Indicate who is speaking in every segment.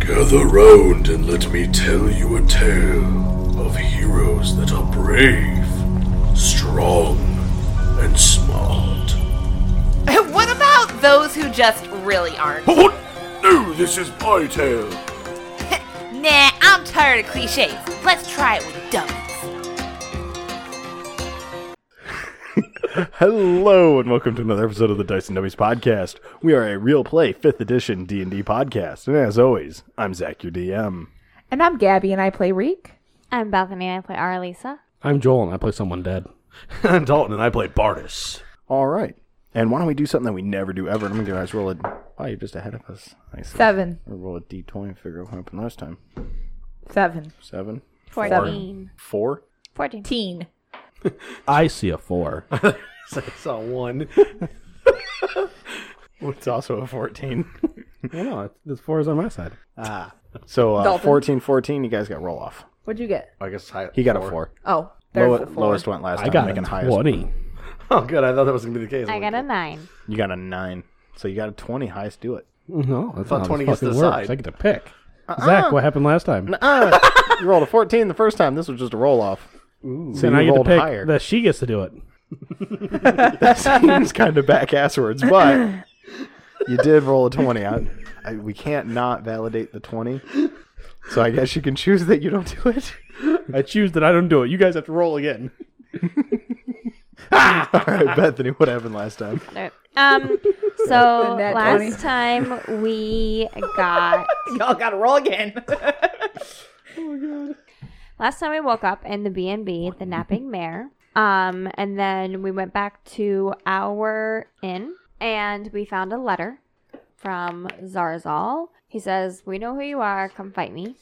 Speaker 1: Gather round and let me tell you a tale of heroes that are brave, strong, and smart.
Speaker 2: what about those who just really aren't?
Speaker 1: What? No, this is my tale.
Speaker 2: nah, I'm tired of cliches. Let's try it with dummies.
Speaker 3: Hello and welcome to another episode of the Dice and Dummies podcast. We are a real play 5th edition D&D podcast. And as always, I'm Zach, your DM.
Speaker 4: And I'm Gabby, and I play Reek.
Speaker 5: I'm Bethany and I play Aralisa.
Speaker 6: I'm Joel and I play someone dead.
Speaker 7: I'm Dalton, and I play Bartis.
Speaker 3: All right. And why don't we do something that we never do ever? And I'm going to guys roll it. Oh, you're just ahead of us. Nice.
Speaker 4: Seven,
Speaker 3: We'll roll a d20 and figure out what happened last time.
Speaker 4: seven,
Speaker 3: Seven.
Speaker 5: 14.
Speaker 3: Four.
Speaker 5: 14.
Speaker 4: teen.
Speaker 6: I see a four.
Speaker 7: I saw one.
Speaker 3: It's also a 14.
Speaker 6: well, no, the four is on my side.
Speaker 3: So uh,
Speaker 4: Dalton.
Speaker 3: 14, 14, you guys got roll off.
Speaker 4: What'd you get?
Speaker 7: I guess I,
Speaker 3: He got a four.
Speaker 4: Oh, there's
Speaker 3: Low,
Speaker 4: the four.
Speaker 3: lowest went last time.
Speaker 6: I got
Speaker 3: making
Speaker 6: a
Speaker 3: highest.
Speaker 6: twenty.
Speaker 7: Oh, good. I thought that was gonna be the case.
Speaker 5: I got a 9.
Speaker 3: You got a nine. So you got a 20. Highest do it.
Speaker 6: No, that's
Speaker 7: thought
Speaker 6: not
Speaker 7: 20
Speaker 6: how
Speaker 7: gets
Speaker 6: this
Speaker 7: to
Speaker 6: fucking
Speaker 7: decide.
Speaker 6: works. I get to pick. Zach, what happened last time?
Speaker 3: You rolled a 14 the first time. This was just a roll off. So
Speaker 6: and
Speaker 3: you
Speaker 6: I get to
Speaker 3: rolled
Speaker 6: pick
Speaker 3: higher.
Speaker 6: that she gets to do it.
Speaker 3: that seems kind of back asswards, but you did roll a 20 out. I, we can't not validate the 20. So I guess you can choose that you don't do it.
Speaker 6: I choose that I don't do it. You guys have to roll again.
Speaker 3: All right, Bethany, what happened last time?
Speaker 5: No. Um, so
Speaker 4: nat
Speaker 5: last time we got.
Speaker 4: Y'all gotta roll again.
Speaker 7: Oh
Speaker 5: Last time we woke up in the B&B, the napping mare. Um, and then we went back to our inn and we found a letter from Zarzal. He says, We know who you are. Come fight me.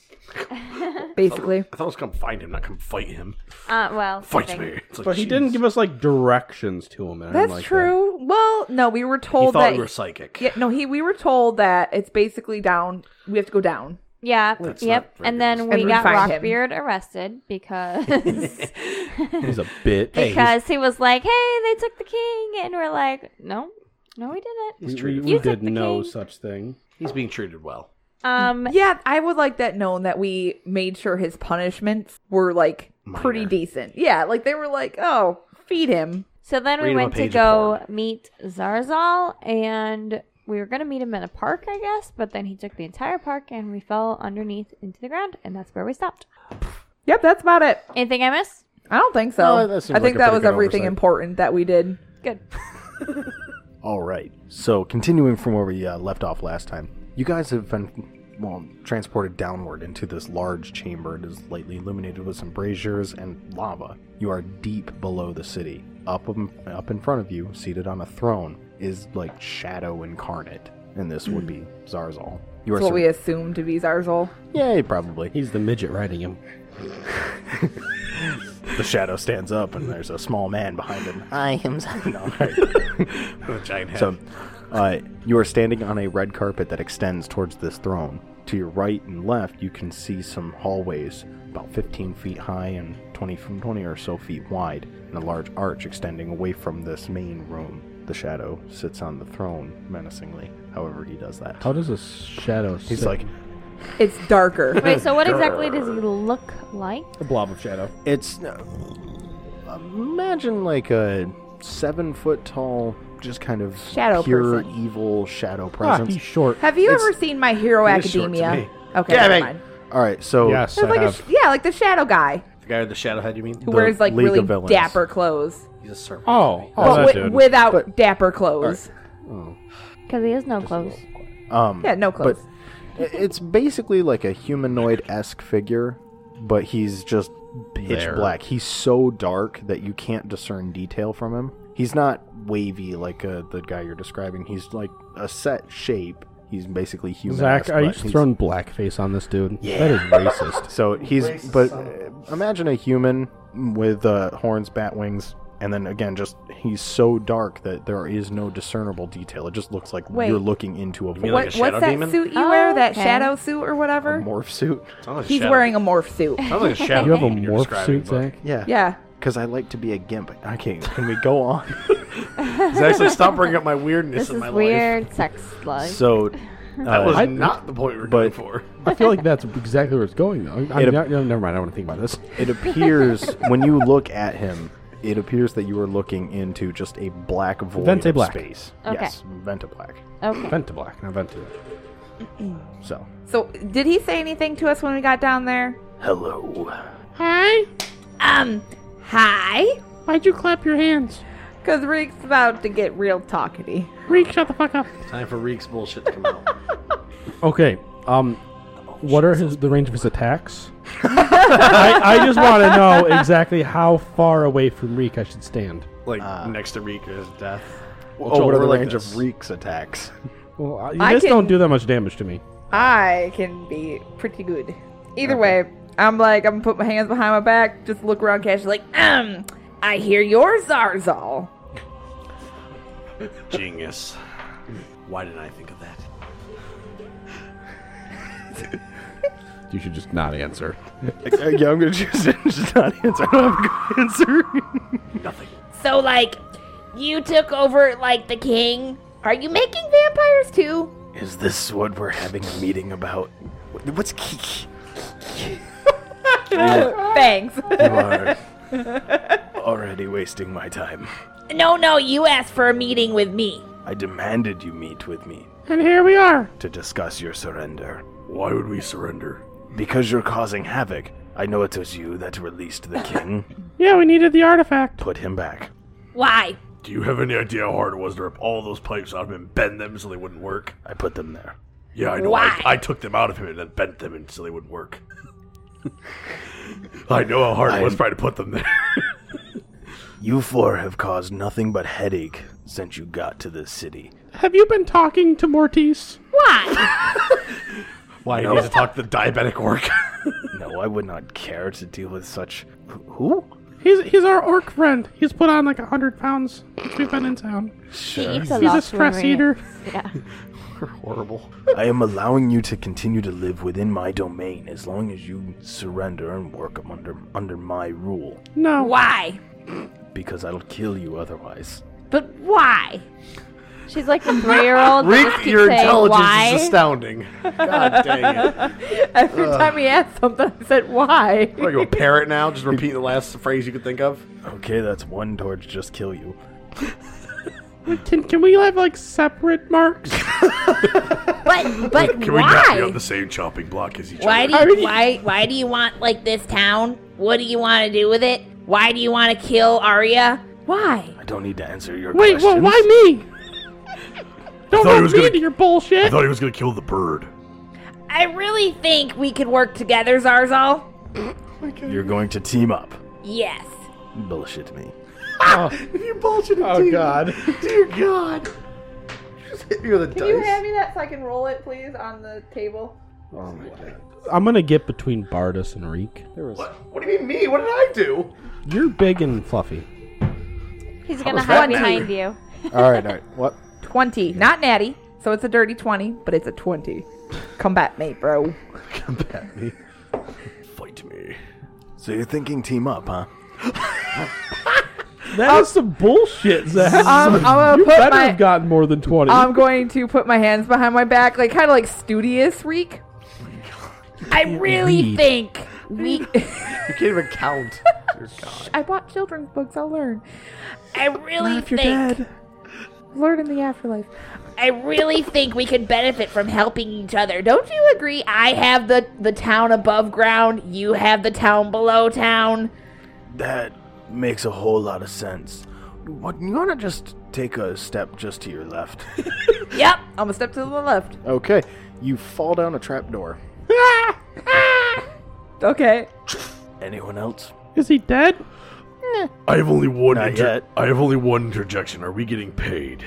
Speaker 4: Basically,
Speaker 7: I thought it was come find him, not come fight him.
Speaker 5: Uh, well,
Speaker 7: Fight
Speaker 5: something.
Speaker 7: me. It's like,
Speaker 6: But he
Speaker 7: jeez.
Speaker 6: didn't give us like directions to him. and I didn't
Speaker 4: that's
Speaker 6: like that.
Speaker 4: true. Well, no, we were
Speaker 7: He
Speaker 4: told
Speaker 7: thought
Speaker 4: that.
Speaker 7: we were psychic.
Speaker 4: yeah, no, he. We were told that it's basically down. We have to go down.
Speaker 5: Yeah.
Speaker 7: That's
Speaker 5: yep.
Speaker 7: not very
Speaker 5: And then
Speaker 7: good.
Speaker 5: we
Speaker 4: And we
Speaker 5: got
Speaker 4: find him.
Speaker 5: Rockbeard arrested because
Speaker 6: uh, He's a bitch.
Speaker 5: because he was like, "Hey, they took the king," and we're like, "No, no, we didn't."
Speaker 6: we, we,
Speaker 7: treated
Speaker 6: we
Speaker 5: You took
Speaker 6: did
Speaker 5: the
Speaker 6: no
Speaker 5: king.
Speaker 6: such thing.
Speaker 7: He's being treated well.
Speaker 5: Um,
Speaker 4: Yeah, I would like that known that we made sure his punishments were like pretty
Speaker 7: Minor.
Speaker 4: decent. Yeah, like they were like, oh, feed him.
Speaker 5: so then
Speaker 7: Read
Speaker 5: we
Speaker 7: him a
Speaker 5: went to
Speaker 7: page
Speaker 5: go
Speaker 7: of
Speaker 5: meet Zarzal, and we were gonna meet him in a park, I guess. But then he took the entire park, and we fell underneath into the ground, and that's where we stopped.
Speaker 4: Yep, that's about it.
Speaker 5: Anything I missed?
Speaker 4: I don't think so.
Speaker 3: No, that seems
Speaker 4: I
Speaker 3: like
Speaker 4: think
Speaker 3: a
Speaker 4: that
Speaker 3: pretty
Speaker 4: was
Speaker 3: good
Speaker 4: everything
Speaker 3: oversight.
Speaker 4: important that we did.
Speaker 5: Good.
Speaker 3: All right. So continuing from where we uh, left off last time, you guys have been well transported downward into this large chamber. It is lightly illuminated with some braziers and lava. You are deep below the city. Up um, up in front of you, seated on a throne, is like shadow incarnate, and this would be Zarzal. You
Speaker 4: Hmm. That's what
Speaker 3: sur-
Speaker 4: we assumed to be Zarzol.
Speaker 3: yeah, probably.
Speaker 6: He's the midget riding him.
Speaker 3: The shadow stands up, and there's a small man behind him. I am Zarzal.
Speaker 7: With a giant head.
Speaker 3: So, uh, you are standing on a red carpet that extends towards this throne. To your right and left, you can see some hallways about 15 feet high and 20 from 20 or so feet wide, and a large arch extending away from this main room. The shadow sits on the throne menacingly. However, he does that.
Speaker 6: How does a shadow?
Speaker 3: He's
Speaker 6: sit?
Speaker 3: like,
Speaker 4: It's darker.
Speaker 5: Wait. So what exactly does he look like?
Speaker 6: a blob of shadow.
Speaker 3: it's uh, imagine like a seven foot tall, just kind of
Speaker 4: Shadow
Speaker 3: pure
Speaker 4: person.
Speaker 3: evil shadow
Speaker 6: Ah,
Speaker 3: presence.
Speaker 6: he's short.
Speaker 4: Have you
Speaker 3: It's-
Speaker 4: ever seen My Hero
Speaker 7: It is short to
Speaker 4: Academia?
Speaker 7: me.
Speaker 4: Okay,
Speaker 3: Damn
Speaker 4: never
Speaker 3: it.
Speaker 4: mind.
Speaker 3: All right, so
Speaker 6: Yes,
Speaker 4: There's
Speaker 6: I
Speaker 4: like a
Speaker 6: have.
Speaker 4: sh- yeah, like the shadow guy
Speaker 7: the guy with the shadow head, you mean?
Speaker 4: who wears like
Speaker 3: League
Speaker 4: really
Speaker 3: of Villains.
Speaker 4: dapper clothes,
Speaker 7: He's a serpent.
Speaker 6: oh, oh,
Speaker 4: but
Speaker 6: that
Speaker 4: wi-
Speaker 6: dude.
Speaker 4: without
Speaker 3: But-
Speaker 4: dapper clothes.
Speaker 5: Because he has no clothes.
Speaker 3: um,
Speaker 4: Yeah, no clothes.
Speaker 3: But it's basically like a humanoid esque figure, but he's just pitch
Speaker 6: There.
Speaker 3: black. He's so dark that you can't discern detail from him. He's not wavy like uh, the guy you're describing. He's like a set shape. He's basically human.
Speaker 6: Zach, are you just throwing blackface on this dude? That is racist.
Speaker 3: So he's, but uh, imagine a human with uh, horns, bat wings, and then again, just he's so dark that there is no discernible detail. It just looks like
Speaker 4: Wait.
Speaker 3: you're looking into a
Speaker 7: mean
Speaker 4: what,
Speaker 7: like a
Speaker 4: what's
Speaker 7: shadow
Speaker 4: that
Speaker 7: demon?
Speaker 4: suit you wear? That
Speaker 5: Okay.
Speaker 4: shadow suit or whatever?
Speaker 3: morph suit.
Speaker 7: Sounds like a
Speaker 4: He's
Speaker 7: shadow.
Speaker 4: wearing a morph suit.
Speaker 7: Sounds like a shadow.
Speaker 6: You have a
Speaker 7: demon you're
Speaker 6: morph
Speaker 7: describing,
Speaker 6: suit,
Speaker 7: but-
Speaker 6: Zach?
Speaker 3: Yeah.
Speaker 4: yeah.
Speaker 3: Because I like to be a gimp. Okay, can we go on?
Speaker 7: Zach, like, stop bringing up my weirdness
Speaker 5: This
Speaker 7: in
Speaker 5: is
Speaker 7: my life.
Speaker 5: weird sex life.
Speaker 3: so, uh,
Speaker 7: That was
Speaker 6: I-
Speaker 7: not the point we we're going
Speaker 3: but-
Speaker 7: for.
Speaker 6: I feel like that's exactly where it's going, though. I, I,
Speaker 3: It-
Speaker 6: no, no, never mind. I don't want to think about this.
Speaker 3: It appears when you look at him, it appears that you are looking into just a black void
Speaker 6: Vente
Speaker 3: of
Speaker 6: black.
Speaker 3: space.
Speaker 5: Okay.
Speaker 3: Yes, venta black.
Speaker 5: Okay.
Speaker 6: Vent to black, not vent to
Speaker 3: So,
Speaker 4: So, did he say anything to us when we got down there?
Speaker 3: hello.
Speaker 8: Hi?
Speaker 4: Um, hi.
Speaker 8: Why'd you clap your hands?
Speaker 4: Because Reek's about to get real talkative.
Speaker 8: Reek, shut the fuck up.
Speaker 7: Time for Reek's bullshit to come out.
Speaker 6: Okay. Um, what are his the range of his attacks? I, I just want to know exactly how far away from Reek I should stand.
Speaker 7: Like next to Reek is death.
Speaker 3: Oh, what are the
Speaker 7: we're like
Speaker 3: range
Speaker 7: this.
Speaker 3: of Reek's attacks?
Speaker 6: Well, I, you
Speaker 4: I
Speaker 6: guys don't
Speaker 4: can-
Speaker 6: do that much damage to me.
Speaker 4: I can be pretty good. Either way, I'm like, I'm gonna put my hands behind my back, just look around casually, like, um, I hear your Zarzal.
Speaker 7: Genius. Why didn't I think of that?
Speaker 6: You should just not answer.
Speaker 3: Uh, yeah, I'm gonna choose to just not answer. I don't have a good answer.
Speaker 8: So, like, you took over, like, the king? Are you making vampires too?
Speaker 3: Is this what we're having a meeting about? Wh- What's Kiki?
Speaker 4: Thanks.
Speaker 3: You are already wasting my time.
Speaker 8: No, no, you asked for a meeting with me.
Speaker 3: I demanded you meet with me
Speaker 8: And here we are.
Speaker 3: to discuss your surrender.
Speaker 1: Why would we surrender?
Speaker 3: Because you're causing havoc. I know it was you that released the king.
Speaker 8: Yeah, we needed the artifact.
Speaker 3: Put him back.
Speaker 8: Why?
Speaker 1: Do you have any idea how hard it was to rip all those pipes out of him and bend them so they wouldn't work?
Speaker 3: I put them there.
Speaker 1: Yeah, I know.
Speaker 8: Why?
Speaker 1: I, I took them out of him and then bent them and so they wouldn't work. I know how hard it was
Speaker 3: I'm-
Speaker 1: trying to put them there.
Speaker 3: You four have caused nothing but headache since you got to this city.
Speaker 6: Have you been talking to Mortis?
Speaker 8: Why?
Speaker 7: Why you need to talk to the diabetic orc?
Speaker 3: No, I would not care to deal with such. Who?
Speaker 6: He's he's our orc friend. He's put on like a hundred pounds since we've been in town.
Speaker 5: He eats a
Speaker 6: He's
Speaker 5: lot
Speaker 6: a stress
Speaker 5: when we're-
Speaker 6: eater.
Speaker 5: Yeah.
Speaker 7: Horrible.
Speaker 3: I am allowing you to continue to live within my domain as long as you surrender and work under under my rule.
Speaker 6: No.
Speaker 8: Why?
Speaker 3: Because I'll kill you otherwise.
Speaker 8: But why?
Speaker 5: She's like a three year old.
Speaker 7: Reek, your intelligence
Speaker 5: why?
Speaker 7: is astounding. God dang it.
Speaker 4: Every time he asked something, I said, why?
Speaker 7: What, you a parrot now? Just repeat the last phrase you could think of?
Speaker 3: Okay, that's one torch. Just kill you.
Speaker 6: Can can we have like separate marks?
Speaker 8: But but
Speaker 1: Can we not be
Speaker 8: why?
Speaker 1: on the same chopping block as each
Speaker 8: Why
Speaker 1: other?
Speaker 8: do you, why why do you want like this town? What do you want to do with it? Why do you want to kill Arya? Why?
Speaker 3: I don't need to answer your
Speaker 6: Wait,
Speaker 3: questions.
Speaker 6: well, why me? Don't
Speaker 1: he
Speaker 6: hold me
Speaker 1: was gonna-
Speaker 6: to your
Speaker 1: I
Speaker 6: bullshit.
Speaker 1: thought he was going to kill the bird.
Speaker 8: I really think we could work together, Zarzal.
Speaker 3: You're going to team up.
Speaker 8: Yes.
Speaker 3: Bullshit me.
Speaker 7: You're bullshitting,
Speaker 6: Oh God.
Speaker 7: Dear God. Just hit me with a dice.
Speaker 4: me that so I can roll it, please, on the table?
Speaker 6: I'm gonna get between Bardus and Reek. There was
Speaker 7: What do you mean me? What did I do?
Speaker 6: you're big and fluffy.
Speaker 5: He's gonna
Speaker 7: was
Speaker 5: hide
Speaker 7: that
Speaker 5: behind you.
Speaker 6: All right, all right. What?
Speaker 4: 20. Not natty. So it's a dirty 20, but it's a 20. Combat me, bro. Um,
Speaker 7: Combat me.
Speaker 1: Fight me.
Speaker 3: So you're thinking team up, huh? Uh,
Speaker 6: That is some bullshit, Zach.
Speaker 4: Um, I'm gonna
Speaker 6: you
Speaker 4: put
Speaker 6: better
Speaker 4: my-
Speaker 6: have gotten more than twenty.
Speaker 3: um,
Speaker 4: I'm going to put my hands behind my back, like kind of like studious reek.
Speaker 8: I really
Speaker 6: read.
Speaker 8: think we
Speaker 7: You can't even count. Dear God.
Speaker 4: I bought children's books. I'll learn.
Speaker 8: I really think
Speaker 4: Learn in the afterlife.
Speaker 8: I really think we could benefit from helping each other. Don't you agree? I have the the town above ground, you have the town below town.
Speaker 3: That makes a whole lot of sense. What you wanna just take a step just to your left?
Speaker 8: Yep.
Speaker 4: I'm gonna step to the left.
Speaker 3: okay. You fall down a trapdoor.
Speaker 4: Okay.
Speaker 3: Anyone else?
Speaker 6: is he dead?
Speaker 1: I have only one.
Speaker 3: Not
Speaker 1: inter-
Speaker 3: yet.
Speaker 1: I have only one interjection. Are we getting paid?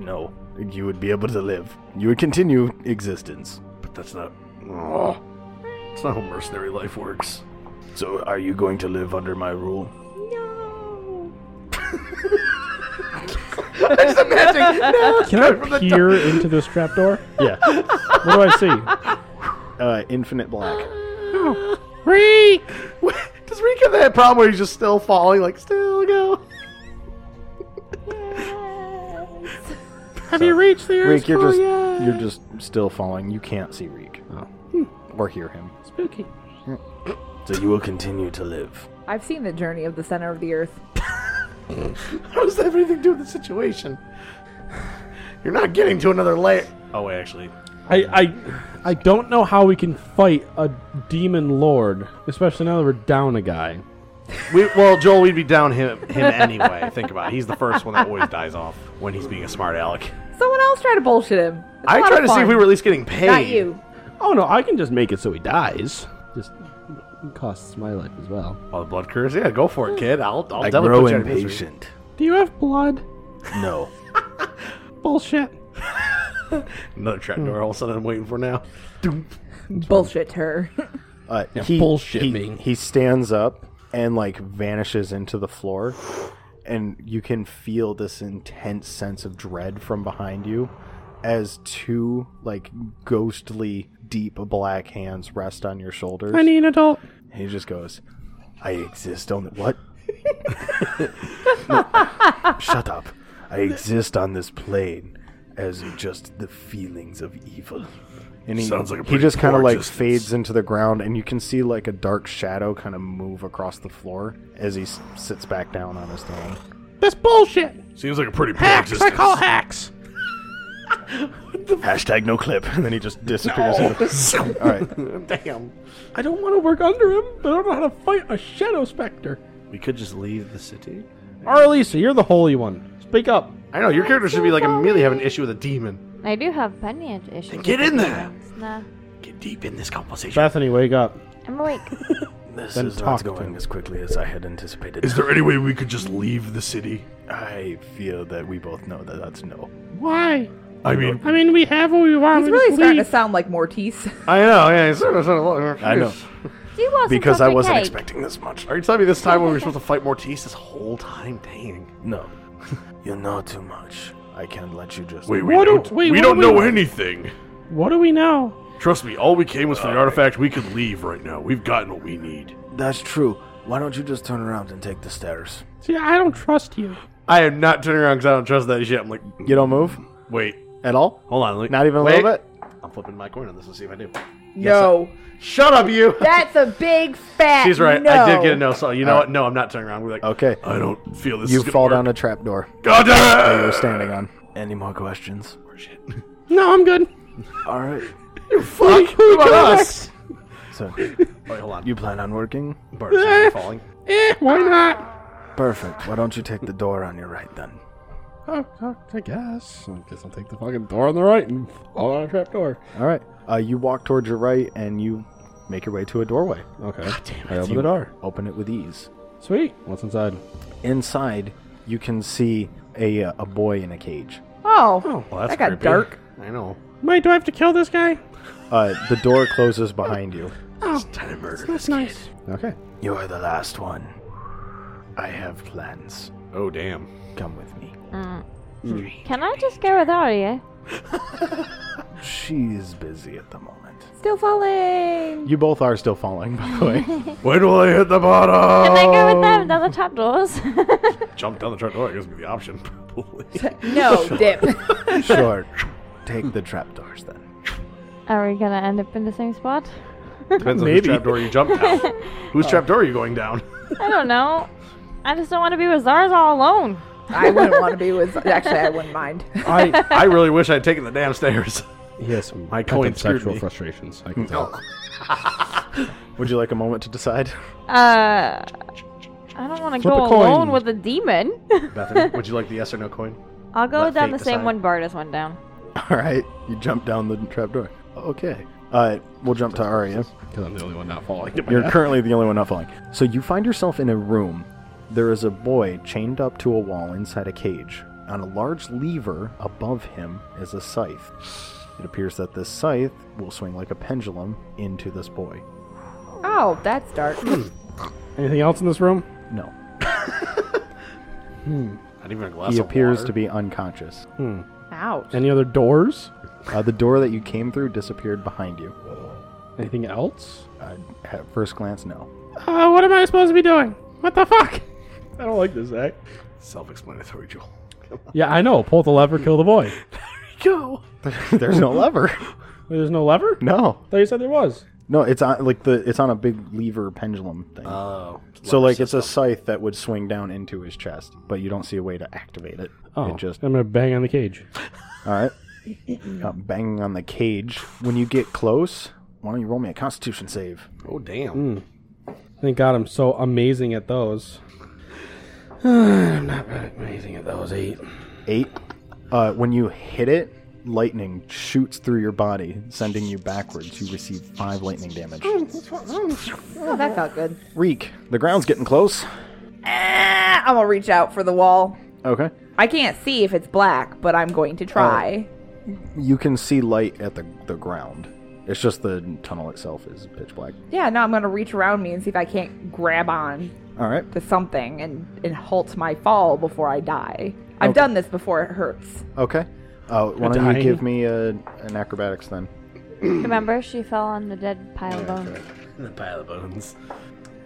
Speaker 3: No. You would be able to live. You would continue existence.
Speaker 1: But that's not. Ugh. It's not how mercenary life works.
Speaker 3: So are you going to live under my rule?
Speaker 6: Can I peer into this trapdoor?
Speaker 3: Yeah.
Speaker 6: What do I see?
Speaker 3: uh, infinite black.
Speaker 6: Reek.
Speaker 7: Does Reek have that problem where he's just still falling, like, still go?
Speaker 6: Have
Speaker 3: so-
Speaker 6: you reached the
Speaker 3: Reek,
Speaker 6: Earth's
Speaker 3: you're
Speaker 6: core
Speaker 3: just
Speaker 6: yet?
Speaker 3: you're just still falling. You can't see Reek or hear him.
Speaker 6: spooky.
Speaker 3: So you will continue to live.
Speaker 4: I've seen the journey of the center of the earth.
Speaker 7: How does that have anything to do with the situation? You're not getting to another layer.
Speaker 3: Oh, actually,
Speaker 6: I, I I don't know how we can fight a demon lord, especially now that we're down a guy.
Speaker 7: We, well, Joel, we'd be down him, him anyway. Think about it. He's the first one that always dies off when he's being a smart aleck.
Speaker 4: Someone else try to bullshit him. It's a
Speaker 7: I
Speaker 4: lot
Speaker 7: tried
Speaker 4: of
Speaker 7: to see if
Speaker 4: fun.
Speaker 7: we were at least getting paid.
Speaker 4: Not you.
Speaker 6: Oh no, I can just make it so he dies. Just it costs my life as well.
Speaker 7: Oh, the blood curse? Yeah, go
Speaker 4: Hmm.
Speaker 7: for it, kid. I'll, I'll
Speaker 3: I
Speaker 7: definitely
Speaker 3: grow
Speaker 7: put you out of misery.
Speaker 3: impatient.
Speaker 6: Do you have blood?
Speaker 3: No,
Speaker 6: Bullshit.
Speaker 7: Another trapdoor all of a sudden I'm waiting for now.
Speaker 4: Bullshit her.
Speaker 3: uh,
Speaker 6: Yeah,
Speaker 3: he
Speaker 6: bullshit
Speaker 3: he,
Speaker 6: me.
Speaker 3: He stands up and like vanishes into the floor, and you can feel this intense sense of dread from behind you as two like ghostly deep black hands rest on your shoulders.
Speaker 6: I need an adult.
Speaker 3: And he just goes, I exist on the what? No, shut up. I exist on this plane as just the feelings of evil. And he,
Speaker 1: Sounds like a
Speaker 3: he
Speaker 1: pretty
Speaker 3: just kind of
Speaker 1: poor
Speaker 3: like
Speaker 1: existence.
Speaker 3: fades into the ground, and you can see like a dark shadow kind of move across the floor as he s- sits back down on his throne.
Speaker 6: That's bullshit.
Speaker 1: Seems like a pretty poor
Speaker 6: Hacks. I
Speaker 1: existence.
Speaker 6: call hacks.
Speaker 3: Hashtag no clip, and then he just disappears. Into the- All right,
Speaker 7: Damn.
Speaker 6: I don't want to work under him, but I don't know how to fight a shadow specter.
Speaker 7: We could just leave the city.
Speaker 6: Arlisa, you're the holy one. Speak up.
Speaker 7: I know your character should be like immediately have an issue with a demon.
Speaker 5: I do have plenty of issues.
Speaker 7: Get
Speaker 5: with
Speaker 7: in there.
Speaker 5: demons. Nah,
Speaker 7: Get deep in this conversation.
Speaker 6: Bethany, wake up.
Speaker 5: I'm awake.
Speaker 3: this
Speaker 6: Then
Speaker 3: is
Speaker 6: talk
Speaker 3: not
Speaker 6: to
Speaker 3: going
Speaker 6: him.
Speaker 3: as quickly as I had anticipated.
Speaker 1: Is there any way we could just leave the city?
Speaker 3: I feel that we both know that that's no.
Speaker 6: Why?
Speaker 1: I mean,
Speaker 6: I mean, we have what we want.
Speaker 4: He's really starting to sound like Mortise.
Speaker 7: I know. Yeah. It's, it's, it's,
Speaker 3: I know
Speaker 5: You want some
Speaker 3: because I
Speaker 5: fucking
Speaker 3: wasn't
Speaker 5: cake?
Speaker 3: expecting this much.
Speaker 7: Are you telling me this time when we were supposed to fight Mortis this whole time? Dang.
Speaker 3: No. you know too much. I can't let you just.
Speaker 1: wait, we
Speaker 6: What do-
Speaker 1: don't,
Speaker 6: wait,
Speaker 1: we
Speaker 6: what
Speaker 1: don't
Speaker 6: do we-
Speaker 1: know anything.
Speaker 6: What do we know?
Speaker 1: Trust me, all we came was for the artifact. We could leave right now. We've gotten what we need.
Speaker 3: That's true. Why don't you just turn around and take the stairs?
Speaker 6: See, I don't trust you.
Speaker 7: I am not turning around because I don't trust that shit. I'm like,
Speaker 3: You don't move
Speaker 1: Wait,
Speaker 3: at all.
Speaker 7: hold on. Like,
Speaker 3: Not even a
Speaker 7: wait.
Speaker 3: little bit.
Speaker 7: I'm flipping my coin on this. Let's see if I do.
Speaker 4: no.
Speaker 7: Shut up, you.
Speaker 4: That's a big fat.
Speaker 7: She's right.
Speaker 4: No.
Speaker 7: I did get a no. So you know
Speaker 3: All
Speaker 7: what? No, I'm not turning around. We're like,
Speaker 3: Okay.
Speaker 1: I don't feel this.
Speaker 3: you
Speaker 1: is gonna
Speaker 3: fall
Speaker 1: work.
Speaker 3: down a trapdoor
Speaker 1: God
Speaker 3: that you
Speaker 1: damn
Speaker 3: were
Speaker 1: it!
Speaker 3: standing on. Any more questions?
Speaker 6: No, I'm good.
Speaker 3: All right.
Speaker 7: fuck. Who about us?
Speaker 3: So,
Speaker 7: Wait, hold on.
Speaker 3: you plan on working?
Speaker 7: Bart's already falling.
Speaker 6: Eh, why not?
Speaker 3: Perfect. Why don't you take the door on your right then?
Speaker 6: Oh, oh, I guess. I guess I'll take the fucking door on the right and fall on a trap door.
Speaker 3: All right. Uh, you walk towards your right and you make your way to a doorway.
Speaker 6: Okay. I open the
Speaker 3: You
Speaker 6: door.
Speaker 3: Open it with ease.
Speaker 6: Sweet. What's inside?
Speaker 3: Inside, you can see a uh, a boy in a cage.
Speaker 4: Oh.
Speaker 7: Well, that's
Speaker 4: that got
Speaker 7: creepy.
Speaker 4: dark.
Speaker 7: I know.
Speaker 6: Wait, do I have to kill this guy?
Speaker 3: Uh, the door closes behind you.
Speaker 6: Oh, that's nice. Okay.
Speaker 3: You are the last one. I have plans.
Speaker 7: Oh damn.
Speaker 3: Come with me.
Speaker 5: Can I just go without you?
Speaker 3: She is busy at the moment.
Speaker 4: Still falling.
Speaker 3: You both are still falling, by the way.
Speaker 1: When will I hit the
Speaker 5: Can
Speaker 1: bottom?
Speaker 5: I go with them down the top doors?
Speaker 7: Jump down the trap door. I guess would be the option. Probably.
Speaker 4: No, dip.
Speaker 3: sure. Take the trapdoors then.
Speaker 5: Are we gonna end up in the same spot?
Speaker 7: Depends on whose
Speaker 6: Maybe.
Speaker 7: trapdoor you jump down. whose trapdoor are you going down?
Speaker 5: I don't know. I just don't want to be with Zars all alone.
Speaker 4: I wouldn't want to be with. Actually, I wouldn't mind.
Speaker 6: I
Speaker 7: I really wish I'd taken the damn stairs.
Speaker 6: he has some
Speaker 7: My coin
Speaker 6: pent-up
Speaker 7: screwed
Speaker 6: sexual
Speaker 7: me.
Speaker 6: frustrations. I can tell.
Speaker 3: Would you like a moment to decide?
Speaker 5: Uh, I don't want to
Speaker 6: Flip
Speaker 5: go
Speaker 6: a coin.
Speaker 5: alone with a demon.
Speaker 7: Bethany, would you like the yes or no coin?
Speaker 5: I'll go
Speaker 7: Let
Speaker 5: down
Speaker 7: fate
Speaker 5: the same
Speaker 7: decide.
Speaker 5: one Bardas went down.
Speaker 3: All right. You jump down the trapdoor. Okay. Uh, we'll jump to Arya.
Speaker 6: Because I'm the only one not falling.
Speaker 3: You're currently the only one not falling. So you find yourself in a room. There is a boy chained up to a wall inside a cage. On a large lever above him is a scythe. It appears that this scythe will swing like a pendulum into this boy.
Speaker 4: Oh, that's dark.
Speaker 6: Anything else in this room?
Speaker 3: No.
Speaker 7: Not even a glass
Speaker 3: He
Speaker 7: of
Speaker 3: appears
Speaker 7: water.
Speaker 3: to be unconscious.
Speaker 4: Ouch.
Speaker 6: Any other doors?
Speaker 3: Uh, the door that you came through disappeared behind you.
Speaker 6: Anything else?
Speaker 3: Uh, at first glance, no.
Speaker 6: Uh, what am I supposed to be doing? What the fuck? I don't like this act.
Speaker 7: self-explanatory, Joel.
Speaker 6: Yeah, I know. Pull the lever, kill the boy.
Speaker 3: Go. There's no lever.
Speaker 6: There's no lever?
Speaker 3: No.
Speaker 6: thought you said there was.
Speaker 3: No, it's on like the it's on a big lever pendulum thing.
Speaker 7: Oh.
Speaker 3: so like it's a scythe that would swing down into his chest, but you don't see a way to activate it.
Speaker 6: Oh,
Speaker 3: It just
Speaker 6: I'm gonna bang on the cage.
Speaker 3: all right. Got banging on the cage. When you get close, why don't you roll me a Constitution save?
Speaker 7: Oh damn.
Speaker 6: Thank God I'm so amazing at those. I'm not very amazing at those eight.
Speaker 3: Eight. Uh, when you hit it, lightning shoots through your body, sending you backwards. You receive five lightning damage.
Speaker 4: Oh, that felt good.
Speaker 3: Reek, the ground's getting close.
Speaker 4: Ah, I'm gonna reach out for the wall.
Speaker 3: Okay.
Speaker 4: I can't see if it's black, but I'm going to try.
Speaker 3: You can see light at the, the ground. It's just the tunnel itself is pitch black.
Speaker 4: Yeah, no, I'm gonna reach around me and see if I can't grab on
Speaker 3: All right.
Speaker 4: to something and, and halt my fall before I die. I've done this before, it hurts.
Speaker 3: Okay. Uh, why don't
Speaker 6: Dying.
Speaker 3: you give me a, an acrobatics then?
Speaker 5: Remember, she fell on the dead pile of bones.
Speaker 7: The pile of bones.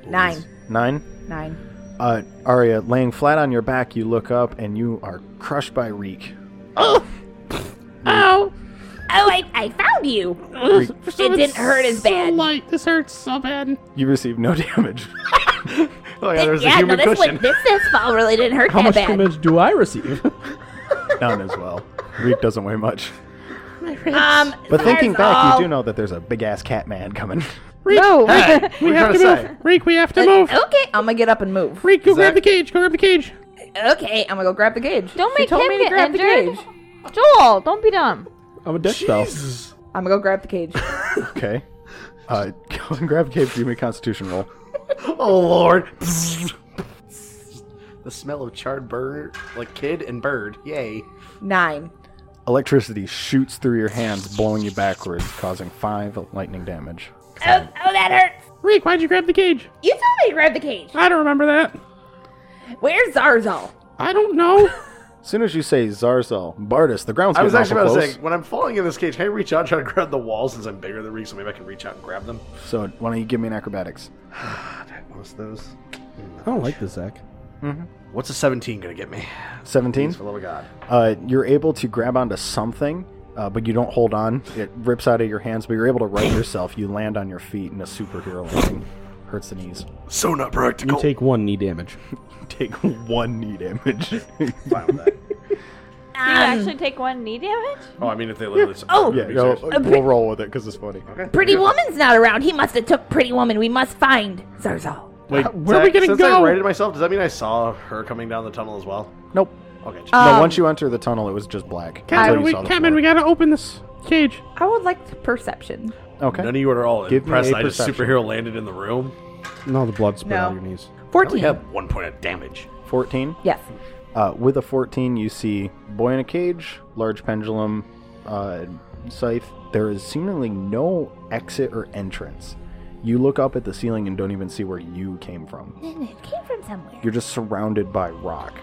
Speaker 4: Nine.
Speaker 3: Nine.
Speaker 4: Nine.
Speaker 3: Uh, Arya, laying flat on your back, you look up and you are crushed by Reek.
Speaker 8: Oh. Oh, I, I found you. it didn't hurt as bad.
Speaker 6: This hurts so bad.
Speaker 3: You receive no damage.
Speaker 7: Oh yeah, there's
Speaker 8: yeah,
Speaker 7: a human
Speaker 8: no, this
Speaker 7: cushion.
Speaker 8: One, this this fall really didn't hurt
Speaker 6: How
Speaker 8: that
Speaker 6: much
Speaker 8: bad.
Speaker 6: damage do I receive?
Speaker 3: None as well. Reek doesn't weigh much.
Speaker 8: Um,
Speaker 3: But thinking
Speaker 8: Zarzal,
Speaker 3: back, you do know that there's a big ass cat man coming.
Speaker 5: No!
Speaker 6: we have to move. Reek, we have to move.
Speaker 8: Okay,
Speaker 4: I'm gonna get up and move.
Speaker 6: Reek, go grab the cage. Go grab the cage.
Speaker 8: okay.
Speaker 4: I'm gonna go grab the gauge.
Speaker 5: Don't
Speaker 4: She
Speaker 5: make
Speaker 4: told
Speaker 5: him
Speaker 4: me to
Speaker 5: get
Speaker 4: grab
Speaker 5: injured.
Speaker 4: the gauge.
Speaker 5: Joel, don't be dumb.
Speaker 6: I'm a death spell.
Speaker 4: I'm gonna go grab the cage.
Speaker 3: Okay. Uh, go and grab Gabe. Give me a constitution roll.
Speaker 7: Oh lord. the smell of charred bird, like kid and bird. Yay.
Speaker 4: Nine.
Speaker 3: Electricity shoots through your hands, blowing you backwards, causing five lightning damage.
Speaker 8: Oh, oh, that hurts.
Speaker 6: Reek, why'd you grab the cage?
Speaker 8: You told me to grab the cage.
Speaker 6: I don't remember that.
Speaker 8: Where's Zarzal?
Speaker 6: I don't know.
Speaker 3: As soon as you say Zarzal, Bardis, the ground's
Speaker 7: I was
Speaker 3: getting
Speaker 7: actually about
Speaker 3: awful
Speaker 7: to
Speaker 3: close.
Speaker 7: say, when I'm falling in this cage, can I reach out and try to grab the wall since I'm bigger than Reek, so maybe I can reach out and grab them?
Speaker 3: So why don't you give me an acrobatics?
Speaker 7: What's those?
Speaker 6: I don't like this, Zach.
Speaker 7: Hmm. What's a 17 gonna get me?
Speaker 3: Seventeen.
Speaker 7: Please, for the love of God.
Speaker 3: Uh, you're able to grab onto something, uh, but you don't hold on. It rips out of your hands, but you're able to right yourself. You land on your feet in a superhero landing. Hurts the knees.
Speaker 7: So not
Speaker 6: You
Speaker 7: practical.
Speaker 6: take one knee damage.
Speaker 3: Take one knee damage.
Speaker 7: Fine with that.
Speaker 5: Do you actually take one knee damage?
Speaker 7: Oh, I mean, if they literally.
Speaker 8: Oh.
Speaker 3: yeah, go, uh, we'll roll with it because it's funny.
Speaker 8: Pretty Woman's not around. He must have took Pretty Woman. We must find Zarzal.
Speaker 7: Wait,
Speaker 6: where are we gonna
Speaker 7: since
Speaker 6: go?
Speaker 7: I rated myself, does that mean I saw her coming down the tunnel as well?
Speaker 3: Nope.
Speaker 7: Okay. just-
Speaker 3: no, once you enter the tunnel, it was just black. until you saw the floor.
Speaker 6: gotta open this cage.
Speaker 4: I would like the perception.
Speaker 3: Okay.
Speaker 7: None of you are all
Speaker 3: Give me
Speaker 7: impressed.
Speaker 3: a
Speaker 7: I just
Speaker 3: perception.
Speaker 7: superhero landed in the room.
Speaker 6: No, the blood spilled
Speaker 4: No.
Speaker 6: out of your knees.
Speaker 7: I only
Speaker 4: Fourteen.
Speaker 7: have one point of damage.
Speaker 3: 14.
Speaker 4: Yes.
Speaker 3: Uh, with a 14, you see boy in a cage, large pendulum, uh, scythe. There is seemingly no exit or entrance. You look up at the ceiling and don't even see where you came from.
Speaker 8: It came from somewhere.
Speaker 3: You're just surrounded by rock.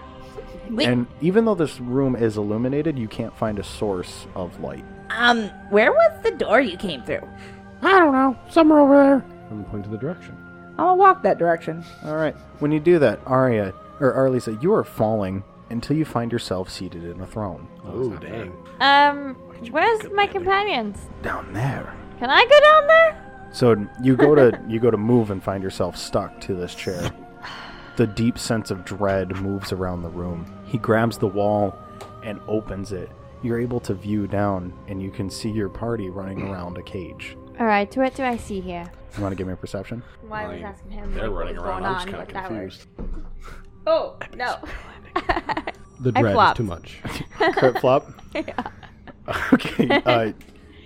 Speaker 8: We-
Speaker 3: And even though this room is illuminated, you can't find a source of light.
Speaker 8: Um, where was the door you came through?
Speaker 6: I don't know. Somewhere over there. I'm pointing to the direction.
Speaker 4: I'm gonna walk that direction.
Speaker 3: All right. When you do that, Arya or Arlisa, you are falling until you find yourself seated in a throne.
Speaker 7: Oh, dang.
Speaker 5: Um, where's my companions?
Speaker 3: Down there.
Speaker 5: Can I go down there?
Speaker 3: So you go to you go to move and find yourself stuck to this chair. The deep sense of dread moves around the room. He grabs the wall and opens it. You're able to view down and you can see your party running around a cage.
Speaker 5: All right, what do I see here?
Speaker 3: You want to give me a perception?
Speaker 5: Why was
Speaker 7: Like,
Speaker 5: asking him
Speaker 7: They're
Speaker 5: like,
Speaker 7: running
Speaker 5: what was
Speaker 7: around.
Speaker 5: going
Speaker 7: I'm just
Speaker 5: on,
Speaker 7: kind
Speaker 5: but
Speaker 7: of
Speaker 5: that
Speaker 7: confused.
Speaker 5: worked. Oh no!
Speaker 6: The
Speaker 5: I
Speaker 6: dread is
Speaker 5: flopped.
Speaker 6: too much.
Speaker 3: Crit flop. Okay. Uh,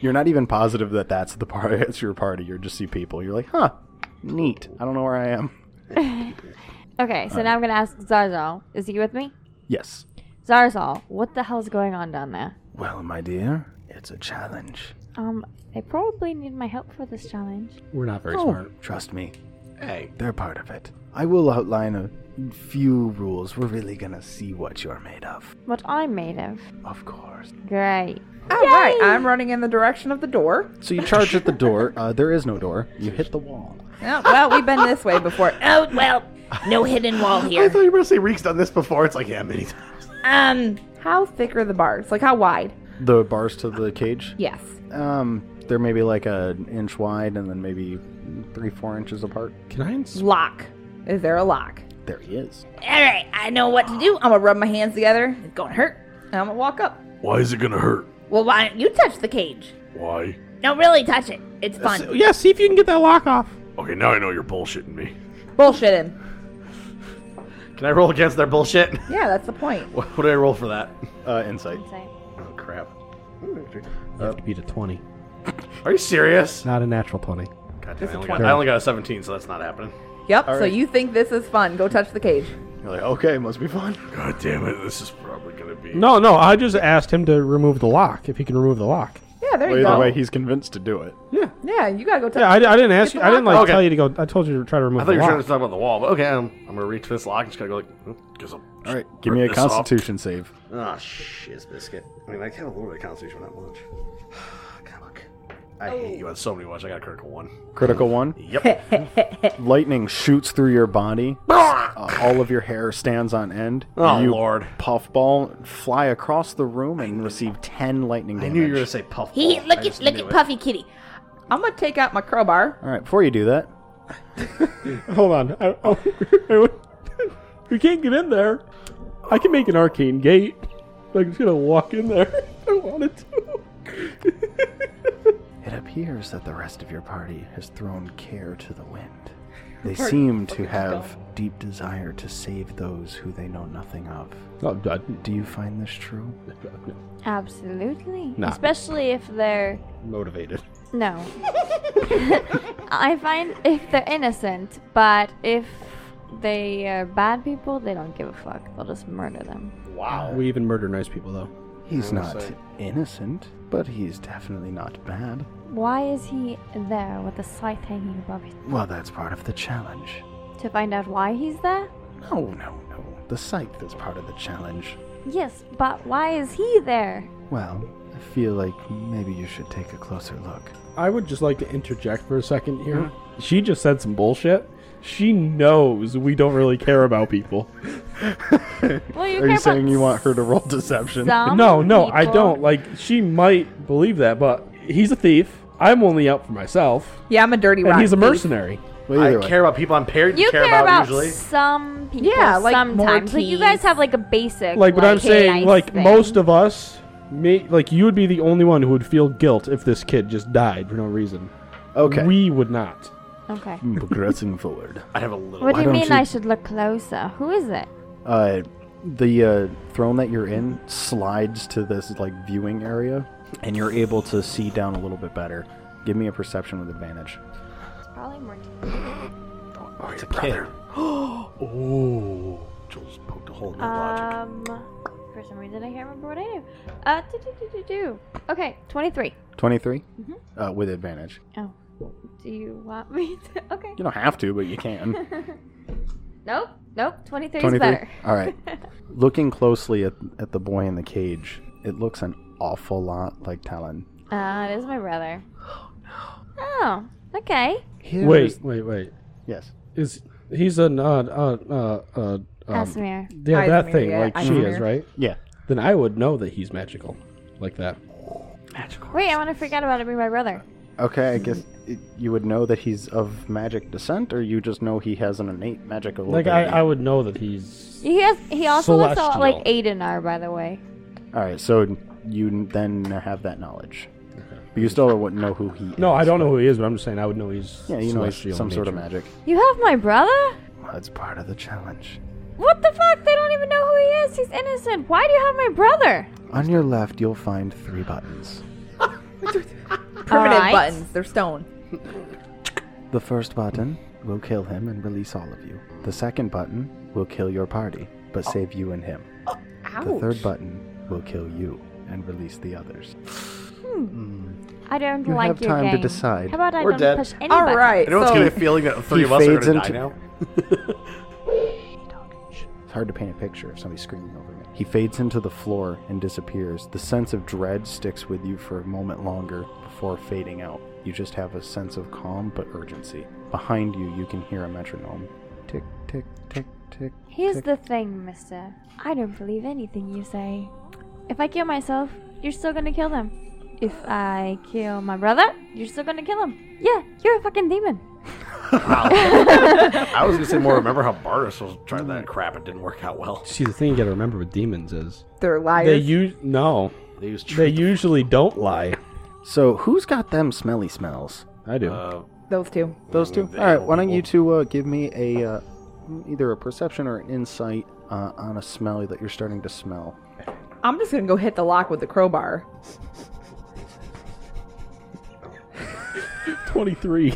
Speaker 3: you're not even positive that that's the party. That's your party. You're just see people. You're like, huh, neat. I don't know where I am.
Speaker 5: Okay, so now I'm gonna ask Zarzal. Is he with me?
Speaker 3: Yes.
Speaker 5: Zarzal, what the hell's going on down there?
Speaker 3: Well, my dear, it's a challenge.
Speaker 5: Um, they probably need my help for this challenge.
Speaker 6: We're not very
Speaker 3: Oh,
Speaker 6: smart.
Speaker 3: trust me.
Speaker 7: Hey,
Speaker 3: They're part of it. I will outline a few rules. We're really gonna see what you're made of.
Speaker 5: What I'm made of.
Speaker 3: Of course.
Speaker 5: Great.
Speaker 4: All right. I'm running in the direction of the door.
Speaker 3: So you charge at the door. Uh, there is no door. You hit the wall.
Speaker 4: Yeah, Oh, well, we've been this way before.
Speaker 8: Oh, well, no hidden wall
Speaker 7: I
Speaker 8: here.
Speaker 7: thought you were going to say Reek's done this before. It's like, yeah, many times.
Speaker 4: Um, how thick are the bars? Like how wide?
Speaker 3: The bars to the cage.
Speaker 4: Yes.
Speaker 3: Um, they're maybe like an inch wide and then maybe three, four inches apart.
Speaker 6: Can I? Ins-
Speaker 4: Lock. Is there a lock?
Speaker 3: There he is.
Speaker 4: All right, I know what to do. I'm gonna rub my hands together. It's gonna hurt. And I'm gonna walk up.
Speaker 1: Why is it gonna hurt?
Speaker 8: Well, why don't you touch the cage?
Speaker 1: Why?
Speaker 8: No, really touch it. It's fun.
Speaker 6: yeah, see if you can get that lock off.
Speaker 1: Okay, now I know you're bullshitting me.
Speaker 4: Bullshit him.
Speaker 7: Can I roll against their bullshit?
Speaker 4: Yeah, that's the point.
Speaker 7: what, what do I roll for that?
Speaker 3: Uh, insight.
Speaker 7: Oh, crap.
Speaker 6: You have to beat a twenty,
Speaker 7: Are you serious?
Speaker 6: not a natural twenty.
Speaker 7: God damn, I, only got, I only got a 17, so that's not happening.
Speaker 4: Yep. so you think this is fun? Go touch the cage.
Speaker 3: You're like, okay, must be fun.
Speaker 1: God damn it, this is probably gonna be.
Speaker 6: No, no. I just asked him to remove the lock. If he can remove the lock.
Speaker 4: Yeah, there
Speaker 3: Well,
Speaker 4: you
Speaker 3: either
Speaker 4: go.
Speaker 3: way, he's convinced to do it.
Speaker 6: Yeah.
Speaker 4: yeah, you gotta go touch.
Speaker 6: Yeah. I, I didn't ask you. I didn't like
Speaker 7: lock off.
Speaker 6: tell you to go. I told you to try to remove
Speaker 7: I thought
Speaker 6: the
Speaker 7: you were
Speaker 6: lock.
Speaker 7: trying to talk about the wall, but okay, I'm, I'm gonna reach for this lock and just gotta go like, hmm, guess I'll
Speaker 3: All right,
Speaker 7: just
Speaker 3: give me a
Speaker 7: rip this off.
Speaker 3: Constitution save.
Speaker 7: Ah, shiz biscuit. I mean, I can't lower the constitution that much. God, look. I hate you on so many much. I got a critical one.
Speaker 3: Critical one.
Speaker 7: Yep.
Speaker 3: Lightning shoots through your body. Uh, all of your hair stands on end.
Speaker 7: Oh,
Speaker 3: you
Speaker 7: Lord.
Speaker 3: Puffball fly across the room and receive ten lightning
Speaker 7: I
Speaker 3: damage.
Speaker 7: knew you were gonna say puff.
Speaker 8: He
Speaker 7: ball. I
Speaker 8: look at
Speaker 7: just
Speaker 8: look
Speaker 7: knew
Speaker 8: at
Speaker 7: it.
Speaker 8: Puffy Kitty.
Speaker 4: I'm gonna take out my crowbar.
Speaker 3: All right, before you do that,
Speaker 6: Hold on. I, oh, I- we can't get in there. I can make an arcane gate. I'm just gonna walk in there. if I wanted to.
Speaker 3: It appears that the rest of your party has thrown care to the wind. They seem to have deep desire to save those who they know nothing of.
Speaker 6: oh, God.
Speaker 3: Do you find this true?
Speaker 5: Absolutely.
Speaker 6: Nah.
Speaker 5: Especially if they're
Speaker 6: Motivated.
Speaker 5: no. I find if they're innocent, but if they are bad people, they don't give a fuck. They'll just murder them.
Speaker 7: Wow.
Speaker 6: We even murder nice people though.
Speaker 3: He's not innocent, but he's definitely not bad.
Speaker 5: Why is he there with the scythe hanging above him?
Speaker 3: Well, that's part of the challenge.
Speaker 5: To find out why he's there?
Speaker 3: No, no, no. The scythe is part of the challenge.
Speaker 5: Yes, but why is he there?
Speaker 3: Well, I feel like maybe you should take a closer look.
Speaker 6: I would just like to interject for a second here. Mm-hmm. She just said some bullshit. She knows we don't really care about people.
Speaker 5: Well,
Speaker 3: Are
Speaker 5: you care
Speaker 3: you
Speaker 5: about
Speaker 3: saying you want her to roll deception?
Speaker 5: some
Speaker 6: no, no, I
Speaker 5: people.
Speaker 6: don't. Like, she might believe that, but he's a thief. I'm only out for myself.
Speaker 4: Yeah, I'm a dirty.
Speaker 6: And
Speaker 4: rotten
Speaker 6: he's a
Speaker 4: thief.
Speaker 6: mercenary.
Speaker 3: Well,
Speaker 7: I
Speaker 3: either way.
Speaker 7: care about people I'm paired.
Speaker 5: You care,
Speaker 7: about,
Speaker 5: about,
Speaker 7: usually.
Speaker 5: some people.
Speaker 4: Yeah, like
Speaker 5: sometimes. Like you
Speaker 4: Mortise.
Speaker 5: guys have like a basic.
Speaker 6: Like, but I'm
Speaker 5: hey,
Speaker 6: saying,
Speaker 5: nice
Speaker 6: like,
Speaker 5: thing.
Speaker 6: most of us, me, like, you would be the only one who would feel guilt if this kid just died for no reason.
Speaker 3: Okay.
Speaker 6: We would not.
Speaker 5: Okay.
Speaker 3: Progressing forward.
Speaker 7: I have a little.
Speaker 5: What do you
Speaker 3: don't
Speaker 5: mean
Speaker 3: you-
Speaker 5: I should look closer? Who is it?
Speaker 3: uh, the uh, throne that you're in slides to this like viewing area, and you're able to see down a little bit better. Give me a perception with advantage.
Speaker 5: Probably Mortise.
Speaker 7: Oh, it's a brother. Ooh. Joel's poked a hole in the logic.
Speaker 5: Um, for some reason I can't remember what I do. Uh, do do do do do. Okay, twenty-three.
Speaker 3: 23 uh, with advantage.
Speaker 5: Oh, do you want me to? Okay.
Speaker 3: You don't have to, but you can.
Speaker 5: Nope. Nope. Twenty-three is
Speaker 3: 23.
Speaker 5: better.
Speaker 3: All right. Looking closely at, at the boy in the cage, it looks an awful lot like Talon.
Speaker 5: Uh, it is my brother. Oh. Okay.
Speaker 3: Here
Speaker 6: Wait,
Speaker 3: is-
Speaker 6: wait, wait.
Speaker 3: Yes.
Speaker 6: Is he's an uh uh uh uh um,
Speaker 5: Asmir.
Speaker 6: yeah that
Speaker 4: Asmir,
Speaker 6: thing
Speaker 4: yeah,
Speaker 6: like she
Speaker 4: Asmir.
Speaker 6: is right?
Speaker 3: Yeah.
Speaker 6: Then I would know that he's magical, like that.
Speaker 5: Wait, I want to forget about it being my brother.
Speaker 3: Okay, I guess it, you would know that he's of magic descent, or you just know he has an innate magical
Speaker 6: Like I,
Speaker 3: ability.
Speaker 6: I would know that he's
Speaker 5: He has. He also looks a lot like
Speaker 6: Celestial.
Speaker 5: Aidenar, by the way.
Speaker 3: All right, so you then have that knowledge, but you still wouldn't know who he is.
Speaker 6: no, I don't know who he is, but I'm just saying I would know he's
Speaker 3: Yeah, you know he's
Speaker 6: celestial
Speaker 3: some
Speaker 6: in
Speaker 3: sort of
Speaker 6: nature.
Speaker 3: magic.
Speaker 5: You have my brother?
Speaker 3: Well, that's part of the challenge.
Speaker 5: What the fuck? They don't even know who he is. He's innocent. Why do you have my brother?
Speaker 3: On your left, you'll find three buttons.
Speaker 4: Primitive
Speaker 5: Alright.
Speaker 4: buttons. They're stone.
Speaker 3: The first button will kill him and release all of you. The second button will kill your party,
Speaker 6: Oh.
Speaker 3: but save you and him. The third button will kill you and release the others.
Speaker 5: I don't
Speaker 3: You
Speaker 5: like
Speaker 3: have
Speaker 5: your
Speaker 3: time to
Speaker 5: game.
Speaker 3: decide.
Speaker 5: How about I
Speaker 7: We're
Speaker 5: don't
Speaker 7: dead.
Speaker 5: push any
Speaker 4: All
Speaker 5: buttons?
Speaker 4: right.
Speaker 7: Anyone
Speaker 4: So
Speaker 7: else get a feeling that three
Speaker 3: He
Speaker 7: of us are
Speaker 3: fades
Speaker 7: gonna die
Speaker 3: into-
Speaker 7: now?
Speaker 3: It's hard to paint a picture of somebody screaming over me. He fades into the floor and disappears. The sense of dread sticks with you for a moment longer before fading out. You just have a sense of calm but urgency. Behind you, you can hear a metronome. Tick, tick, tick, tick.
Speaker 5: Here's
Speaker 3: tick.
Speaker 5: the thing, mister. I don't believe anything you say. If I kill myself, you're still gonna kill them. If I kill my brother, you're still gonna kill him. Yeah, you're a fucking demon.
Speaker 7: I was gonna say more. Remember how Bartis was trying that crap? It didn't work out well.
Speaker 9: See, the thing you gotta remember with demons is
Speaker 4: They're liars.
Speaker 6: They use no.
Speaker 7: They used
Speaker 6: They usually don't lie.
Speaker 3: So who's got them smelly smells?
Speaker 9: I do.
Speaker 3: Uh.
Speaker 4: Those two.
Speaker 3: Those two. All right. Why don't you two uh, give me a uh, either a perception or an insight uh, on a smell that you're starting to smell?
Speaker 4: I'm just gonna go hit the lock with the crowbar.
Speaker 9: Twenty three.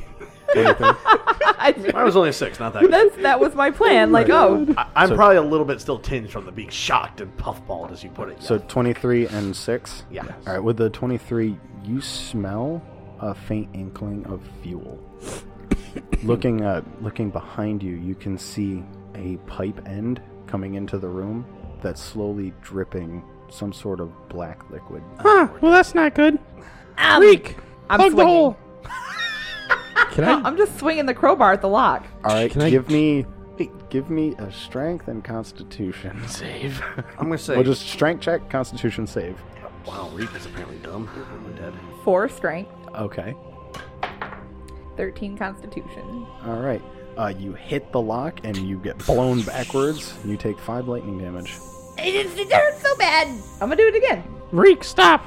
Speaker 7: Mine was only a six, not that. good.
Speaker 4: That's that was my plan. like, oh,
Speaker 7: I, I'm probably a little bit still tinged from the being shocked and puffballed, as you put it.
Speaker 3: So 23 and six.
Speaker 7: yeah,
Speaker 3: All right. With the 23, you smell a faint inkling of fuel. looking uh, looking behind you, you can see a pipe end coming into the room that's slowly dripping some sort of black liquid.
Speaker 9: well, that's not good.
Speaker 4: I'm swinging.
Speaker 9: Can I?
Speaker 4: I'm just swinging the crowbar at the lock.
Speaker 3: All right.
Speaker 9: Can I-
Speaker 3: give me give me a strength and constitution save.
Speaker 7: I'm gonna say.
Speaker 3: Well, just strength check, constitution save.
Speaker 7: wow, Reek is apparently dumb. I'm dead.
Speaker 4: Four strength,
Speaker 3: Okay.
Speaker 4: thirteen constitution.
Speaker 3: All right. Uh, you hit the lock and you get blown backwards. and You take five lightning damage.
Speaker 8: It, is- it hurts so bad.
Speaker 4: I'm gonna do it again.
Speaker 9: Reek, stop!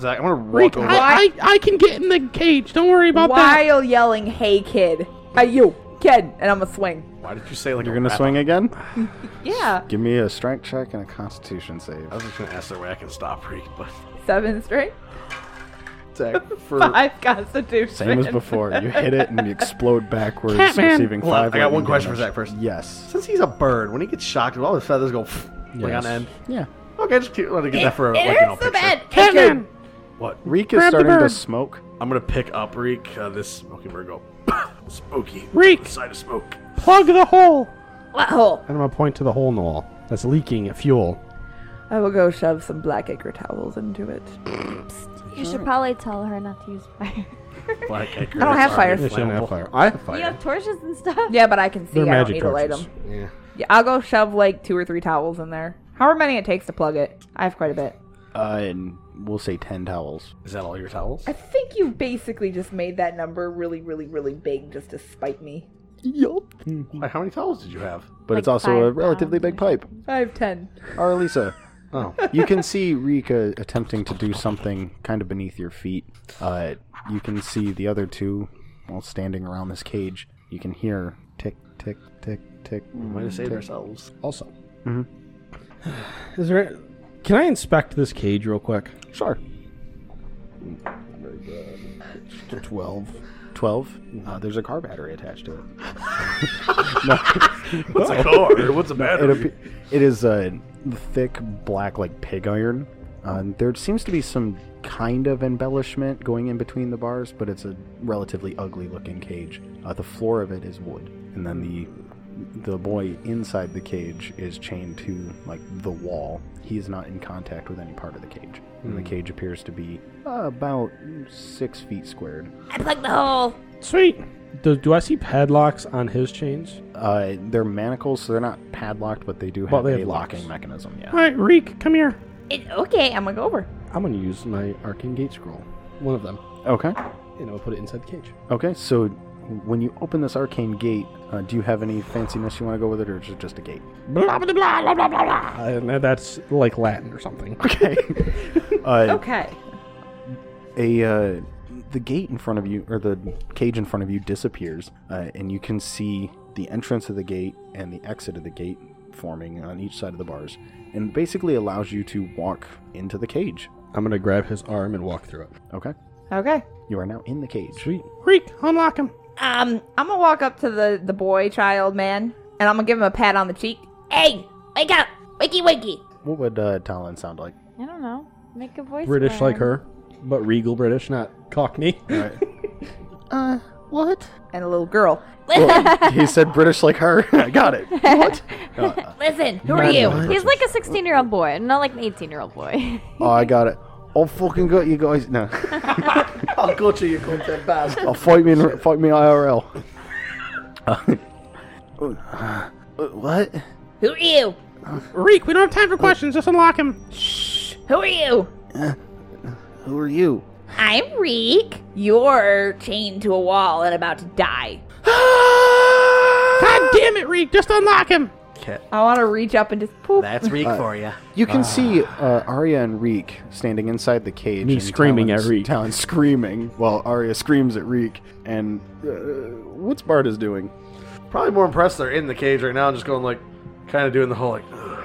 Speaker 7: Zach, I'm gonna walk
Speaker 9: Reek,
Speaker 7: over.
Speaker 9: I, I, I can get in the cage. Don't worry about that.
Speaker 4: While yelling, "Hey, kid! Hey, you, kid!" and I'm gonna swing.
Speaker 7: Why did you say like
Speaker 3: You're
Speaker 7: a
Speaker 3: gonna
Speaker 7: rap-
Speaker 3: swing again.
Speaker 4: Yeah,
Speaker 3: Give me a strength check and a constitution save.
Speaker 7: I was just gonna ask the way I can stop Reek, but
Speaker 4: seven strength,
Speaker 3: Attack for
Speaker 4: five constitution.
Speaker 3: same as before. You hit it and you explode backwards,
Speaker 9: Catman.
Speaker 3: receiving
Speaker 7: Hold on,
Speaker 3: five.
Speaker 7: I got one
Speaker 3: lightning
Speaker 7: question for
Speaker 3: damage.
Speaker 7: Zach first.
Speaker 3: Yes.
Speaker 7: since he's a bird, when he gets shocked, all his feathers go like
Speaker 9: Yes.
Speaker 7: on end.
Speaker 3: Yeah.
Speaker 7: Okay, just keep let it get that for
Speaker 8: it
Speaker 7: like you know,
Speaker 8: hurts so
Speaker 7: picture.
Speaker 8: bad.
Speaker 9: Catman!
Speaker 7: What?
Speaker 3: Reek is
Speaker 9: Grab the
Speaker 3: starting to
Speaker 9: bird.
Speaker 3: smoke.
Speaker 7: I'm gonna pick up Reek. Uh, this smoking bird go spooky.
Speaker 9: Reek.
Speaker 7: side of smoke.
Speaker 9: Plug the hole!
Speaker 8: What hole?
Speaker 9: And I'm gonna point to the hole in the wall that's leaking fuel.
Speaker 4: I will go shove some black acre towels into it.
Speaker 5: You should probably tell her not to use fire.
Speaker 7: Black acre.
Speaker 4: I don't have
Speaker 7: It's
Speaker 4: fire.
Speaker 7: already
Speaker 9: They shouldn't have
Speaker 7: flammable.
Speaker 9: fire. I have fire.
Speaker 5: You have torches and stuff.
Speaker 4: Yeah, but I can see.
Speaker 9: They're
Speaker 4: I don't
Speaker 9: magic
Speaker 4: need to light
Speaker 9: torches.
Speaker 4: them. Yeah, I'll go shove like two or three towels in there. However many it takes to plug it. I have quite a bit.
Speaker 3: Uh, and we'll say ten towels.
Speaker 7: Is that all your towels?
Speaker 4: I think you basically just made that number really, really, really big just to spite me.
Speaker 7: Why, how many towels did you have?
Speaker 3: But
Speaker 5: Like
Speaker 3: it's also a
Speaker 5: five
Speaker 3: relatively big pipe.
Speaker 4: I have ten.
Speaker 3: Arlisa. Oh. You can see Rika attempting to do something kind of beneath your feet. Uh, you can see the other two while standing around this cage. You can hear tick, tick, tick, tick.
Speaker 7: Way to save ourselves.
Speaker 9: Also, is there? Can I inspect this cage real quick?
Speaker 3: Sure. 12. 12? Uh, there's a car battery attached to it.
Speaker 7: What's a car? What's a
Speaker 3: It,
Speaker 7: battery?
Speaker 3: appe- it is uh, thick black, like pig iron. Uh, and there seems to be some kind of embellishment going in between the bars, but it's a relatively ugly looking cage. Uh, the floor of it is wood, and then the the boy inside the cage is chained to like the wall. He is not in contact with any part of the cage, and the
Speaker 6: Hmm.
Speaker 3: cage appears to be uh, about six feet squared.
Speaker 8: I plugged the hole.
Speaker 6: Sweet. Do, do I see padlocks on his chains?
Speaker 3: Uh, they're manacles, so they're not padlocked, but they do have
Speaker 6: Well, they
Speaker 3: a
Speaker 6: have locks.
Speaker 3: locking mechanism. Yeah.
Speaker 9: All right, Reek, come here.
Speaker 8: It, okay, I'm gonna go over.
Speaker 9: I'm gonna use my arcane gate scroll, one of them,
Speaker 3: Okay.
Speaker 9: and I'll put it inside the cage.
Speaker 3: Okay, so when you open this arcane gate, uh, do you have any fanciness you want to go with it, or is it just a gate?
Speaker 9: Blah blah blah blah blah blah. blah. Uh, And that- that's like Latin or something.
Speaker 3: Okay. uh,
Speaker 4: Okay.
Speaker 3: a uh, the gate in front of you, or the cage in front of you, disappears, uh, and you can see the entrance of the gate and the exit of the gate forming on each side of the bars, and basically allows you to walk into the cage.
Speaker 9: I'm gonna grab his arm and walk through it.
Speaker 3: Okay,
Speaker 4: Okay.
Speaker 3: you are now in the cage.
Speaker 9: Sweet. Reek, unlock him.
Speaker 4: Um, I'm gonna walk up to the the boy child man, and I'm gonna give him a pat on the cheek.
Speaker 8: Hey, wake up. Wakey, wakey.
Speaker 3: What would uh, Talon sound like?
Speaker 5: I don't know. Make a voice.
Speaker 9: British
Speaker 5: for
Speaker 9: like
Speaker 5: him.
Speaker 9: her, but regal British, not Cockney.
Speaker 3: Uh, what?
Speaker 4: And a little girl.
Speaker 3: he said British like her. I got it. What?
Speaker 8: Listen, who are you?
Speaker 5: He's like a 16 year old boy, not like an 18 year old boy.
Speaker 3: Oh, I got it. I'll fucking got you guys. No.
Speaker 7: I'll go to you, content bastard.
Speaker 3: I'll fight me, in, fight me IRL. What?
Speaker 8: Who are you?
Speaker 9: Reek, we don't have time for questions. Just unlock him.
Speaker 8: Who are you?
Speaker 3: Who are you?
Speaker 8: I'm Reek. You're chained to a wall and about to die.
Speaker 9: God damn it, Reek. Just unlock him.
Speaker 4: I want to reach up and just poof.
Speaker 7: That's Reek for you.
Speaker 3: You can see uh, Arya and Reek standing inside the cage.
Speaker 6: Ah. Me
Speaker 3: and
Speaker 6: screaming at
Speaker 3: Talon's-
Speaker 6: Reek.
Speaker 3: Talon screaming while Arya screams at Reek. And uh, what's Barda's doing?
Speaker 7: Probably more impressed they're in the cage right now and just going like, kind of doing the whole like
Speaker 5: Uh,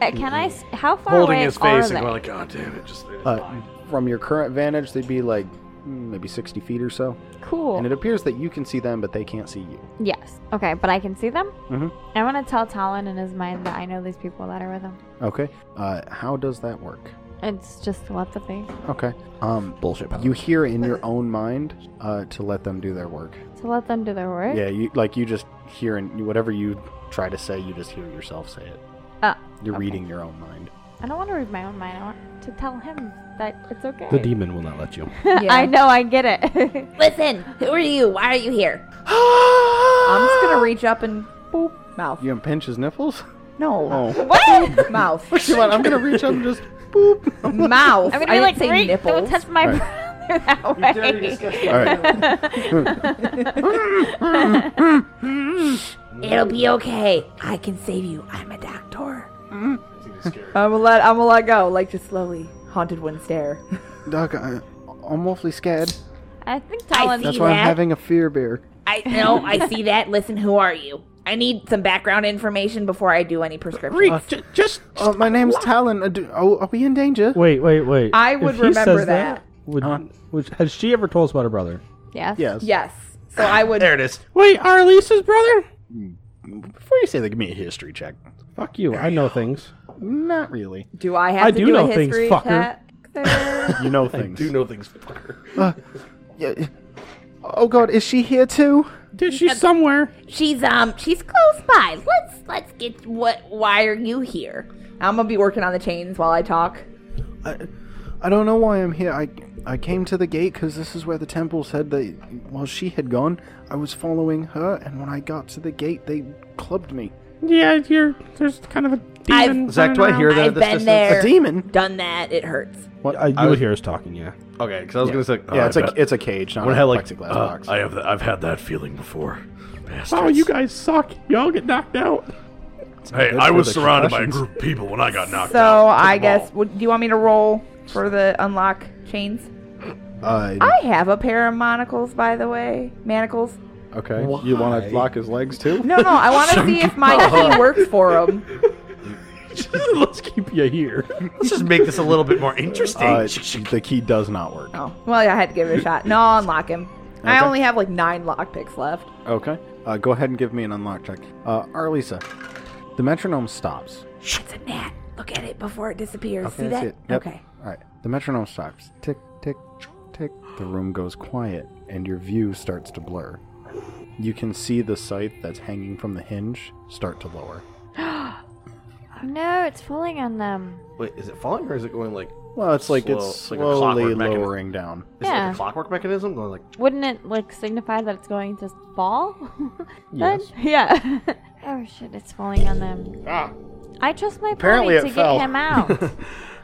Speaker 3: Mm-hmm.
Speaker 5: can I? s- How far
Speaker 7: holding
Speaker 5: away
Speaker 7: his
Speaker 5: are
Speaker 7: face and
Speaker 5: they?
Speaker 7: going like, God damn it, just. it's
Speaker 3: Uh,
Speaker 7: fine."
Speaker 3: from your current vantage, they'd be like mm, maybe 60 feet or so.
Speaker 5: cool.
Speaker 3: And it appears that you can see them, but they can't see you.
Speaker 5: yes. Okay, but I can see them.
Speaker 3: Mhm.
Speaker 5: I want to tell Talon in his mind that I know these people that are with him.
Speaker 3: Okay. Uh, how does that work?
Speaker 5: It's just telepathy.
Speaker 3: Okay. Um,
Speaker 10: Bullshit. Power.
Speaker 3: you hear in your own mind uh, to let them do their work.
Speaker 5: To let them do their work.
Speaker 3: Yeah, you like you just hear and whatever you try to say, you just hear yourself say it.
Speaker 5: Ah,
Speaker 3: You're
Speaker 5: okay.
Speaker 3: reading your own mind.
Speaker 5: I don't want to read my own mind. I want to tell him that it's okay.
Speaker 10: The demon will not let you.
Speaker 5: I know. I get it.
Speaker 8: Listen, who are you? Why are you here?
Speaker 4: I'm just gonna reach up and boop mouth.
Speaker 3: You impinge his nipples?
Speaker 4: No.
Speaker 3: Oh.
Speaker 4: What? Mouth.
Speaker 3: What do you want? I'm gonna reach up and just boop.
Speaker 4: Mouth.
Speaker 5: I'm gonna be
Speaker 4: I didn't
Speaker 5: like,
Speaker 4: say
Speaker 5: "Great, don't
Speaker 4: nipples.
Speaker 5: touch my
Speaker 3: Right.
Speaker 5: brother that way.
Speaker 8: It'll be okay. I can save you. I'm a doctor.
Speaker 4: I'm gonna let I'm gonna let go, like just slowly. Haunted one stare.
Speaker 3: Doc, I, I'm awfully scared.
Speaker 5: I think
Speaker 8: I
Speaker 5: Talon's.
Speaker 8: see
Speaker 3: That's why I'm
Speaker 8: that.
Speaker 3: having a fear bear.
Speaker 8: I no. I see that. Listen, who are you? I need some background information before I do any prescription.
Speaker 9: Reek, ju- just.
Speaker 3: Uh, my name's Talon. Uh, do, oh, are we in danger?
Speaker 6: Wait, wait, wait.
Speaker 4: I
Speaker 6: If
Speaker 4: would
Speaker 6: he
Speaker 4: remember
Speaker 6: says
Speaker 4: that.
Speaker 6: would, would- has she ever told us about her brother?
Speaker 5: Yes.
Speaker 3: Yes.
Speaker 4: Yes. So I would.
Speaker 7: there it is.
Speaker 9: Wait, Arlisa's brother?
Speaker 3: Before you say that, give me a history check.
Speaker 6: Fuck you. I know things.
Speaker 3: Not really.
Speaker 4: Do I have
Speaker 6: I
Speaker 4: to
Speaker 6: do
Speaker 4: do a
Speaker 6: know things,
Speaker 4: history
Speaker 6: fucker.
Speaker 4: check? there?
Speaker 3: You know things.
Speaker 7: Do know things, fucker.
Speaker 3: Yeah. Oh God, is she here too?
Speaker 9: Dude, she's somewhere.
Speaker 8: She's um. She's close by. Let's let's get what. Why are you here?
Speaker 4: I'm gonna be working on the chains while I talk.
Speaker 3: I don't know why I'm here. I I came to the gate because this is where the temple said that. Well, she had gone. I was following her, and when I got to the gate, they clubbed me.
Speaker 9: Yeah, you're. There's kind of a
Speaker 8: I've-
Speaker 9: demon.
Speaker 7: Zach, do I
Speaker 9: running
Speaker 7: hear that
Speaker 8: I've
Speaker 7: at this
Speaker 8: been
Speaker 7: distance?
Speaker 8: there.
Speaker 3: A demon.
Speaker 8: Done that. It hurts.
Speaker 6: What? Uh, you
Speaker 7: I
Speaker 6: would
Speaker 7: was-
Speaker 6: hear us talking, yeah.
Speaker 7: Okay, because I was gonna say,
Speaker 1: I
Speaker 3: Yeah, it's a
Speaker 1: bet.
Speaker 3: it's a cage, not
Speaker 1: When
Speaker 3: a
Speaker 1: I like,
Speaker 3: plexiglass
Speaker 1: uh,
Speaker 3: box.
Speaker 1: I have that. I've had that feeling before. Bastards.
Speaker 9: around. Oh, you guys suck. Y'all get knocked out.
Speaker 1: Hey,
Speaker 3: Good
Speaker 1: I
Speaker 3: for
Speaker 1: was
Speaker 3: the
Speaker 1: surrounded by a
Speaker 3: concussions.
Speaker 1: group of people when I got knocked
Speaker 4: So
Speaker 1: out. Took
Speaker 4: I
Speaker 1: them
Speaker 4: guess.
Speaker 1: all.
Speaker 4: Would, do you want me to roll for the unlock chains?
Speaker 3: Uh,
Speaker 4: I have a pair of monocles, by the way. Manacles.
Speaker 3: okay. You want to lock his legs too?
Speaker 4: No, no. I want to see if my key works for him.
Speaker 6: Let's keep you here.
Speaker 7: Let's just make this a little bit more interesting.
Speaker 3: Uh, the key does not work.
Speaker 4: Oh, well, yeah, I had to give it a shot. No, I'll unlock him. I
Speaker 3: Okay.
Speaker 4: only have like nine lockpicks left.
Speaker 3: Okay. Uh, go ahead and give me an unlock check. Uh, Arlisa, the metronome stops.
Speaker 8: It's a gnat. Look at it before it disappears. see
Speaker 3: that's
Speaker 8: that?
Speaker 3: it. Yep.
Speaker 8: Okay.
Speaker 3: All right. The metronome stops. Tick, tick, tick. The room goes quiet, and your view starts to blur. You can see the scythe that's hanging from the hinge start to lower.
Speaker 5: No, it's falling on them.
Speaker 7: Wait, is it falling or is it going like?
Speaker 3: Well, it's like
Speaker 7: Slow-
Speaker 3: it's
Speaker 7: it's like a clockwork
Speaker 3: slowly
Speaker 7: mechanism.
Speaker 3: lowering down.
Speaker 7: Is it
Speaker 5: Yeah.
Speaker 7: like a clockwork mechanism going like?
Speaker 5: Wouldn't it like signify that it's going to fall? Then? Yeah. oh shit! It's falling on them. I trust my
Speaker 3: Apparently
Speaker 5: pony
Speaker 3: it
Speaker 5: to
Speaker 3: fell.
Speaker 5: get him out.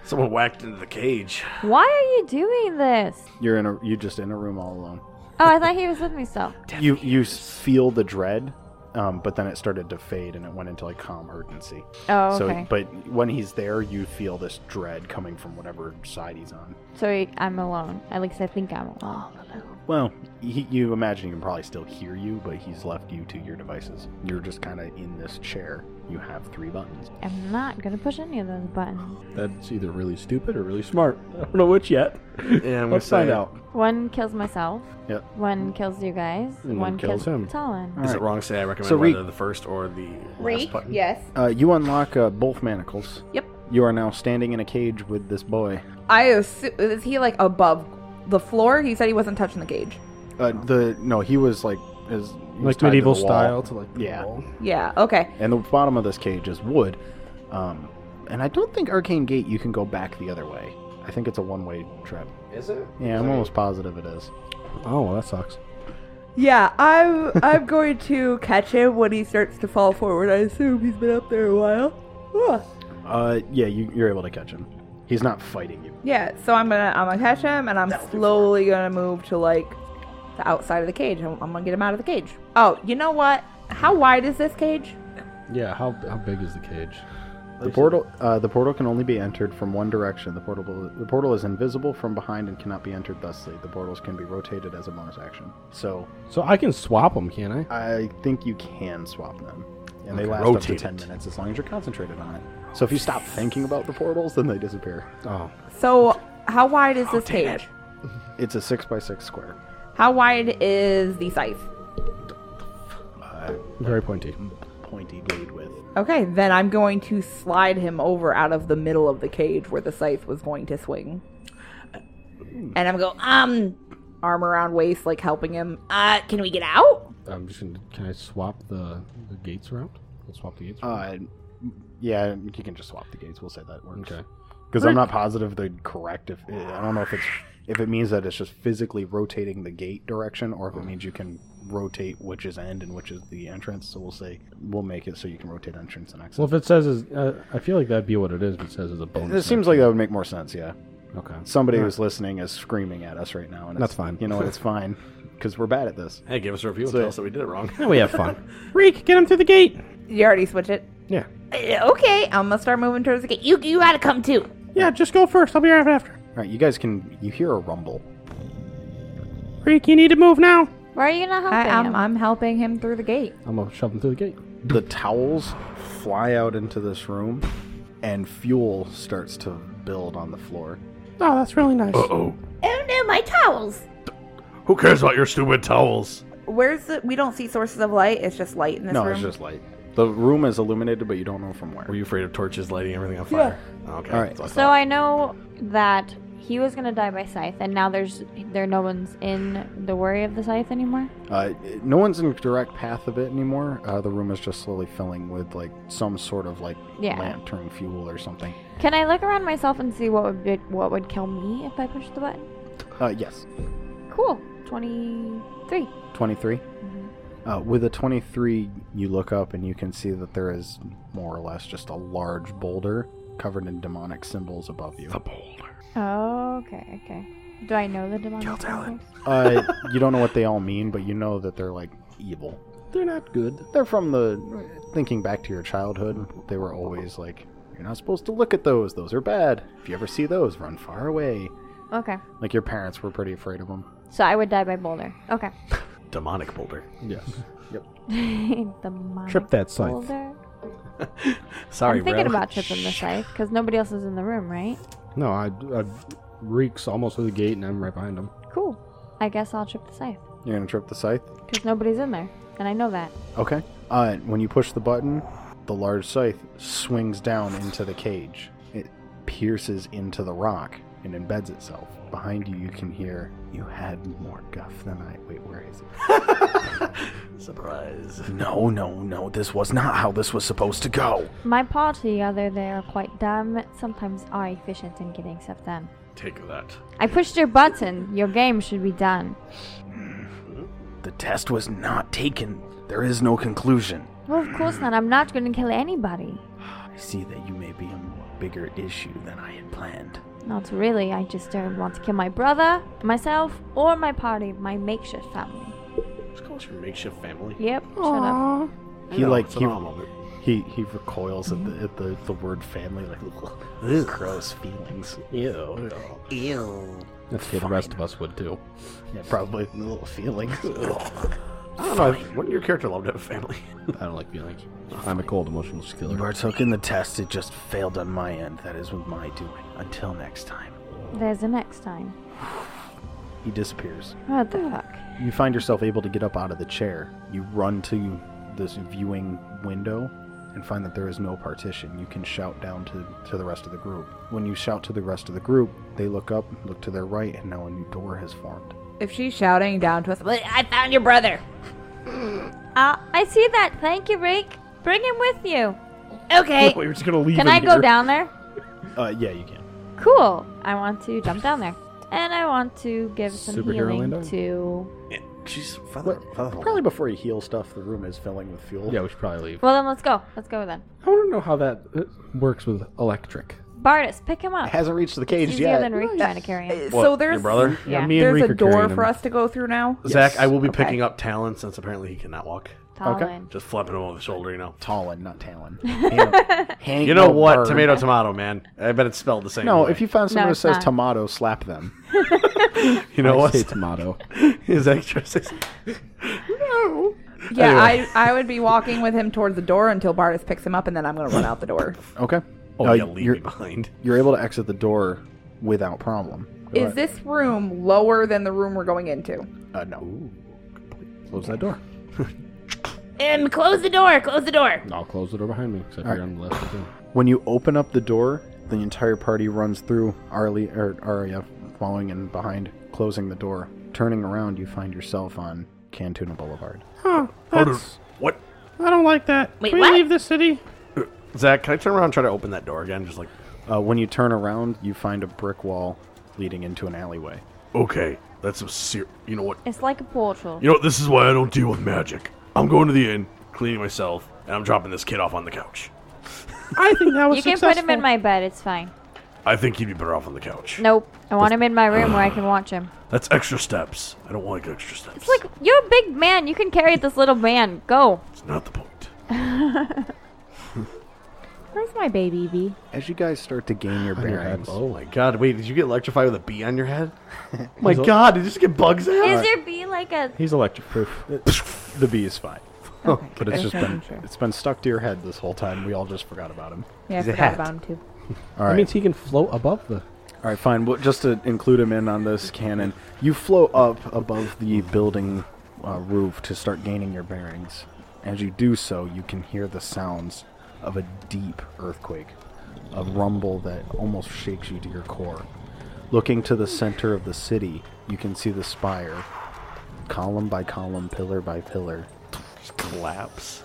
Speaker 7: Someone whacked into the cage.
Speaker 5: Why are you doing this?
Speaker 3: You're in a you just in a room all alone.
Speaker 5: Oh, I thought he was with me still.
Speaker 3: You you s- feel the dread, um, but then it started to fade and it went into like calm urgency.
Speaker 5: Oh,
Speaker 3: So,
Speaker 5: okay. So,
Speaker 3: but when he's there, you feel this dread coming from whatever side he's on.
Speaker 5: he, I'm alone. At least I think I'm alone.
Speaker 3: Well, he, you imagine he can probably still hear you, but he's left you to your devices. You're just kind of in this chair. You have three buttons.
Speaker 5: I'm not gonna push any of those buttons.
Speaker 10: That's either really stupid or really smart. I don't know which yet.
Speaker 7: Yeah, I'm
Speaker 10: Let's
Speaker 7: gonna
Speaker 10: find
Speaker 7: say-
Speaker 10: out.
Speaker 5: One kills myself.
Speaker 3: Yep.
Speaker 5: One kills you guys.
Speaker 10: And
Speaker 5: one kills, him. Talon.
Speaker 7: Is
Speaker 3: Alright.
Speaker 7: it wrong to say I recommend
Speaker 3: So we-
Speaker 7: either the first or the last button?
Speaker 4: Yes.
Speaker 3: Uh, you unlock uh, both manacles.
Speaker 4: Yep.
Speaker 3: You are now standing in a cage with this boy.
Speaker 4: I assume is he like above the floor? He said he wasn't touching the cage.
Speaker 3: Uh, the no, he was like is he was tied
Speaker 6: Like
Speaker 3: to the
Speaker 6: medieval
Speaker 3: wall.
Speaker 6: style to like. the
Speaker 3: Yeah.
Speaker 6: wall.
Speaker 4: Yeah. Okay.
Speaker 3: And the bottom of this cage is wood. Um, and I don't think Arcane Gate you can go back the other way. I think it's a one-way trip.
Speaker 7: Is it?
Speaker 3: Yeah, I'm almost positive it is.
Speaker 6: Oh, well, that sucks.
Speaker 4: Yeah, I'm I'm going to catch him when he starts to fall forward. I assume he's been up there a while. Ugh.
Speaker 3: Uh, yeah, you, you're able to catch him. He's not fighting you.
Speaker 4: Yeah, so I'm gonna I'm gonna catch him and I'm slowly gonna move to like the outside of the cage. I'm, I'm gonna get him out of the cage. Oh, you know what? How wide is this cage?
Speaker 10: Yeah, how how big is the cage?
Speaker 3: The portal, uh, the portal can only be entered from one direction. The portal, the portal is invisible from behind and cannot be entered thusly. The portals can be rotated as a bonus action. So
Speaker 10: So I can swap them, can I?
Speaker 3: I think you can swap them, and they
Speaker 10: Okay,
Speaker 3: last up to
Speaker 10: rotate
Speaker 3: ten
Speaker 10: it.
Speaker 3: minutes as long as you're concentrated on it. So if you stop thinking about the portals, then they disappear.
Speaker 10: Oh,
Speaker 4: So how wide is this
Speaker 3: damn
Speaker 4: cage?
Speaker 3: It's a six by six square.
Speaker 4: How wide is the scythe?
Speaker 3: Uh,
Speaker 10: very pointy.
Speaker 3: pointy blade with.
Speaker 4: Okay, then I'm going to slide him over out of the middle of the cage where the scythe was going to swing.
Speaker 8: And I'm going, um,
Speaker 4: Arm around waist, like helping him.
Speaker 8: uh, can we get out?
Speaker 10: I'm just gonna. Can I swap the, the gates around? Let's swap the gates. Around.
Speaker 3: Uh, yeah, you can just swap the gates. We'll say that works.
Speaker 10: okay.
Speaker 3: Because I'm not positive they're correct. If eh, I don't know if it's if it means that it's just physically rotating the gate direction, or
Speaker 10: Oh.
Speaker 3: if it means you can rotate which is end and which is the entrance. So we'll say we'll make it so you can rotate entrance and exit.
Speaker 10: Well, if it says is, uh, I feel like that'd be what it is. If it says is a bonus.
Speaker 3: it seems like that would make more sense. Yeah,
Speaker 10: action. okay.
Speaker 3: somebody who's listening is screaming at us right now, and it's-
Speaker 10: That's fine.
Speaker 3: You know what? It's fine because we're bad at this.
Speaker 7: Hey, give us a review and
Speaker 3: So-
Speaker 7: tell us that we did it wrong.
Speaker 10: Yeah, we have fun. Reek, get him through the gate.
Speaker 4: You already switch it?
Speaker 10: Yeah.
Speaker 4: Uh, Okay, I'm gonna start moving towards the gate.
Speaker 8: You, you gotta come too.
Speaker 10: Yeah, just go first. I'll be right after.
Speaker 3: All right, you guys can you hear a rumble?
Speaker 10: Reek, you need to move now.
Speaker 5: Where are you gonna help
Speaker 4: I,
Speaker 5: him?
Speaker 4: I'm, I'm helping him through the gate.
Speaker 10: I'm gonna shove him through the gate.
Speaker 3: The towels fly out into this room, and fuel starts to build on the floor.
Speaker 10: Oh, that's really nice.
Speaker 1: Uh oh.
Speaker 8: Oh no, my towels.
Speaker 7: Who cares about your stupid towels?
Speaker 4: Where's the? We don't see sources of light. It's just light in this
Speaker 3: no,
Speaker 4: room.
Speaker 3: it's just light. The room is illuminated, but you don't know from where.
Speaker 7: Were you afraid of torches lighting everything on fire? Okay.
Speaker 3: All right.
Speaker 7: that's what
Speaker 5: So I know that he was gonna die by scythe, and now there's there no one's in the worry of the scythe anymore.
Speaker 3: Uh, no one's in direct path of it anymore. Uh, the room is just slowly filling with like some sort of like
Speaker 5: Yeah.
Speaker 3: lantern fuel or something.
Speaker 5: Can I look around myself and see what would be, what would kill me if I pushed the button?
Speaker 3: Uh, yes,
Speaker 5: Cool. Twenty three.
Speaker 3: twenty-three.
Speaker 5: Mm-hmm.
Speaker 3: Uh, with a twenty-three, you look up and you can see that there is more or less just a large boulder covered in demonic symbols above you.
Speaker 5: Okay. Okay. Do I know the demonic? Kill
Speaker 3: Uh, you don't know what they all mean, but you know that they're like evil.
Speaker 10: They're not good.
Speaker 3: They're from the thinking back to your childhood. They were always like, "You're not supposed to look at those. Those are bad. If you ever see those, run far away."
Speaker 5: Okay.
Speaker 3: Like your parents were pretty afraid of them.
Speaker 5: So I would die by boulder. Okay.
Speaker 7: thought. demonic boulder.
Speaker 10: Yes.
Speaker 5: demonic
Speaker 10: Trip that scythe.
Speaker 5: Boulder.
Speaker 7: Sorry,
Speaker 5: I'm thinking
Speaker 7: bro.
Speaker 5: about tripping the scythe because nobody else is in the room, right?
Speaker 10: No, I, I reeks almost through the gate, and I'm right behind him.
Speaker 5: Cool. I guess I'll trip the scythe
Speaker 3: You're gonna trip the scythe.
Speaker 5: because nobody's in there, and I know that.
Speaker 3: Okay. Uh, when you push the button, the large scythe swings down into the cage. It pierces into the rock and embeds itself. Behind you, you can hear, "You had more guff than I." Wait, where is it?
Speaker 7: Surprise.
Speaker 3: No, no, no. This was not how this was supposed to go.
Speaker 5: My party, although they are quite dumb, sometimes are efficient in getting stuff done.
Speaker 7: Take that.
Speaker 5: I pushed your button. Your game should be done.
Speaker 3: The test was not taken. There is no conclusion.
Speaker 5: Well, of course not. I'm not going to kill anybody.
Speaker 3: I see that you may be a bigger issue than I had planned.
Speaker 5: Not really. I just don't want to kill my brother, myself, or my party, my makeshift family.
Speaker 7: Just call us your makeshift family.
Speaker 5: Yep. Shut up.
Speaker 3: He like
Speaker 7: it's
Speaker 3: he,
Speaker 7: an awe moment.
Speaker 3: he he recoils at the at the, the word family like ugh, gross feelings. Ew. Ew.
Speaker 10: That's what the rest of us would do.
Speaker 3: Yeah, probably little feelings.
Speaker 7: I don't know. Wouldn't your character love to have a family?
Speaker 10: I don't like feelings. I'm a cold, emotional
Speaker 3: you
Speaker 10: skiller.
Speaker 3: partook in the test. It just failed on my end. That is with my doing. Until next time.
Speaker 5: There's a next time.
Speaker 3: He disappears.
Speaker 5: What the fuck?
Speaker 3: You find yourself able to get up out of the chair. You run to this viewing window and find that there is no partition. You can shout down to, to the rest of the group. When you shout to the rest of the group, they look up, look to their right, and now a new door has formed.
Speaker 4: If she's shouting down to us,
Speaker 8: But I found your brother.
Speaker 5: Uh, I see that. Thank you, Rick. Bring him with you.
Speaker 8: Okay.
Speaker 3: We're just gonna leave.
Speaker 5: Can I go down there?
Speaker 3: Uh, yeah, you can.
Speaker 5: Cool. I want to jump down there. And I want to give some
Speaker 3: Superhero
Speaker 5: healing
Speaker 3: Linda?
Speaker 5: to.
Speaker 3: She's
Speaker 5: Oh.
Speaker 3: probably before you heal stuff. The room is filling with fuel.
Speaker 10: Yeah, we should probably leave.
Speaker 5: Well, then let's go. Let's go then.
Speaker 10: I want to know how that uh, works with electric.
Speaker 5: Bardis, pick him
Speaker 3: It
Speaker 5: up.
Speaker 3: hasn't reached the cage
Speaker 5: It's easier
Speaker 3: yet.
Speaker 5: than Reek trying to carry him.
Speaker 4: so there's
Speaker 7: brother?
Speaker 5: Yeah, Yeah.
Speaker 10: me and
Speaker 4: there's
Speaker 10: Reek
Speaker 4: a
Speaker 10: are carrying
Speaker 4: door
Speaker 10: him.
Speaker 4: for us to go through now.
Speaker 7: Zach, I will be
Speaker 4: Okay.
Speaker 7: picking up Talon since apparently he cannot walk.
Speaker 5: Talon.
Speaker 7: Just flapping him over the shoulder, you know.
Speaker 3: Talon, not Talon. Hank- Hank
Speaker 7: You know
Speaker 3: will
Speaker 7: what?
Speaker 3: burn.
Speaker 7: Tomato, tomato, man. I bet it's spelled the same.
Speaker 3: No,
Speaker 7: way.
Speaker 3: if you found someone
Speaker 5: No,
Speaker 3: who
Speaker 5: it's
Speaker 3: says
Speaker 5: not.
Speaker 3: tomato, slap them.
Speaker 7: you know
Speaker 10: I say
Speaker 7: what
Speaker 10: tomato.
Speaker 7: his extra six.
Speaker 4: Yeah, I I would be walking with him towards the door until Bardis picks him up, and then I'm gonna run out the door.
Speaker 3: Okay.
Speaker 7: Oh,
Speaker 3: Uh,
Speaker 7: yeah, leave
Speaker 3: you're,
Speaker 7: me behind.
Speaker 3: you're able to exit the door without problem.
Speaker 4: Is this room lower than the room we're going into?
Speaker 3: Uh, no. Close that door.
Speaker 8: Um, close the door. Close the door.
Speaker 10: I'll close the door behind me because I figured I'm the left one,
Speaker 3: When you open up the door, the entire party runs through Arlie or Arya following in behind, closing the door. Turning around, you find yourself on Cantuna Boulevard.
Speaker 9: Oh,
Speaker 7: Hold on.
Speaker 9: that's-
Speaker 7: What?
Speaker 9: I don't like that.
Speaker 8: Wait,
Speaker 9: Can we
Speaker 8: what?
Speaker 9: leave this city?
Speaker 7: Zach, can I turn around and try to open that door again? Just like,
Speaker 3: Uh, when you turn around, you find a brick wall leading into an alleyway.
Speaker 1: Okay, that's some ser- You know what?
Speaker 5: It's like a portal.
Speaker 1: You know what? This is why I don't deal with magic. I'm going to the inn, cleaning myself, and I'm dropping this kid off on the couch.
Speaker 9: I think that was
Speaker 5: You can
Speaker 9: successful.
Speaker 5: put him in my bed. It's fine.
Speaker 1: I think he'd be better off on the couch.
Speaker 5: Nope. I want him in my room where I can watch him.
Speaker 1: That's extra steps. I don't like extra steps.
Speaker 5: It's like you're a big man. You can carry this little man. Go.
Speaker 1: It's not the point.
Speaker 5: Where's my baby V?
Speaker 3: As you guys start to gain your bearings,
Speaker 7: oh my god, wait, did you get electrified with a bee on your head? Oh my god, did you just get bugs out?
Speaker 5: Is there B like a?
Speaker 10: He's electric proof.
Speaker 3: the bee is fine. but it's just
Speaker 4: Just
Speaker 3: been
Speaker 4: making sure.
Speaker 3: it's been stuck to your head this whole time. We all just forgot about him.
Speaker 4: Yeah, I
Speaker 7: He's a
Speaker 4: forgot
Speaker 7: hat.
Speaker 4: about him too.
Speaker 3: All
Speaker 10: That
Speaker 3: right,
Speaker 10: means he can float above the.
Speaker 3: all right, fine. Well, just to include him in on this cannon, you float up above the building uh, roof to start gaining your bearings. As you do so, you can hear the sounds of a deep earthquake, a rumble that almost shakes you to your core. Looking to the center of the city, you can see the spire, column by column, pillar by pillar,
Speaker 7: collapse.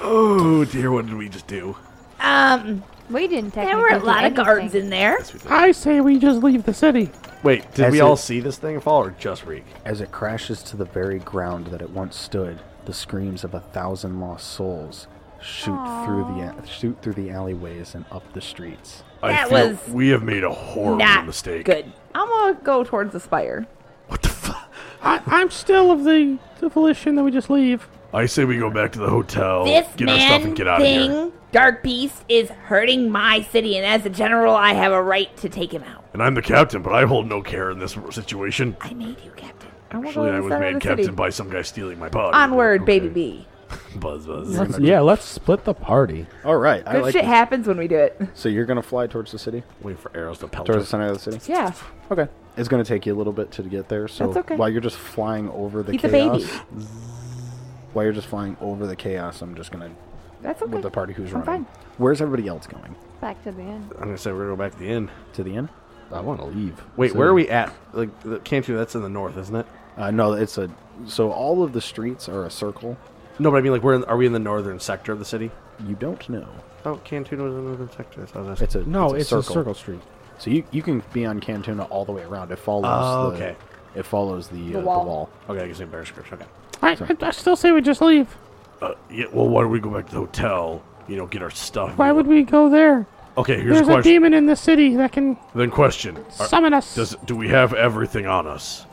Speaker 7: Oh dear, what did we just do?
Speaker 8: Um,
Speaker 5: We didn't.
Speaker 8: there were a lot of guards in there.
Speaker 9: I say we just leave the city.
Speaker 7: Wait, did
Speaker 3: As
Speaker 7: we
Speaker 3: it-
Speaker 7: all see this thing fall or just Reek?
Speaker 3: As it crashes to the very ground that it once stood, the screams of a thousand lost souls shoot through the shoot through the alleyways and up the streets.
Speaker 1: I
Speaker 8: That
Speaker 1: feel
Speaker 8: was
Speaker 1: we have made a horrible
Speaker 8: Not
Speaker 1: mistake.
Speaker 8: good.
Speaker 4: I'm gonna go towards the spire.
Speaker 1: What the fuck?
Speaker 9: I, I'm still of the, the volition that we just leave.
Speaker 1: I say we go back to the hotel,
Speaker 8: This
Speaker 1: get
Speaker 8: man
Speaker 1: our stuff, and get out
Speaker 8: thing,
Speaker 1: of here.
Speaker 8: Dark Beast, is hurting my city, and as a general, I have a right to take him out.
Speaker 1: And I'm the captain, but I hold no care in this situation.
Speaker 8: I made you, Captain.
Speaker 4: I wanna go
Speaker 1: Actually,
Speaker 4: to
Speaker 1: I
Speaker 4: the
Speaker 1: was
Speaker 4: center of
Speaker 1: made
Speaker 4: the
Speaker 1: captain
Speaker 4: city.
Speaker 1: by some guy stealing my body.
Speaker 8: Um,
Speaker 4: Onward, baby B.
Speaker 1: Buzz, buzz.
Speaker 10: Let's, yeah, let's split the party.
Speaker 3: All right, I
Speaker 4: Good
Speaker 3: like
Speaker 4: shit
Speaker 3: it.
Speaker 4: happens when we do it.
Speaker 3: So you're gonna fly towards the city,
Speaker 7: Wait for arrows to pelt
Speaker 3: towards the
Speaker 7: us.
Speaker 3: center of the city.
Speaker 4: Yeah.
Speaker 3: Okay, it's gonna take you a little bit to get there. So
Speaker 4: That's okay.
Speaker 3: while you're just flying over the
Speaker 4: He's a
Speaker 3: chaos,
Speaker 4: baby.
Speaker 3: while you're just flying over the chaos, I'm just gonna
Speaker 4: That's okay.
Speaker 3: with the party who's
Speaker 4: I'm
Speaker 3: running.
Speaker 4: fine.
Speaker 3: Where's everybody else going?
Speaker 5: Back to the end.
Speaker 7: I'm gonna say we're gonna go back to the inn.
Speaker 3: To the inn?
Speaker 10: I want to leave.
Speaker 7: Wait,
Speaker 10: So-
Speaker 7: where are we at? Like, the Cantu, that's in the north, isn't it?
Speaker 3: Uh, no, it's a so all of the streets are a circle.
Speaker 7: No, but I mean, like, we're in, are we in the northern sector of the city?
Speaker 3: You don't know.
Speaker 7: Oh, Cantu was in the northern sector. That's what I was asking.
Speaker 3: It's a
Speaker 10: No, it's,
Speaker 3: a
Speaker 10: a circle street.
Speaker 3: So you, you can be on Cantuna all the way around. It follows.
Speaker 7: Oh,
Speaker 3: the,
Speaker 7: okay.
Speaker 3: It follows the, uh, the
Speaker 4: wall.
Speaker 3: wall.
Speaker 7: Okay, I guess in bear scripts. Okay.
Speaker 9: I, I, I still say we just leave.
Speaker 1: Uh, yeah, well, why don't we go back to the hotel? You know, get our stuff.
Speaker 9: Why would we go there?
Speaker 1: Okay, here's
Speaker 9: There's
Speaker 1: a
Speaker 9: a
Speaker 1: question.
Speaker 9: demon in the city that can
Speaker 1: then question: Are-
Speaker 9: summon us.
Speaker 1: Does do we have everything on us?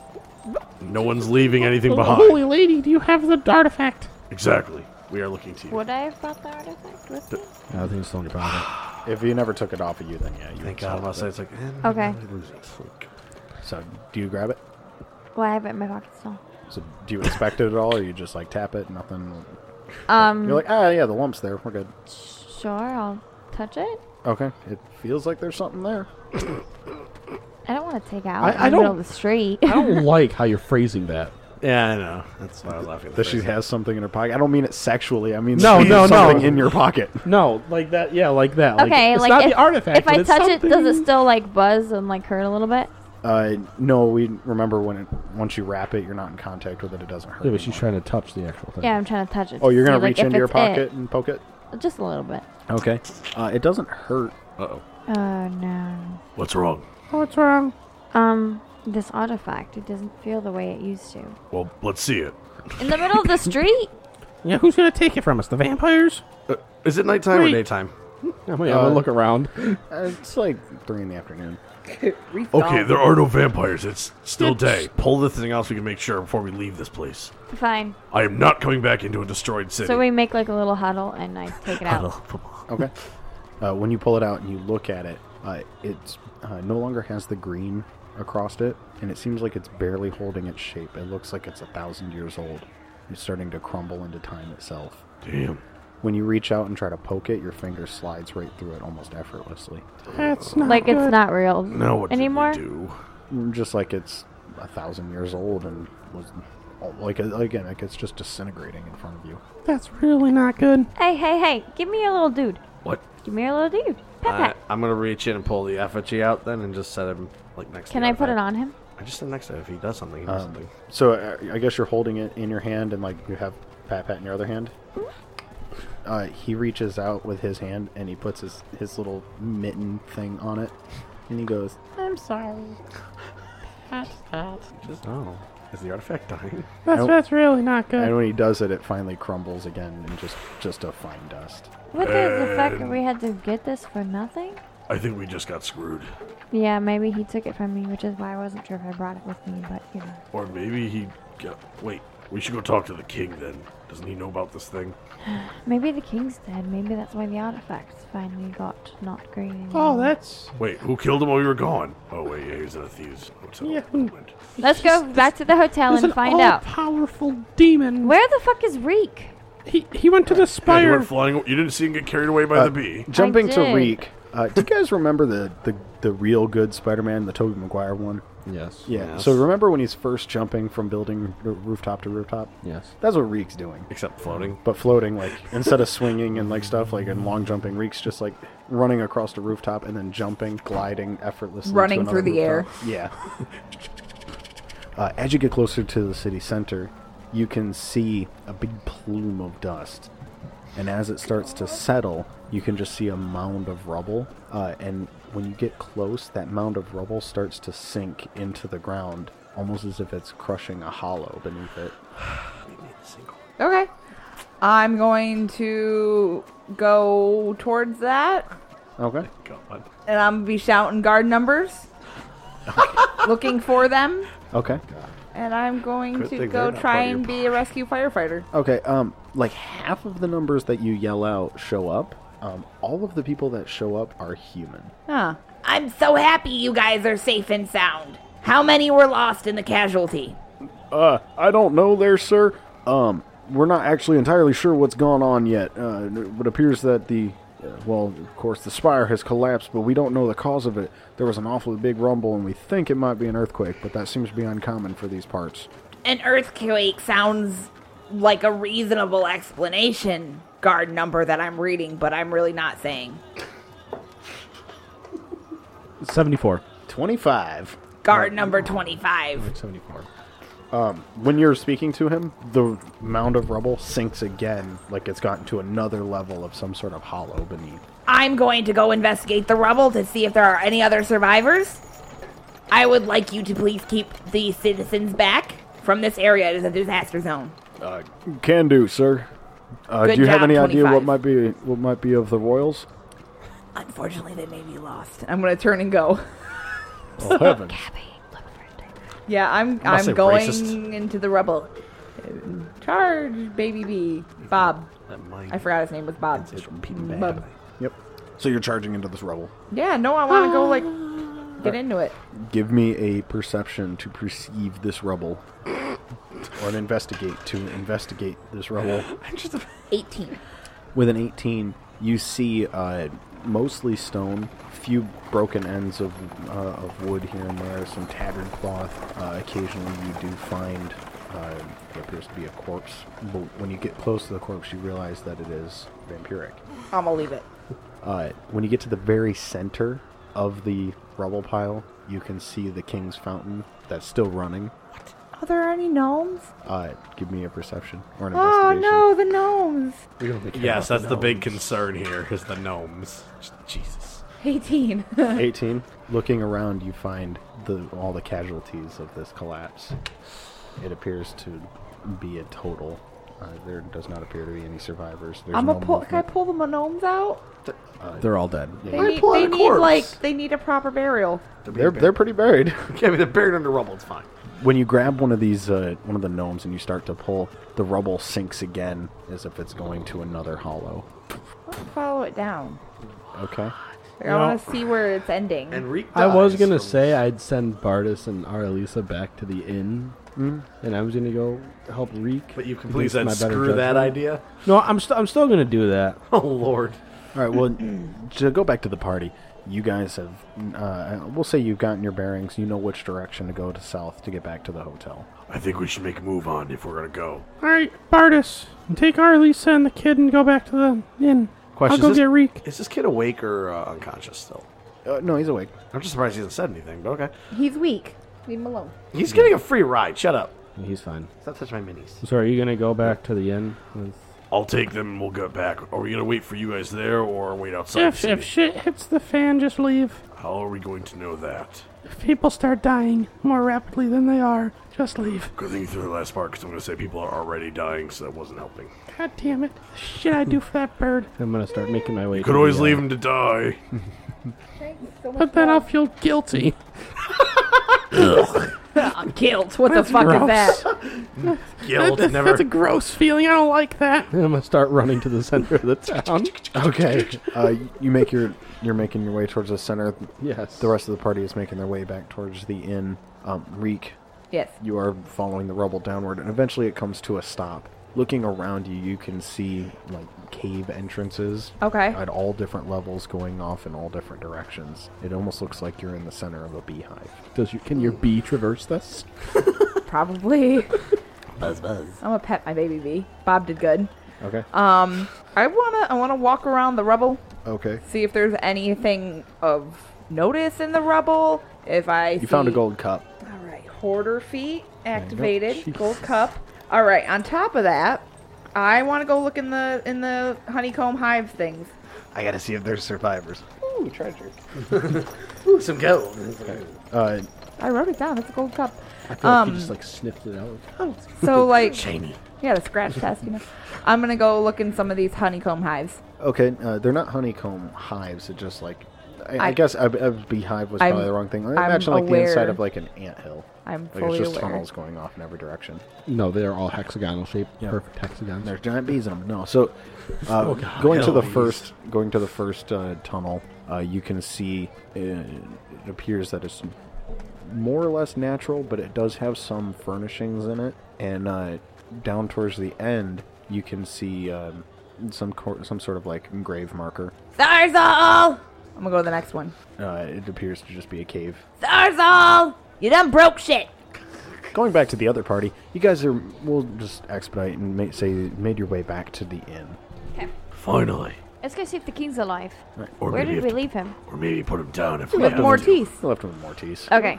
Speaker 1: No one's leaving anything
Speaker 9: Oh,
Speaker 1: behind.
Speaker 9: Holy lady, do you have the artifact?
Speaker 1: Exactly. We are looking to you.
Speaker 5: Would I have brought the artifact with me?
Speaker 10: I think it's still in your pocket.
Speaker 3: If you never took it off of you, then yeah, you
Speaker 7: Thank
Speaker 3: would
Speaker 7: God, I'm
Speaker 3: solve
Speaker 7: outside. It's like, eh,
Speaker 5: Okay.
Speaker 7: we lose it. Fuck.
Speaker 3: it. So do you grab it?
Speaker 5: Well, I have it in my pocket still.
Speaker 3: So do you inspect it at all, or you just like tap it? Nothing.
Speaker 5: Um,
Speaker 3: You're like, ah, yeah, the lump's there. We're good.
Speaker 5: sure, I'll touch it.
Speaker 3: Okay. It feels like there's something there.
Speaker 5: I don't want to take it out
Speaker 10: I-
Speaker 5: in
Speaker 10: I
Speaker 5: the middle
Speaker 10: don't-
Speaker 5: of the street.
Speaker 10: I don't like how you're phrasing that.
Speaker 7: Yeah, I know. That's why I was laughing. at the
Speaker 3: That she
Speaker 7: first.
Speaker 3: has something in her pocket. I don't mean it sexually. I mean
Speaker 10: No,
Speaker 3: there's
Speaker 10: no, no.
Speaker 3: something in your pocket.
Speaker 10: No, like that. Yeah, like that. Like,
Speaker 5: okay,
Speaker 10: it's
Speaker 5: like
Speaker 10: not
Speaker 5: if,
Speaker 10: the artifact.
Speaker 5: if I touch it, does it still like buzz and like hurt a little bit?
Speaker 3: Uh, no, we remember when it once you wrap it, you're not in contact with it. It doesn't hurt.
Speaker 10: Yeah, but she's
Speaker 3: anymore.
Speaker 10: trying to touch the actual thing.
Speaker 5: Yeah, I'm trying to touch it.
Speaker 3: Oh,
Speaker 5: to
Speaker 3: you're gonna
Speaker 5: see, like,
Speaker 3: reach
Speaker 5: if
Speaker 3: into your
Speaker 5: it's it.
Speaker 3: pocket and poke it.
Speaker 5: Just a little bit.
Speaker 3: Okay. Uh, it doesn't hurt
Speaker 5: Oh no.
Speaker 1: What's wrong?
Speaker 9: What's Oh, wrong?
Speaker 5: Um, this artifact, it doesn't feel the way it used to.
Speaker 7: Well, let's see it.
Speaker 5: In the middle of the street?
Speaker 9: Yeah, who's gonna take it from us? The vampires?
Speaker 7: Uh, is it nighttime
Speaker 9: Wait.
Speaker 7: or daytime?
Speaker 10: I'm gonna
Speaker 3: Uh,
Speaker 10: look around.
Speaker 3: Uh, it's like three in the afternoon.
Speaker 7: Okay, there are no vampires. It's still day. Pull the thing out so we can make sure before we leave this place.
Speaker 5: Fine.
Speaker 7: I am not coming back into a destroyed city.
Speaker 5: So we make like a little huddle and I take it out.
Speaker 3: Okay. Uh, when you pull it out and you look at it, uh, it's uh, no longer has the green across it, and it seems like it's barely holding its shape. It looks like it's a thousand years old. It's starting to crumble into time itself.
Speaker 7: Damn.
Speaker 3: When you reach out and try to poke it, your finger slides right through it almost effortlessly,
Speaker 9: That's not
Speaker 5: Like it's not real
Speaker 7: Now what
Speaker 5: anymore.
Speaker 7: do we do?
Speaker 3: just like it's a thousand years old and was like again like it's just disintegrating in front of you.
Speaker 9: That's really not good.
Speaker 5: Hey, hey, hey! Give me a little dude.
Speaker 7: What?
Speaker 5: Give me a little dude. Pet
Speaker 7: Uh,
Speaker 5: pet.
Speaker 7: I'm gonna reach in and pull the effigy out then, and just set him like next.
Speaker 5: Can
Speaker 7: to the
Speaker 5: I put it
Speaker 7: artifact.
Speaker 5: on him?
Speaker 7: I just said next to him. If he does something, he does something.
Speaker 3: So uh, I guess you're holding it in your hand, and like you have Pat Pat in your other hand. Uh, he reaches out with his hand, and he puts his his little mitten thing on it, and he goes,
Speaker 9: I'm sorry.
Speaker 7: Just oh, is the artifact dying?
Speaker 9: That's
Speaker 3: Nope.
Speaker 9: that's really not good.
Speaker 3: and when he does it, it finally crumbles again, and just just a fine dust.
Speaker 5: What the fuck? We had to get this for nothing?
Speaker 7: I think we just got screwed,
Speaker 5: Yeah, maybe he took it from me, which is why I wasn't sure if I brought it with me. But you know,
Speaker 7: or maybe he got. Wait, we should go talk to the king then. Doesn't he know about this thing?
Speaker 5: maybe the king's dead. Maybe that's why the artifacts finally got not green. anymore.
Speaker 9: Oh, that's
Speaker 7: Wait, who killed him while we were gone? Oh wait, yeah, he was in a thieves' hotel.
Speaker 9: Yeah.
Speaker 7: Never mind.
Speaker 5: Let's go back to the hotel
Speaker 9: there's
Speaker 5: and
Speaker 9: an
Speaker 5: find out.
Speaker 9: all-powerful demon.
Speaker 5: Where the fuck is Reek?
Speaker 9: He he went to the
Speaker 7: Yeah, you
Speaker 9: spire.
Speaker 7: went flying. You didn't see him get carried away by
Speaker 3: Uh,
Speaker 7: the bee.
Speaker 3: Jumping to
Speaker 5: did.
Speaker 3: Reek, uh, do you guys remember the the the real good Spider-Man, the Tobey Maguire one?
Speaker 10: Yes.
Speaker 3: Yeah. So remember when he's first jumping from building r- rooftop to rooftop?
Speaker 10: Yes.
Speaker 3: That's what Reek's doing.
Speaker 7: Except floating.
Speaker 3: but floating like instead of swinging and like stuff like and long jumping reeks just like running across the rooftop and then jumping gliding effortlessly to
Speaker 4: Running
Speaker 3: another
Speaker 4: through the air.
Speaker 3: rooftop. yeah uh, as you get closer to the city center you can see a big plume of dust and as it starts to settle you can just see a mound of rubble uh, and when you get close that mound of rubble starts to sink into the ground almost as if it's crushing a hollow beneath it
Speaker 4: Okay. I'm going to go towards that,
Speaker 3: okay
Speaker 7: God.
Speaker 4: and I'm gonna be shouting guard numbers, looking for them,
Speaker 3: okay
Speaker 4: and I'm going
Speaker 7: Good
Speaker 4: to
Speaker 7: thing
Speaker 4: go
Speaker 7: they're not
Speaker 4: try
Speaker 7: part of your
Speaker 4: and be a rescue firefighter.
Speaker 3: Okay, um, like half of the numbers that you yell out show up. Um, all of the people that show up are human.
Speaker 4: Huh.
Speaker 8: I'm so happy you guys are safe and sound. How many were lost in the casualty?
Speaker 3: Uh, I don't know there, sir. Um, we're not actually entirely sure what's gone on yet. Uh, it appears that the, uh, well, of course, the spire has collapsed, but we don't know the cause of it. There was an awfully big rumble, and we think it might be an earthquake, but that seems to be uncommon for these parts.
Speaker 8: An earthquake sounds like a reasonable explanation.
Speaker 4: Guard number that I'm reading, but I'm really not saying.
Speaker 6: Seventy-four.
Speaker 3: 25.
Speaker 4: Guard number 25.
Speaker 6: Seventy-four.
Speaker 3: When you're speaking to him, the mound of rubble sinks again, like it's gotten to another level of some sort of hollow beneath.
Speaker 8: I'm going to go investigate the rubble to see if there are any other survivors. I would like you to please keep the citizens back from this area. It is a disaster zone.
Speaker 3: Uh, can do, sir. Uh,
Speaker 8: Good
Speaker 3: do you have
Speaker 8: job,
Speaker 3: any idea what
Speaker 8: 25.
Speaker 3: might be what might be of the Royals?
Speaker 4: Unfortunately, they may be lost. I'm going to turn and go.
Speaker 3: Oh heavens!
Speaker 4: Yeah, I'm
Speaker 7: must say
Speaker 4: I'm going
Speaker 7: racist.
Speaker 4: into the rubble. Charge, baby bee. Bob. I forgot his name was Bob. Bob.
Speaker 3: Yep. So you're charging into this rubble.
Speaker 4: Yeah, no, I want to go like get into it.
Speaker 3: Give me a perception to perceive this rubble, or an investigate to investigate this rubble.
Speaker 8: 18.
Speaker 3: With an 18, you see uh, mostly stone, few broken ends of, uh, of wood here and there, some tattered cloth. Uh, occasionally, you do find uh, what appears to be a corpse, but when you get close to the corpse, you realize that it is vampiric.
Speaker 4: I'm gonna leave it.
Speaker 3: Uh, when you get to the very center of the rubble pile, you can see the king's fountain that's still running.
Speaker 4: Are there any gnomes?
Speaker 3: Uh, give me a perception or an
Speaker 4: Oh
Speaker 3: investigation.
Speaker 4: no, the gnomes.
Speaker 7: Yes, that's the big concern here is the gnomes. Jesus.
Speaker 4: 18.
Speaker 3: 18. Looking around, you find the all the casualties of this collapse. It appears to be a total. Uh, there does not appear to be any survivors. There's
Speaker 4: I'm
Speaker 3: no
Speaker 4: gonna pull. Can I
Speaker 3: movement.
Speaker 4: pull the gnomes out?
Speaker 3: Uh,
Speaker 10: They're all dead.
Speaker 4: They
Speaker 3: Why
Speaker 4: need,
Speaker 3: pull out
Speaker 4: they
Speaker 3: a
Speaker 4: need
Speaker 3: corpse?
Speaker 4: like they need a proper burial.
Speaker 3: they're, they're pretty buried.
Speaker 7: Can't be they're buried under rubble. It's fine.
Speaker 3: when you grab one of these, uh, one of the gnomes, and you start to pull, the rubble sinks again as if it's going to another hollow.
Speaker 4: Let's follow it down.
Speaker 3: Okay.
Speaker 4: Like, I want to see where it's ending.
Speaker 7: Enrique.
Speaker 10: I was
Speaker 7: dies
Speaker 10: gonna
Speaker 7: from-
Speaker 10: say I'd send Bardis and Aralisa back to the inn,
Speaker 3: Mm.
Speaker 10: and I was gonna go help Reek.
Speaker 7: but you completely
Speaker 10: against
Speaker 7: said
Speaker 10: my better
Speaker 7: screw that
Speaker 10: judgment.
Speaker 7: idea.
Speaker 10: No, I'm st- I'm still gonna do that.
Speaker 7: Oh lord.
Speaker 3: All right. Well, to go back to the party, you guys have, uh, we'll say you've gotten your bearings. You know which direction to go to south to get back to the hotel.
Speaker 1: I think we should make a move on if we're gonna go.
Speaker 9: All right, Bardis, take Arlisa and the kid and go back to the inn.
Speaker 7: Question,
Speaker 9: I'll go
Speaker 7: is
Speaker 9: get
Speaker 7: this-
Speaker 9: Reek.
Speaker 7: Is this kid awake or uh, unconscious still?
Speaker 3: Uh, no, he's awake.
Speaker 7: I'm just surprised he hasn't said anything. But okay,
Speaker 4: He's weak. Leave him alone.
Speaker 7: he's getting a free ride. Shut up.
Speaker 10: He's fine.
Speaker 7: Stop touching my minis.
Speaker 10: So are you gonna go back to the inn? With...
Speaker 1: I'll take them and we'll get back. Are we gonna wait for you guys there or wait outside?
Speaker 9: If,
Speaker 1: the
Speaker 9: if
Speaker 1: city?
Speaker 9: shit hits the fan, just leave.
Speaker 1: How are we going to know that?
Speaker 9: If people start dying more rapidly than they are, just leave.
Speaker 1: Good thing you threw the last part because I'm gonna say people are already dying, so that wasn't helping.
Speaker 9: God damn it. The shit I do for that bird.
Speaker 10: I'm gonna start making my way.
Speaker 1: Could
Speaker 10: to
Speaker 1: always
Speaker 10: the, uh,
Speaker 1: leave them to die.
Speaker 9: But then I'll feel guilty.
Speaker 4: I'm killed. Uh, What the fuck is
Speaker 9: gross.
Speaker 4: that?
Speaker 1: Guilt never.
Speaker 9: That's a gross feeling. I don't like that.
Speaker 10: I'm gonna start running to the center of the town.
Speaker 3: Okay. uh, you make your you're making your way towards the center.
Speaker 10: yes.
Speaker 3: The rest of the party is making their way back towards the inn. Um, Reek,
Speaker 4: Yes.
Speaker 3: you are following the rubble downward, and eventually it comes to a stop. Looking around you, you can see like cave entrances
Speaker 4: Okay.
Speaker 3: at all different levels, going off in all different directions. It almost looks like you're in the center of a beehive.
Speaker 10: Does you, can your bee traverse this?
Speaker 4: Probably. buzz buzz. I'm gonna pet my baby bee. Bob did good.
Speaker 3: Okay.
Speaker 4: Um, I wanna I wanna walk around the rubble,
Speaker 3: okay.
Speaker 4: see if there's anything of notice in the rubble. If I
Speaker 3: You found a gold cup.
Speaker 4: All right, hoarder feet
Speaker 10: There
Speaker 4: activated,
Speaker 10: you go.
Speaker 4: gold cup. All right, on top of that, I want to go look in the in the honeycomb hive things.
Speaker 7: I gotta see if there's survivors. Ooh, treasure. Ooh, some gold.
Speaker 3: Uh,
Speaker 4: I wrote it down. It's a gold cup.
Speaker 10: I feel like
Speaker 4: Um,
Speaker 10: you just like sniffed it out.
Speaker 4: So like,
Speaker 7: Shiny.
Speaker 4: yeah, the scratch test. You know, I'm gonna go look in some of these honeycomb hives.
Speaker 3: okay. Uh, they're not honeycomb hives. It just like. I, I,
Speaker 4: I-
Speaker 3: guess a, a beehive was
Speaker 4: I'm-
Speaker 3: probably the wrong thing. I
Speaker 4: I'm
Speaker 3: imagine like the inside
Speaker 4: aware.
Speaker 3: of like an anthill.
Speaker 4: I'm
Speaker 3: Like it's
Speaker 4: fully
Speaker 3: just
Speaker 4: aware.
Speaker 3: tunnels going off in every direction.
Speaker 10: No, they are all hexagonal shaped.
Speaker 3: Yeah.
Speaker 10: Perfect hexagons.
Speaker 3: There's giant bees in them. No, so uh, going to the first, going to the first uh, tunnel, uh, you can see uh, it appears that it's more or less natural, but it does have some furnishings in it. And uh, down towards the end, you can see um, some cor- some sort of like grave marker.
Speaker 4: Zarzal, I'm gonna go to the next one.
Speaker 3: Uh, it appears to just be a cave.
Speaker 2: Zarzal! You done broke shit!
Speaker 3: Going back to the other party, you guys are. We'll just expedite and ma- say made your way back to the inn.
Speaker 1: Finally,
Speaker 5: Let's go see if the king's alive.
Speaker 1: or
Speaker 5: Where
Speaker 1: maybe if-
Speaker 5: did we leave him?
Speaker 1: or maybe put them down if we
Speaker 5: With
Speaker 1: have to.
Speaker 5: Mortis.
Speaker 3: You left with Mortis.
Speaker 5: Okay.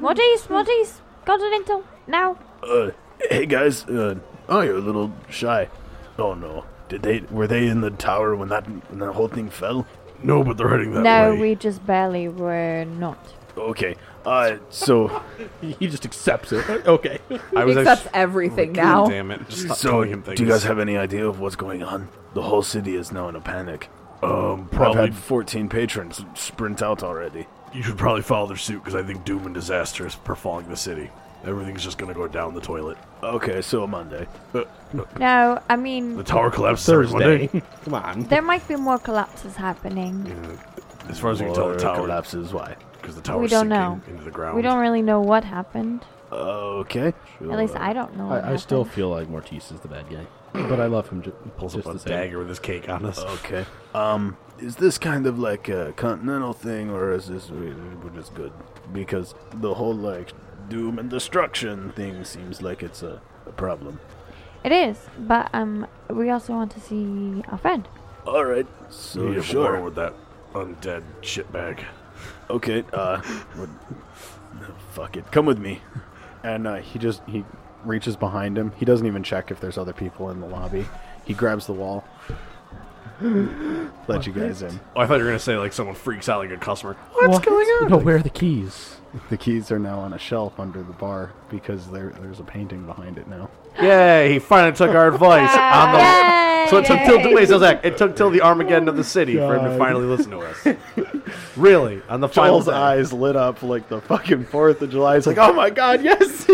Speaker 5: Mortis, Mortis, Continental, now.
Speaker 1: Uh, hey guys, uh, oh, you're a little shy. Oh no, did they were they in the tower when that when that whole thing fell? No, but they're heading that
Speaker 5: No,
Speaker 1: way.
Speaker 5: we just barely were not.
Speaker 1: Okay, uh, so Uh,
Speaker 10: He just accepts it. Okay.
Speaker 7: I
Speaker 4: He
Speaker 7: was
Speaker 4: accepts
Speaker 7: actually.
Speaker 4: everything
Speaker 7: God
Speaker 4: now.
Speaker 7: Damn it! Just stop
Speaker 1: so
Speaker 7: telling him
Speaker 1: do
Speaker 7: things.
Speaker 1: you guys have any idea of what's going on? The whole city is now in a panic. Um,
Speaker 7: probably-
Speaker 1: I've had 14 patrons sprint out already. You should probably follow their suit because I think doom and disaster is befalling the city. Everything's just gonna go down the toilet. Okay, so Monday.
Speaker 5: No, I mean,
Speaker 1: The tower collapses every
Speaker 10: Thursday.
Speaker 1: Monday.
Speaker 10: Come on.
Speaker 5: there might be more collapses happening.
Speaker 1: As far as we can tell, the
Speaker 7: Or
Speaker 1: tower
Speaker 7: collapses. Why?
Speaker 1: because the tower
Speaker 5: We
Speaker 1: is
Speaker 5: don't
Speaker 1: sinking
Speaker 5: know.
Speaker 1: into the ground.
Speaker 5: We don't really know what happened.
Speaker 1: Okay.
Speaker 5: At least I don't know. what
Speaker 10: I, I still
Speaker 5: happened.
Speaker 10: feel like Mortis is the bad guy, but I love him. Ju-
Speaker 7: Pulls
Speaker 10: just
Speaker 7: up a
Speaker 10: the same.
Speaker 7: dagger with his cake on us.
Speaker 1: Okay. Um, is this kind of like a continental thing, or is this we- we're just good? Because the whole like doom and destruction thing seems like it's a, a problem.
Speaker 5: It is, but um, we also want to see our friend.
Speaker 1: All right. So
Speaker 7: You have a war
Speaker 1: sure.
Speaker 7: with that undead shitbag.
Speaker 1: Okay. Uh, what, fuck it. Come with me.
Speaker 3: and uh, he just he reaches behind him. He doesn't even check if there's other people in the lobby. He grabs the wall. Let you guys in.
Speaker 7: Oh, I thought you were gonna say like someone freaks out like a customer.
Speaker 11: What's going on? No, where are the keys?
Speaker 3: The keys are now on a shelf under the bar because there there's a painting behind it now.
Speaker 7: Yay! He finally took our advice on the.
Speaker 5: Yay!
Speaker 7: So it took till wait, so Zach, it took till the Armageddon of the city for him to
Speaker 3: God.
Speaker 7: finally listen to us. really, on the final
Speaker 3: Joel's
Speaker 7: day.
Speaker 3: eyes lit up like the fucking Fourth of July. It's like, oh my god, yes.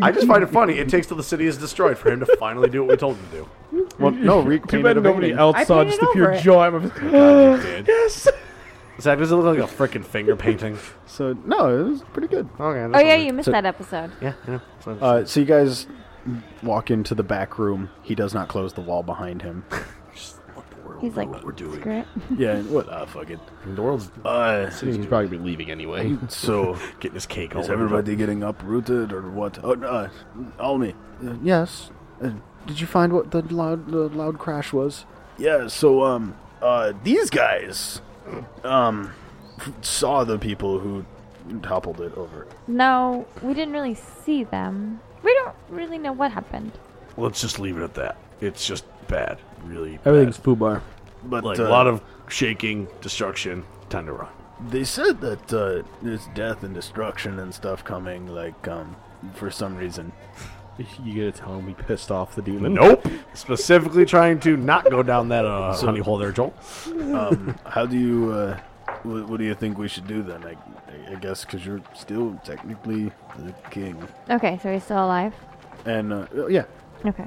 Speaker 7: I just find it funny. It takes till the city is destroyed for him to finally do what we told him to do.
Speaker 3: well, no, Reek
Speaker 6: Too
Speaker 3: painted
Speaker 6: bad
Speaker 3: a
Speaker 6: nobody
Speaker 3: painting.
Speaker 6: else
Speaker 4: I
Speaker 6: saw
Speaker 4: painted
Speaker 6: just the pure
Speaker 4: over it.
Speaker 6: joy of
Speaker 7: God, you did. Yes. Zach, does it look like a freaking finger painting?
Speaker 3: So no, it was pretty good.
Speaker 7: Okay.
Speaker 5: Oh yeah, you missed that episode.
Speaker 7: Yeah. I know. So-
Speaker 3: Uh, so you guys walk into the back room. He does not close the wall behind him.
Speaker 5: He's like, screw it.
Speaker 3: yeah, and what? Ah, fuck it.
Speaker 7: the world's
Speaker 3: Uh,
Speaker 12: He's probably been leaving anyway.
Speaker 3: so
Speaker 7: getting his cake.
Speaker 3: Is
Speaker 7: all over the-
Speaker 3: everybody getting uprooted or what? Oh, no, uh, all me. Uh, yes. Uh, did you find what the loud the loud crash was? Yeah. So um uh these guys um f- saw the people who toppled it over.
Speaker 5: No, we didn't really see them. We don't really know what happened.
Speaker 7: Let's just leave it at that. It's just bad. Really.
Speaker 6: everything's
Speaker 7: bad.
Speaker 6: foobar.
Speaker 3: But
Speaker 7: like
Speaker 3: uh,
Speaker 7: a lot of shaking, destruction. Time to run.
Speaker 3: they said that uh, there's death and destruction and stuff coming. Like um for some reason.
Speaker 12: you gotta tell him we pissed off the
Speaker 7: But
Speaker 12: demon.
Speaker 7: nope. Specifically trying to not go down that uh, honey hole there, Joel.
Speaker 3: Um, how do you? Uh, what, what do you think we should do then? I, I- I guess because you're still technically the king.
Speaker 5: Okay, so he's still alive.
Speaker 3: And uh, yeah,
Speaker 5: Okay.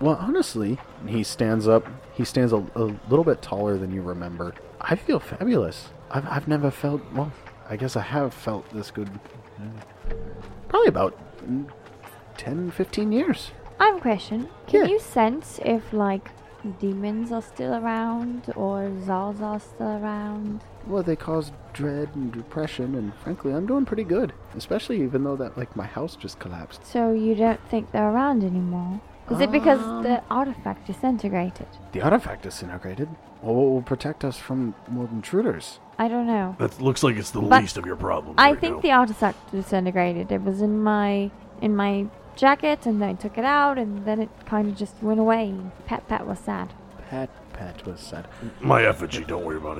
Speaker 3: Well, honestly, he stands up. He stands a, a little bit taller than you remember. I feel fabulous. I've, I've never felt, well, I guess I have felt this good. uh, Probably about mm, 10, 15 years.
Speaker 5: I have a question. Can
Speaker 3: Yeah.
Speaker 5: you sense if like demons are still around or Zars are still around?
Speaker 3: Well, they cause dread and depression, and frankly, I'm doing pretty good. Especially even though that, like, my house just collapsed.
Speaker 5: So you don't think they're around anymore? Is it because the artifact disintegrated?
Speaker 3: The artifact disintegrated. Well, what will protect us from more intruders?
Speaker 5: I don't know.
Speaker 7: That looks like it's the
Speaker 5: But
Speaker 7: least of your problems.
Speaker 5: I
Speaker 7: right
Speaker 5: think
Speaker 7: now.
Speaker 5: the artifact disintegrated. It was in my in my jacket and I took it out and then it kind of just went away. Pat Pat was sad.
Speaker 3: Pat, Pat was sad.
Speaker 7: My effigy, don't worry about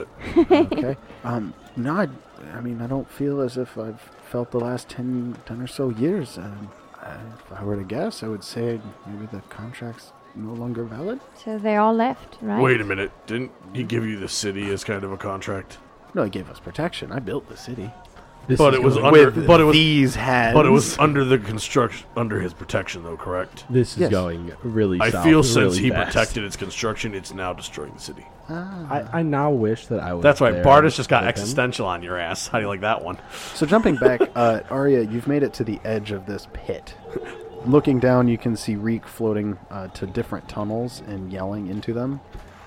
Speaker 7: it.
Speaker 3: okay. Um, no, I, I mean, I don't feel as if I've felt the last 10, 10 or so years. Um, I, if I were to guess, I would say maybe the contract's no longer valid.
Speaker 5: So they all left, right?
Speaker 7: Wait a minute. Didn't he give you the city as kind of a contract?
Speaker 3: No, it gave us protection. I built the city.
Speaker 7: but it was under but it was
Speaker 3: these hands.
Speaker 7: but it was under the construction under his protection though, correct?
Speaker 12: This is
Speaker 3: Yes.
Speaker 12: going really.
Speaker 7: I
Speaker 12: south
Speaker 7: feel
Speaker 12: really
Speaker 7: since he
Speaker 12: fast.
Speaker 7: protected its construction, it's now destroying the city.
Speaker 6: I, I now wish that I was.
Speaker 7: That's why
Speaker 12: there
Speaker 7: Bartis just got
Speaker 12: with him.
Speaker 7: existential on your ass. How do you like that one?
Speaker 3: So jumping back, uh, Arya, you've made it to the edge of this pit. Looking down, you can see Reek floating uh, to different tunnels and yelling into them,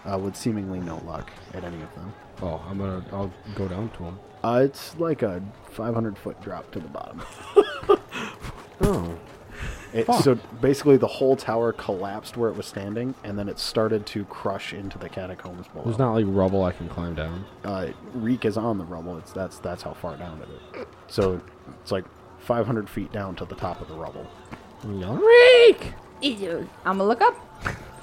Speaker 3: uh, with seemingly no luck at any of them.
Speaker 12: Oh, I'm gonna. I'll go down to him.
Speaker 3: Uh, it's like a 500 foot drop to the bottom.
Speaker 12: Oh,
Speaker 3: It, so basically, the whole tower collapsed where it was standing, and then it started to crush into the catacombs below.
Speaker 12: there's not like rubble I can climb down.
Speaker 3: uh, Reek is on the rubble. It's that's that's how far down it is. So it's like 500 feet down to the top of the rubble.
Speaker 12: Yeah.
Speaker 4: Reek!
Speaker 8: Ew.
Speaker 4: I'm gonna look up.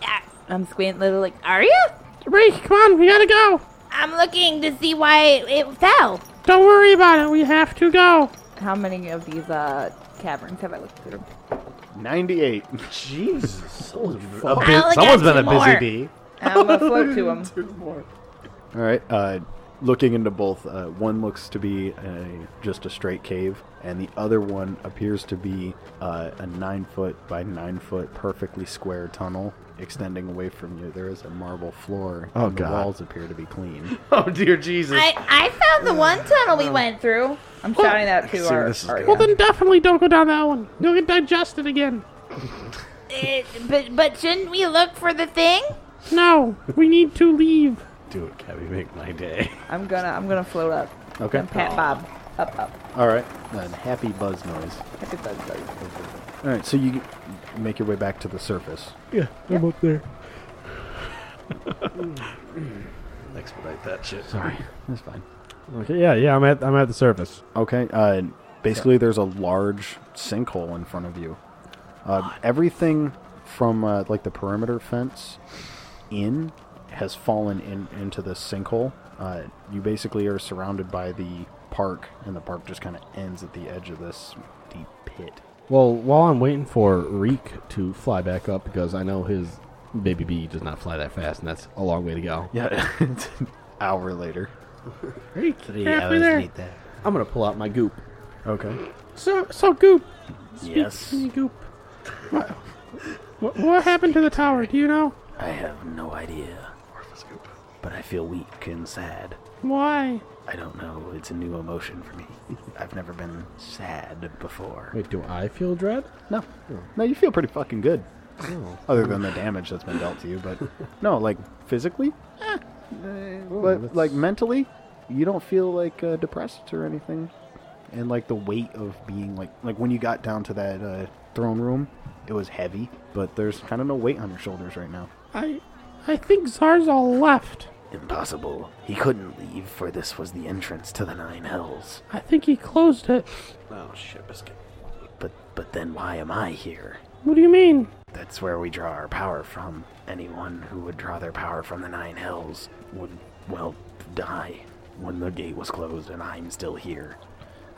Speaker 8: Ah, I'm squinting little like, are you?
Speaker 6: Reek, come on, we gotta go.
Speaker 8: I'm looking to see why it fell.
Speaker 6: Don't worry about it. We have to go.
Speaker 4: How many of these uh caverns have I looked through?
Speaker 3: 98.
Speaker 8: I only
Speaker 7: Someone's
Speaker 8: got
Speaker 7: been a
Speaker 8: two
Speaker 7: busy
Speaker 8: more.
Speaker 7: bee.
Speaker 4: I'm gonna float to them.
Speaker 3: All right. Uh, looking into both, uh, one looks to be a, just a straight cave, and the other one appears to be uh, a nine foot by nine foot, perfectly square tunnel extending away from you. There is a marble floor.
Speaker 12: Oh,
Speaker 3: and
Speaker 12: God.
Speaker 3: The walls appear to be clean.
Speaker 7: Oh dear Jesus.
Speaker 8: I, I found the one tunnel we went through.
Speaker 4: I'm shouting that to our.
Speaker 7: this is
Speaker 4: our-
Speaker 6: Well, then definitely don't go down that one. You'll get digested again.
Speaker 8: It, but but shouldn't we look for the thing?
Speaker 6: No, we need to leave.
Speaker 7: Do it, Cabby. Make my day.
Speaker 4: I'm gonna I'm gonna float up.
Speaker 3: Okay.
Speaker 4: And pat Bob up up.
Speaker 3: All right. Then happy buzz noise.
Speaker 4: Happy buzz buzz.
Speaker 3: All right, so you make your way back to the surface.
Speaker 6: Yeah, I'm up there.
Speaker 7: Expedite that shit.
Speaker 3: Sorry, that's fine.
Speaker 6: Okay, yeah, yeah, I'm at I'm at the surface.
Speaker 3: Okay, uh, basically, there's a large sinkhole in front of you. Uh, everything from uh, like the perimeter fence in has fallen in into this sinkhole. Uh, you basically are surrounded by the park, and the park just kind of ends at the edge of this deep pit.
Speaker 6: Well, while I'm waiting for Reek to fly back up, because I know his baby bee does not fly that fast, and that's a long way to go.
Speaker 3: Yeah, it's an hour later.
Speaker 6: Reek, three hours later. I'm gonna pull out my goop.
Speaker 3: Okay.
Speaker 9: So, so Goop.
Speaker 3: Yes.
Speaker 9: Hey, Goop. What, what happened to the tower? Do you know?
Speaker 3: I have no idea. But I feel weak and sad.
Speaker 9: Why?
Speaker 3: I don't know. It's a new emotion for me. I've never been sad before.
Speaker 6: Wait, do I feel dread?
Speaker 3: No. No, you feel pretty fucking good. Other than the damage that's been dealt to you, but no, like physically, eh. Eh, but
Speaker 6: that's-
Speaker 3: like mentally, you don't feel like uh, depressed or anything. And like the weight of being like like when you got down to that uh, throne room, it was heavy, but there's kind of no weight on your shoulders right now.
Speaker 9: I, I think Zarzal left.
Speaker 3: Impossible. He couldn't leave, for this was the entrance to the Nine Hells.
Speaker 9: I think he closed it.
Speaker 7: Oh shit, biscuit.
Speaker 3: But but then why am I here?
Speaker 9: What do you mean?
Speaker 3: That's where we draw our power from. Anyone who would draw their power from the Nine Hells would, well, die when the gate was closed and I'm still here.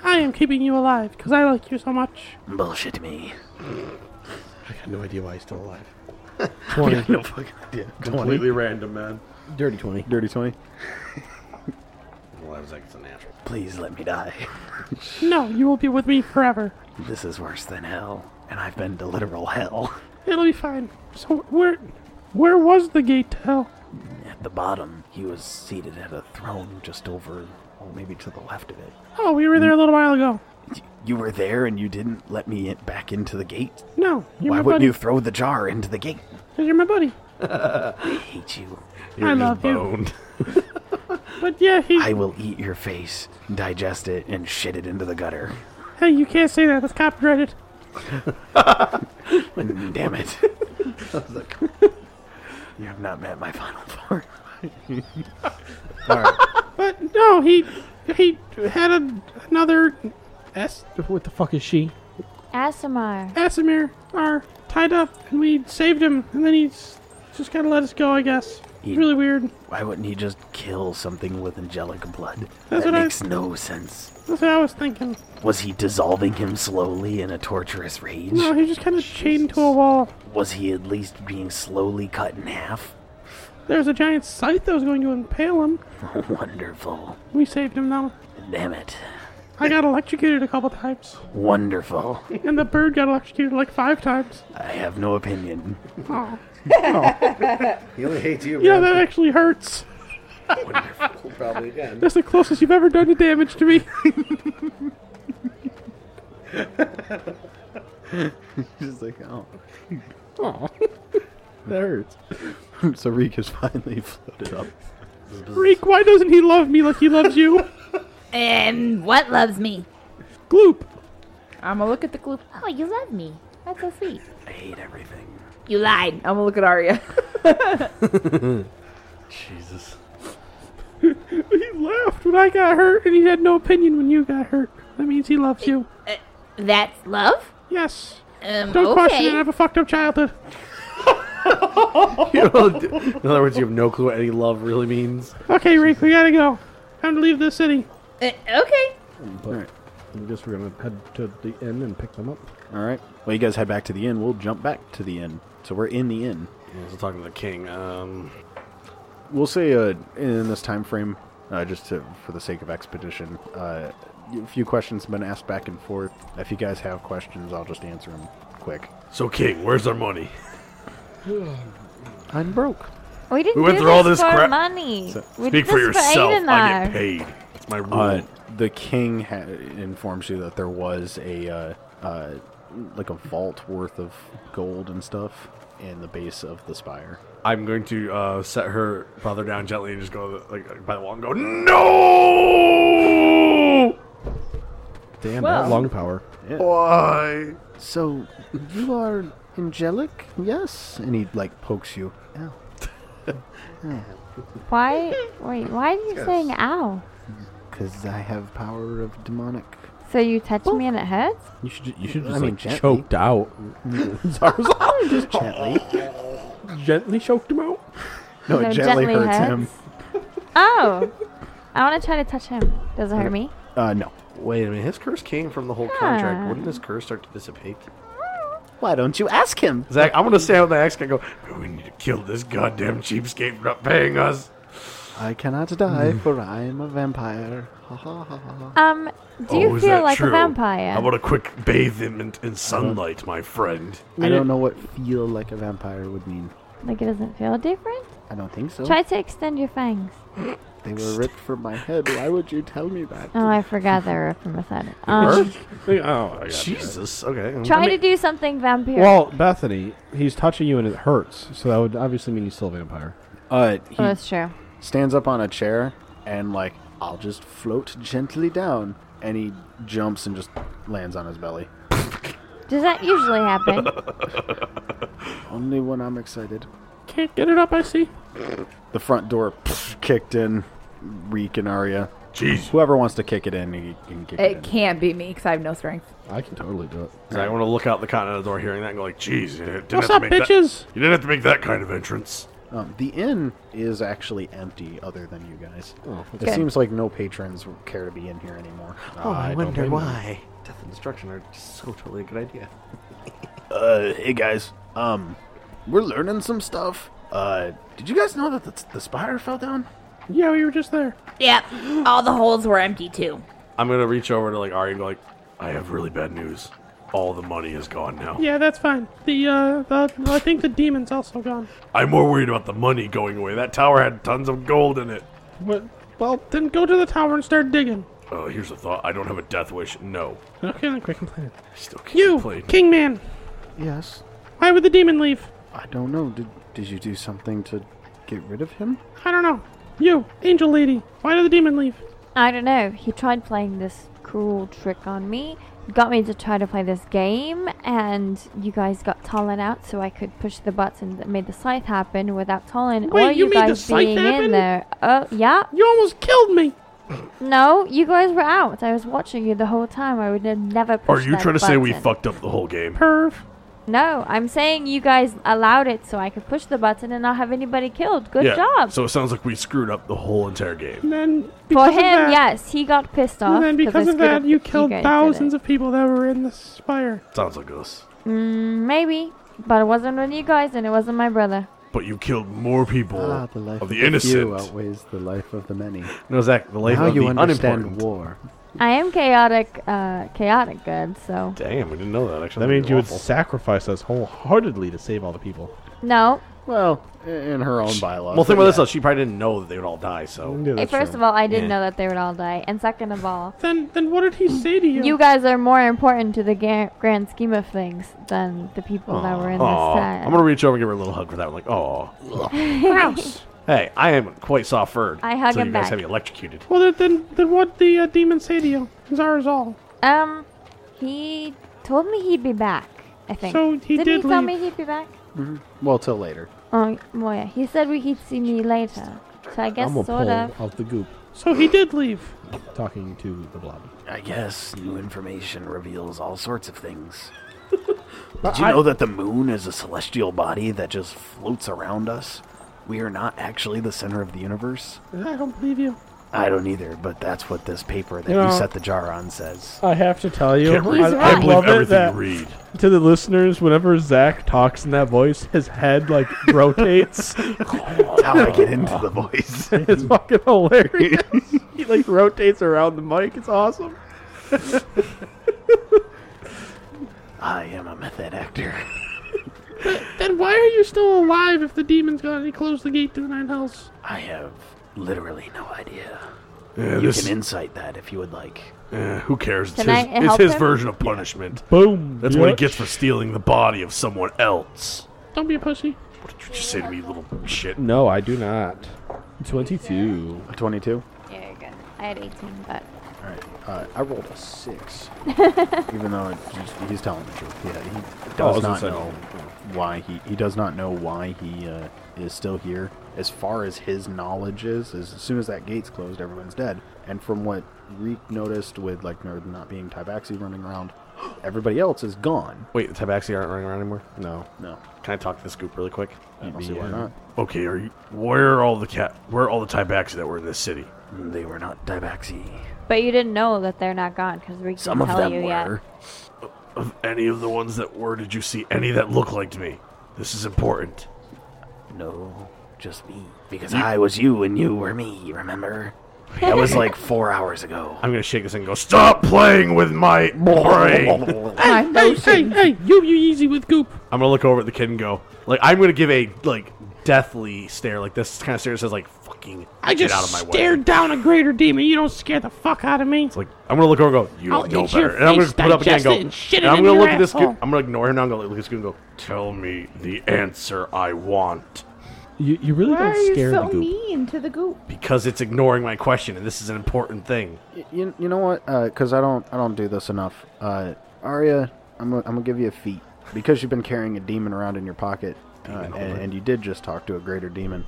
Speaker 9: I am keeping you alive because I like you so much.
Speaker 3: Bullshit me.
Speaker 6: I got no idea why he's still alive.
Speaker 3: no fucking idea.
Speaker 7: Completely random, man.
Speaker 6: Dirty 20.
Speaker 3: Dirty 20.
Speaker 7: Well, I was like, it's a natural.
Speaker 3: Please let me die.
Speaker 9: No, you will be with me forever.
Speaker 3: This is worse than hell, and I've been to literal hell.
Speaker 9: It'll be fine. So where, where was the gate to hell?
Speaker 3: At the bottom, he was seated at a throne just over, well, maybe to the left of it.
Speaker 9: Oh, we were there a little while ago.
Speaker 3: Y- You were there and you didn't let me in- back into the gate?
Speaker 9: No, you're
Speaker 3: Why
Speaker 9: my
Speaker 3: wouldn't
Speaker 9: buddy.
Speaker 3: you throw the jar into the gate?
Speaker 9: 'Cause you're my buddy.
Speaker 3: I hate you.
Speaker 9: I love you. But yeah, he.
Speaker 3: I will eat your face, digest it, and shit it into the gutter.
Speaker 9: Hey, you can't say that. That's copyrighted.
Speaker 3: Damn it. you have not met my final form.
Speaker 9: But no, he he had a, another S
Speaker 13: What the fuck is she?
Speaker 5: Asimar.
Speaker 9: Asimir are tied up, and we saved him, and then he's just kind of let us go. I guess
Speaker 3: He-
Speaker 9: it's really weird.
Speaker 3: Why wouldn't he just kill something with angelic blood? that
Speaker 9: That's what I-
Speaker 3: makes no sense.
Speaker 9: That's what I was thinking.
Speaker 3: Was he dissolving him slowly in a torturous rage?
Speaker 9: No, he's Oh, just kind of chained to a wall.
Speaker 3: Was he at least being slowly cut in half?
Speaker 9: There's a giant scythe that was going to impale him.
Speaker 3: Wonderful.
Speaker 9: We saved him though.
Speaker 3: Damn it.
Speaker 9: I got electrocuted a couple times,
Speaker 3: Wonderful.
Speaker 9: and the bird got electrocuted like five times.
Speaker 3: I have no opinion.
Speaker 9: Oh,
Speaker 7: He only hates you,
Speaker 9: yeah, that actually hurts.
Speaker 7: probably again.
Speaker 9: That's the closest you've ever done to damage to me.
Speaker 3: just like, oh.
Speaker 6: That hurts.
Speaker 3: so Reek has finally floated up.
Speaker 9: Reek, why doesn't he love me like he loves you?
Speaker 8: And what loves me?
Speaker 9: Gloop.
Speaker 4: I'm gonna look at the glue.
Speaker 14: Oh, you love me.
Speaker 5: That's so sweet.
Speaker 3: I hate everything.
Speaker 8: You lied.
Speaker 4: I'm gonna look at Arya.
Speaker 7: Jesus.
Speaker 9: He laughed when I got hurt, and he had no opinion when you got hurt. That means he loves you.
Speaker 8: That's love?
Speaker 9: Yes.
Speaker 8: Um,
Speaker 9: Don't question it. I
Speaker 8: okay.
Speaker 9: have a fucked up childhood.
Speaker 7: You know, in other words, you have no clue what any love really means.
Speaker 9: Okay, Reek, we gotta go. Time to leave this city.
Speaker 8: Uh, okay.
Speaker 6: But I guess we're going to head to the inn and pick them up.
Speaker 3: All right. Well, you guys head back to the inn. We'll jump back to the inn. So we're in the inn.
Speaker 7: Yeah, so talking to the king. Um,
Speaker 3: We'll say uh, in this time frame, uh, just to, for the sake of expedition, uh, a few questions have been asked back and forth. If you guys have questions, I'll just answer them quick.
Speaker 7: so king, where's our money?
Speaker 3: I'm broke.
Speaker 5: We didn't
Speaker 7: We went
Speaker 5: do
Speaker 7: through all
Speaker 5: this
Speaker 7: this
Speaker 5: for
Speaker 7: crap-
Speaker 5: money. we did
Speaker 7: Speak for
Speaker 5: this
Speaker 7: yourself. I
Speaker 5: Adenar.
Speaker 7: get paid. That's my rule.
Speaker 3: Uh, the king ha- informs you that there was a uh, uh, like a vault worth of gold and stuff in the base of the spire.
Speaker 7: I'm going to uh, set her father down gently and just go like by the wall and go no.
Speaker 6: Damn,
Speaker 4: Well-
Speaker 9: Um,
Speaker 6: that lung power.
Speaker 7: Why?
Speaker 3: So you are angelic, yes? And he like pokes you. Ow.
Speaker 5: Why? Wait, why are you saying ow?
Speaker 3: Because I have power of demonic.
Speaker 5: So you touch me and it hurts?
Speaker 6: You should, you should
Speaker 3: I mean, gently.
Speaker 6: out.
Speaker 3: Just gently.
Speaker 9: Gently choked him out.
Speaker 3: No, it
Speaker 5: No,
Speaker 3: gently,
Speaker 5: gently
Speaker 3: hurts
Speaker 5: hurts?
Speaker 3: him.
Speaker 5: Oh, I want to try to touch him. Does it hurt me?
Speaker 3: Uh, no.
Speaker 7: Wait a minute, his curse came from the whole
Speaker 5: Ah.
Speaker 7: contract. Wouldn't his curse start to dissipate?
Speaker 3: Why don't you ask him?
Speaker 7: Zach, I'm gonna say on the accent, go, we need to kill this goddamn cheapskate for not paying us.
Speaker 3: I cannot die, for I am a vampire. Ha ha ha ha. ha.
Speaker 5: Um, do
Speaker 7: Oh,
Speaker 5: you
Speaker 7: is
Speaker 5: feel
Speaker 7: that
Speaker 5: like
Speaker 7: true? Uh-huh.
Speaker 5: a vampire?
Speaker 7: I want to quick bathe him in, in sunlight, my friend.
Speaker 3: I don't know what feel like a vampire would mean.
Speaker 5: Like it doesn't feel different?
Speaker 3: I don't think so.
Speaker 5: Try to extend your fangs.
Speaker 3: They were ripped from my head. Why would you tell me that?
Speaker 5: Oh, I forgot they were from a side. Um,
Speaker 6: oh,
Speaker 7: Jesus. Okay.
Speaker 5: try to do something vampire.
Speaker 6: Well, Bethany, he's touching you and it hurts, so that would obviously mean he's still a vampire.
Speaker 3: Uh, he
Speaker 5: oh, that's true.
Speaker 3: stands up on a chair and like, I'll just float gently down, and he jumps and just lands on his belly.
Speaker 5: Does that usually happen?
Speaker 3: Only when I'm excited.
Speaker 9: Can't get it up, I see.
Speaker 3: The front door kicked in. Reek and Arya.
Speaker 7: Jeez.
Speaker 3: Whoever wants to kick it in, you can kick it,
Speaker 4: It
Speaker 3: in.
Speaker 4: can't be me because I have no strength.
Speaker 6: I can totally do it.
Speaker 7: Zach, I want to look out the continental door hearing that and go like, jeez, you didn't
Speaker 9: What's
Speaker 7: have
Speaker 9: up,
Speaker 7: to make that-
Speaker 9: bitches?
Speaker 7: you didn't have to make that kind of entrance.
Speaker 3: Um, the inn is actually empty, other than you guys.
Speaker 9: Oh,
Speaker 4: good.
Speaker 3: It seems like no patrons care to be in here anymore. Uh,
Speaker 7: Oh, I, wonder
Speaker 6: blame
Speaker 7: why. Death and destruction are so totally a good idea.
Speaker 3: Uh, hey guys. Um, we're learning some stuff. Uh, did you guys know that the, the spire fell down?
Speaker 9: Yeah, we were just there.
Speaker 8: Yep, all the holes were empty too.
Speaker 7: I'm gonna reach over to like Ari and go like, I have really bad news. All the money is gone now.
Speaker 9: Yeah, that's fine. The uh, the, I think the demon's also gone.
Speaker 7: I'm more worried about the money going away. That tower had tons of gold in it.
Speaker 9: What? Well, then go to the tower and start digging.
Speaker 7: Oh, here's a thought. I don't have a death wish. No.
Speaker 9: Okay, then quit complaining.
Speaker 7: I still can't
Speaker 9: You,
Speaker 7: play.
Speaker 9: King Man,
Speaker 3: Yes.
Speaker 9: why would the demon leave?
Speaker 3: I don't know. Did Did you do something to get rid of him?
Speaker 9: I don't know. You, Angel Lady, why did the demon leave?
Speaker 5: I don't know. He tried playing this cruel trick on me. Got me to try to play this game, and you guys got Talon out, so I could push the buttons that made the scythe happen without Talon
Speaker 9: Wait,
Speaker 5: or you,
Speaker 9: you made the
Speaker 5: guys
Speaker 9: scythe
Speaker 5: being
Speaker 9: happen?
Speaker 5: in there. Oh, yeah.
Speaker 9: You almost killed me.
Speaker 5: No, you guys were out. I was watching you the whole time. I would have never
Speaker 7: Are
Speaker 5: pushed
Speaker 7: you
Speaker 5: that
Speaker 7: trying to say we
Speaker 5: button.
Speaker 7: fucked up the whole game?
Speaker 9: Perv.
Speaker 5: No, I'm saying you guys allowed it so I could push the button and not have anybody killed. Good
Speaker 7: yeah.
Speaker 5: job.
Speaker 7: So it sounds like we screwed up the whole entire game.
Speaker 9: And then
Speaker 5: For
Speaker 9: because
Speaker 5: him,
Speaker 9: of that,
Speaker 5: yes, he got pissed off.
Speaker 9: And then
Speaker 5: 'cause I
Speaker 9: because of
Speaker 5: screwed
Speaker 9: that,
Speaker 5: up-
Speaker 9: you killed
Speaker 5: guys did it.
Speaker 9: thousands of people that were in the spire.
Speaker 7: Sounds like us.
Speaker 5: Mm, maybe, but it wasn't with you guys, and it wasn't my brother.
Speaker 7: But you killed more people
Speaker 3: Ah,
Speaker 7: of the
Speaker 3: few
Speaker 7: innocent.
Speaker 3: outweighs the life of the many.
Speaker 7: No, Zach, the life
Speaker 3: How
Speaker 7: of
Speaker 3: you
Speaker 7: the
Speaker 3: understand
Speaker 7: unimportant.
Speaker 3: war?
Speaker 5: I am chaotic, uh, chaotic good. So
Speaker 7: Damn, we didn't know that. Actually,
Speaker 6: That means you would
Speaker 7: awful.
Speaker 6: sacrifice us wholeheartedly to save all the people.
Speaker 5: no.
Speaker 3: Well, i- in her own bylaws.
Speaker 7: Well,
Speaker 3: but
Speaker 7: think about this
Speaker 3: yeah.
Speaker 7: though. She probably didn't know that they would all die. So
Speaker 6: Yeah,
Speaker 5: Eh,
Speaker 6: that's
Speaker 5: First
Speaker 6: true.
Speaker 5: of all, I didn't
Speaker 7: Yeah.
Speaker 5: know that they would all die, and second of all,
Speaker 9: Then, then what did he say to you?
Speaker 5: you guys are more important to the ga- grand scheme of things than the people that were in
Speaker 7: Aw.
Speaker 5: this
Speaker 7: I'm
Speaker 5: set.
Speaker 7: gonna reach over and give her a little hug for that. one. Like, oh, gross. Hey, I am quite soft furred.
Speaker 5: I hug
Speaker 7: so
Speaker 5: him
Speaker 7: you guys
Speaker 5: back.
Speaker 7: have me electrocuted.
Speaker 9: well, then, then, then what did the uh, demon say to you? Zarzal.
Speaker 5: Um, he told me he'd be back. I think.
Speaker 9: So he
Speaker 5: didn't
Speaker 9: did
Speaker 5: he tell
Speaker 9: leave.
Speaker 5: me he'd be back?
Speaker 3: Well, till later.
Speaker 5: Oh, well, yeah. He said we he'd see me later. So I guess
Speaker 6: I'm a
Speaker 5: sort
Speaker 6: pull
Speaker 5: of.
Speaker 6: of the goop
Speaker 9: So he did leave.
Speaker 6: talking to the blob.
Speaker 3: I guess new information reveals all sorts of things. Did you know that the moon is a celestial body that just floats around us? We are not actually the center of the universe.
Speaker 9: I don't believe you.
Speaker 3: I don't either, but that's what this paper that
Speaker 1: You
Speaker 3: you,
Speaker 1: know-
Speaker 3: set the jar on says.
Speaker 1: I have to tell you,
Speaker 7: Can't believe,
Speaker 1: I,
Speaker 7: can't
Speaker 1: I
Speaker 7: believe
Speaker 1: love it
Speaker 7: everything
Speaker 1: that
Speaker 7: you read.
Speaker 1: to the listeners, whenever Zach talks in that voice, his head like rotates. Oh,
Speaker 3: That's how I get into the voice.
Speaker 1: it's fucking hilarious. he like rotates around the mic. It's awesome.
Speaker 3: I am a method actor.
Speaker 9: Then why are you still alive if the demon's gone and he closed the gate to the nine hells?
Speaker 3: I have literally no idea.
Speaker 7: Yeah,
Speaker 3: you
Speaker 7: this-
Speaker 3: can insight that if you would like.
Speaker 7: eh, who cares? It's
Speaker 5: Can I
Speaker 7: his, it's
Speaker 5: help
Speaker 7: his
Speaker 5: him?
Speaker 7: version of punishment.
Speaker 1: Boom.
Speaker 7: That's what he
Speaker 1: bitch.
Speaker 7: gets for stealing the body of someone else.
Speaker 9: Don't be a pussy.
Speaker 7: What did you just say to me, you little shit?
Speaker 6: No, I do not. 22.
Speaker 3: Uh, 22?
Speaker 5: Yeah, good. I had 18, but
Speaker 3: Alright. Uh, I rolled a 6. Even though it, he's, he's telling the truth. Yeah, he
Speaker 6: Oh, I
Speaker 3: does
Speaker 6: was
Speaker 3: not
Speaker 6: gonna
Speaker 3: know why he, he does not know why he uh, is still here. As far as his knowledge is, is as soon as that gate's closed, everyone's dead. And from what Reek noticed with like Nerd not being Tybaxi running around, Everybody else is gone.
Speaker 7: Wait, the tabaxi aren't running around anymore? No.
Speaker 3: No.
Speaker 7: Can I talk to the scoop really quick?
Speaker 3: I don't see why not.
Speaker 7: Okay, are you, where are all the cat? Where are all the Tybaxi that were in this city?
Speaker 3: They were not Dybaxi.
Speaker 5: But you didn't know that they're not gone because we
Speaker 3: Some
Speaker 5: can
Speaker 3: of
Speaker 5: tell
Speaker 3: them
Speaker 5: you
Speaker 3: were.
Speaker 7: Of any of the ones that were, did you see any that looked like to me? This is important.
Speaker 3: No, just me. Because I was you and you were me, remember? That was like four hours ago.
Speaker 7: I'm gonna shake this and go. Stop playing with my brain.
Speaker 9: Hey, hey, hey, hey, you, you easy with goop.
Speaker 7: I'm gonna look over at the kid and go. Like I'm gonna give a like deathly stare, like this kind of stare that says like fucking.
Speaker 9: I
Speaker 7: get
Speaker 9: just
Speaker 7: out of my
Speaker 9: stared
Speaker 7: way.
Speaker 9: down a greater demon. You don't scare the fuck out of me.
Speaker 7: It's like I'm gonna look over and go. You
Speaker 9: I'll
Speaker 7: don't know
Speaker 9: eat your
Speaker 7: better. And I'm gonna
Speaker 9: face,
Speaker 7: put up again and
Speaker 9: digest
Speaker 7: go.
Speaker 9: it, and shit it
Speaker 7: I'm
Speaker 9: into
Speaker 7: gonna
Speaker 9: your
Speaker 7: look at this.
Speaker 9: asshole.
Speaker 7: Kid, I'm gonna ignore him now. I'm gonna look at this kid and go. Tell me the answer I want.
Speaker 15: You, you really
Speaker 4: Why are
Speaker 15: don't
Speaker 4: you
Speaker 15: scare
Speaker 4: so
Speaker 15: the goop.
Speaker 4: mean to the goop?
Speaker 7: because it's ignoring my question, and this is an important thing.
Speaker 3: You, you know what? Because I don't I don't do this enough. Uh, Arya, I'm gonna, I'm gonna give you a feat because you've been carrying a demon around in your pocket, uh, and, and you did just talk to a greater demon.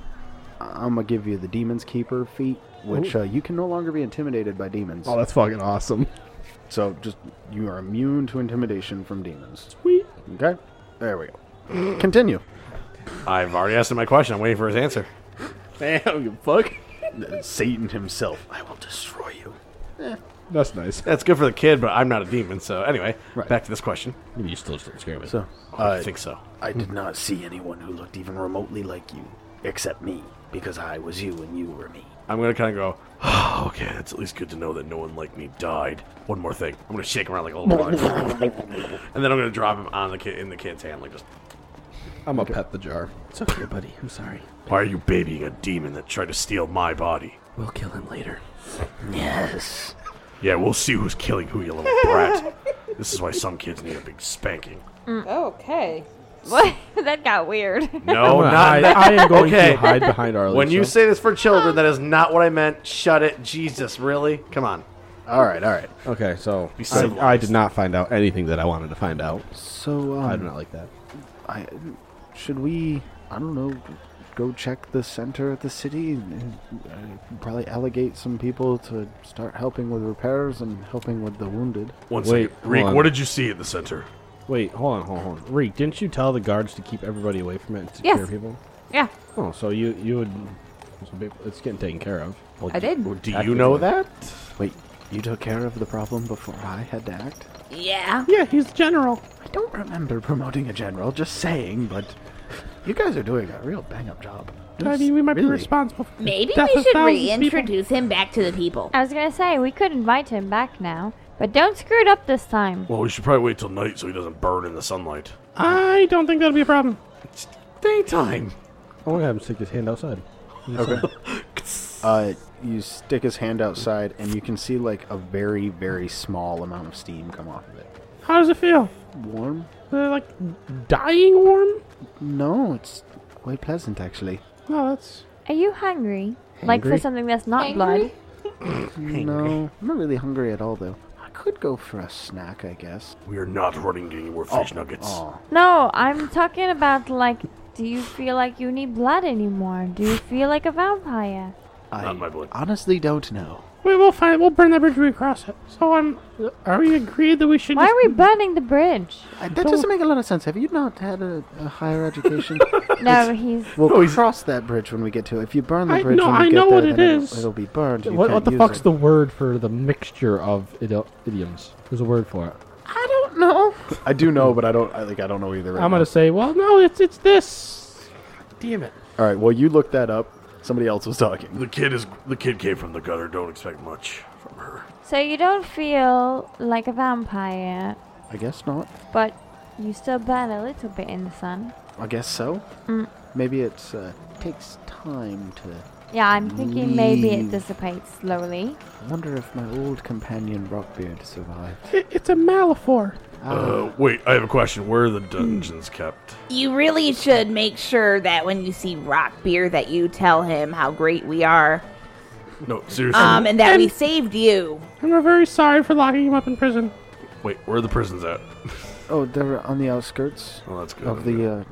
Speaker 3: I- I'm gonna give you the demon's keeper feat, which uh, you can no longer be intimidated by demons.
Speaker 6: Oh, that's fucking awesome.
Speaker 3: So just you are immune to intimidation from demons.
Speaker 9: Sweet.
Speaker 3: Okay, there we go. Continue.
Speaker 7: I've already asked him my question. I'm waiting for his answer.
Speaker 6: Damn, you fuck.
Speaker 3: Satan himself, I will destroy you.
Speaker 6: That's nice.
Speaker 7: That's good for the kid, but I'm not a demon. So anyway, back to this question.
Speaker 6: Maybe you still just scare me.
Speaker 3: So
Speaker 7: I
Speaker 9: Uh,
Speaker 7: think so. uh,
Speaker 3: I did not see anyone who looked even remotely like you, except me, because I was you and you were me.
Speaker 7: I'm gonna kind of go. okay, it's at least good to know that no one like me died. One more thing. I'm gonna shake him around like a little boy, and then I'm gonna drop him on the kid in the kid's hand, like just.
Speaker 6: I'm gonna pet the jar.
Speaker 9: It's okay, buddy. I'm sorry.
Speaker 7: Why are you babying a demon that tried to steal my body?
Speaker 9: We'll kill him later.
Speaker 3: Yes.
Speaker 7: Yeah, we'll see who's killing who, you little brat. This is why some kids need a big spanking.
Speaker 4: Okay.
Speaker 5: What? that got weird.
Speaker 7: No,
Speaker 15: I'm gonna
Speaker 7: not
Speaker 15: hide- I am going
Speaker 7: Okay.
Speaker 15: to hide behind Arlie.
Speaker 7: When you say this for children, that is not what I meant. Shut it, Jesus! Really? Come on.
Speaker 3: All right, all right.
Speaker 6: Okay, so
Speaker 7: Be civilized.
Speaker 6: I, I did not find out anything that I wanted to find out.
Speaker 3: So,
Speaker 6: I do
Speaker 3: um,
Speaker 6: not like that.
Speaker 3: I, should we, I don't know, go check the center of the city and uh, probably allegate some people to start helping with repairs and helping with the wounded?
Speaker 7: One
Speaker 6: Wait,
Speaker 7: second.
Speaker 6: hold
Speaker 7: Reek,
Speaker 6: on.
Speaker 7: what did you see at the center?
Speaker 6: Wait, hold on, hold on, hold on. Reek, didn't you tell the guards to keep everybody away from it and to
Speaker 5: Yes.
Speaker 6: scare people?
Speaker 5: yeah.
Speaker 6: Oh, so you you would. so be- It's getting taken care of.
Speaker 5: I did.
Speaker 7: Well, do you know that?
Speaker 3: Wait, you took care of the problem before I had to act?
Speaker 8: Yeah.
Speaker 9: Yeah, he's general.
Speaker 3: I don't remember promoting a general, just saying, but you guys are doing a real bang up job.
Speaker 9: I mean, we might be
Speaker 3: Really?
Speaker 9: responsible for the
Speaker 8: Maybe
Speaker 9: death
Speaker 8: we
Speaker 9: of
Speaker 8: should
Speaker 9: thousands of people.
Speaker 8: reintroduce him back to the people.
Speaker 5: I was gonna say we could invite him back now, but don't screw it up this time.
Speaker 7: Well, we should probably wait till night so he doesn't burn in the sunlight.
Speaker 9: I don't think that'll be a problem.
Speaker 7: It's daytime.
Speaker 6: I'm gonna have him stick his hand outside.
Speaker 3: Uh, you stick his hand outside, and you can see like a very, very small amount of steam come off of it.
Speaker 9: How does it feel?
Speaker 3: Warm?
Speaker 9: Uh, like dying warm?
Speaker 3: No, it's quite pleasant actually.
Speaker 9: No, that's
Speaker 5: Are you hungry? Like for
Speaker 6: Hangry?
Speaker 5: something that's not blood?
Speaker 3: No, I'm not really hungry at all though. I could go for a snack, I guess.
Speaker 7: We are not running any more fish nuggets.
Speaker 3: Oh,
Speaker 5: No, I'm talking about like. Do you feel like you need blood anymore? Do you feel like a vampire?
Speaker 3: I
Speaker 7: Not my blood.
Speaker 3: honestly don't know.
Speaker 9: We will find. We'll burn that bridge when we cross it. So I'm. Are we agreed that we should?
Speaker 5: Why
Speaker 9: just-
Speaker 5: are we burning the bridge?
Speaker 3: I, Uh, that doesn't make a lot of sense. Have you not had a, a higher education?
Speaker 5: No, he's.
Speaker 3: we'll
Speaker 7: No, he's-
Speaker 3: cross that bridge when we get to it. If you burn the
Speaker 9: I-
Speaker 3: bridge
Speaker 9: no,
Speaker 3: when we
Speaker 9: I
Speaker 3: get
Speaker 9: know
Speaker 3: there,
Speaker 9: what
Speaker 3: then
Speaker 9: it
Speaker 3: it'll-
Speaker 9: is.
Speaker 3: It'll, be burned. You
Speaker 6: What,
Speaker 3: can't
Speaker 6: what the
Speaker 3: use
Speaker 6: fuck's
Speaker 3: it.
Speaker 6: the word for the mixture of idi- idioms? There's a word for it.
Speaker 3: I don't know. I do know, but I don't. I, like I don't know either. Right
Speaker 9: I'm
Speaker 3: now.
Speaker 9: gonna say. Well, no, it's it's this. Damn it.
Speaker 3: All right. Well, you look that up. Somebody else was talking.
Speaker 7: The kid is the kid came from the gutter. Don't expect much from her.
Speaker 5: So you don't feel like a vampire,
Speaker 3: I guess not.
Speaker 5: but you still burn a little bit in the sun.
Speaker 3: I guess so. Maybe it's uh, takes time to.
Speaker 5: Yeah, I'm thinking maybe it
Speaker 3: Mm.
Speaker 5: dissipates slowly.
Speaker 3: I wonder if my old companion Rockbeard survived.
Speaker 9: It, it's a Malifor.
Speaker 7: Uh, wait, I have a question. Where are the dungeons kept?
Speaker 8: You really should make sure that when you see Rockbeer that you tell him how great we are.
Speaker 7: No, seriously.
Speaker 8: Um, and that we saved you.
Speaker 9: And we're very sorry for locking him up in prison.
Speaker 7: wait, where are the prisons at?
Speaker 3: Oh, they're on the outskirts
Speaker 7: Oh, that's good.
Speaker 3: of the, uh,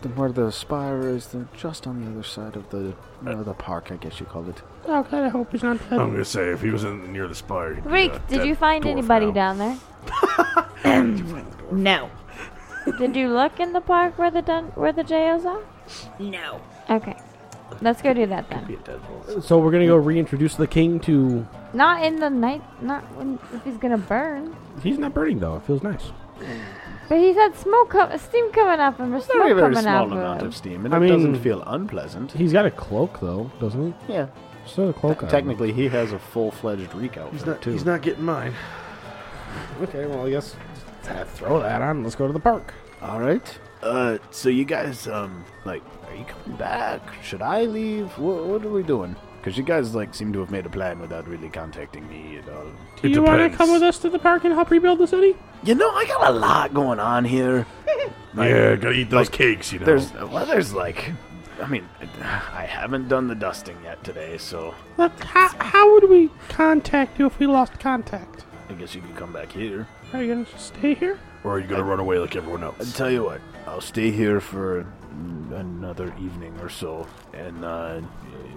Speaker 3: the where the spire is. They're just on the other side of the uh, the park, I guess you call it.
Speaker 9: Oh God, I hope he's not dead.
Speaker 7: I'm gonna say if he was in near the spire. he'd be a
Speaker 5: Reek, did
Speaker 7: dead
Speaker 5: you find
Speaker 7: dwarf
Speaker 5: anybody
Speaker 7: now.
Speaker 5: down there?
Speaker 8: No.
Speaker 5: Did you look in the park where the dun- where the JOs are?
Speaker 8: No.
Speaker 5: Okay, let's go do that then.
Speaker 9: So we're gonna go reintroduce the king to.
Speaker 5: Not in the night. Not when, if he's gonna burn.
Speaker 6: He's not burning though. It feels nice.
Speaker 5: But he's had smoke, co- steam coming up, and there's smoke
Speaker 3: Very, very
Speaker 5: coming
Speaker 3: small
Speaker 5: out.
Speaker 3: amount of
Speaker 5: of him.
Speaker 3: steam, and
Speaker 6: I
Speaker 3: it doesn't
Speaker 6: mean-
Speaker 3: feel unpleasant.
Speaker 6: He's got a cloak though, doesn't he?
Speaker 3: Yeah.
Speaker 6: Still a cloak. on.
Speaker 3: Technically, he has a full-fledged reek outfit
Speaker 7: He's not.
Speaker 3: too.
Speaker 7: He's not getting mine.
Speaker 6: Okay. Well, I guess uh, throw that on. Let's go to the park.
Speaker 3: All right. Uh, so you guys, um, like, are you coming back? Should I leave? What, what are we doing? Because you guys like seem to have made a plan without really contacting me at all.
Speaker 9: Do
Speaker 7: It
Speaker 9: you want to
Speaker 7: depends.
Speaker 9: come with us to the park and help rebuild the city?
Speaker 3: You know, I got a lot going on here. Like,
Speaker 7: yeah, gotta eat those cakes, you know.
Speaker 3: There's well, there's like, I mean, I haven't done the dusting yet today, so
Speaker 9: Look, how, how would we contact you if we lost contact?
Speaker 3: I guess you can come back here.
Speaker 9: Are you gonna just stay here?
Speaker 7: or are you gonna run away like everyone
Speaker 3: I
Speaker 7: else?
Speaker 3: tell you what, I'll stay here for mm, another evening or so, and uh,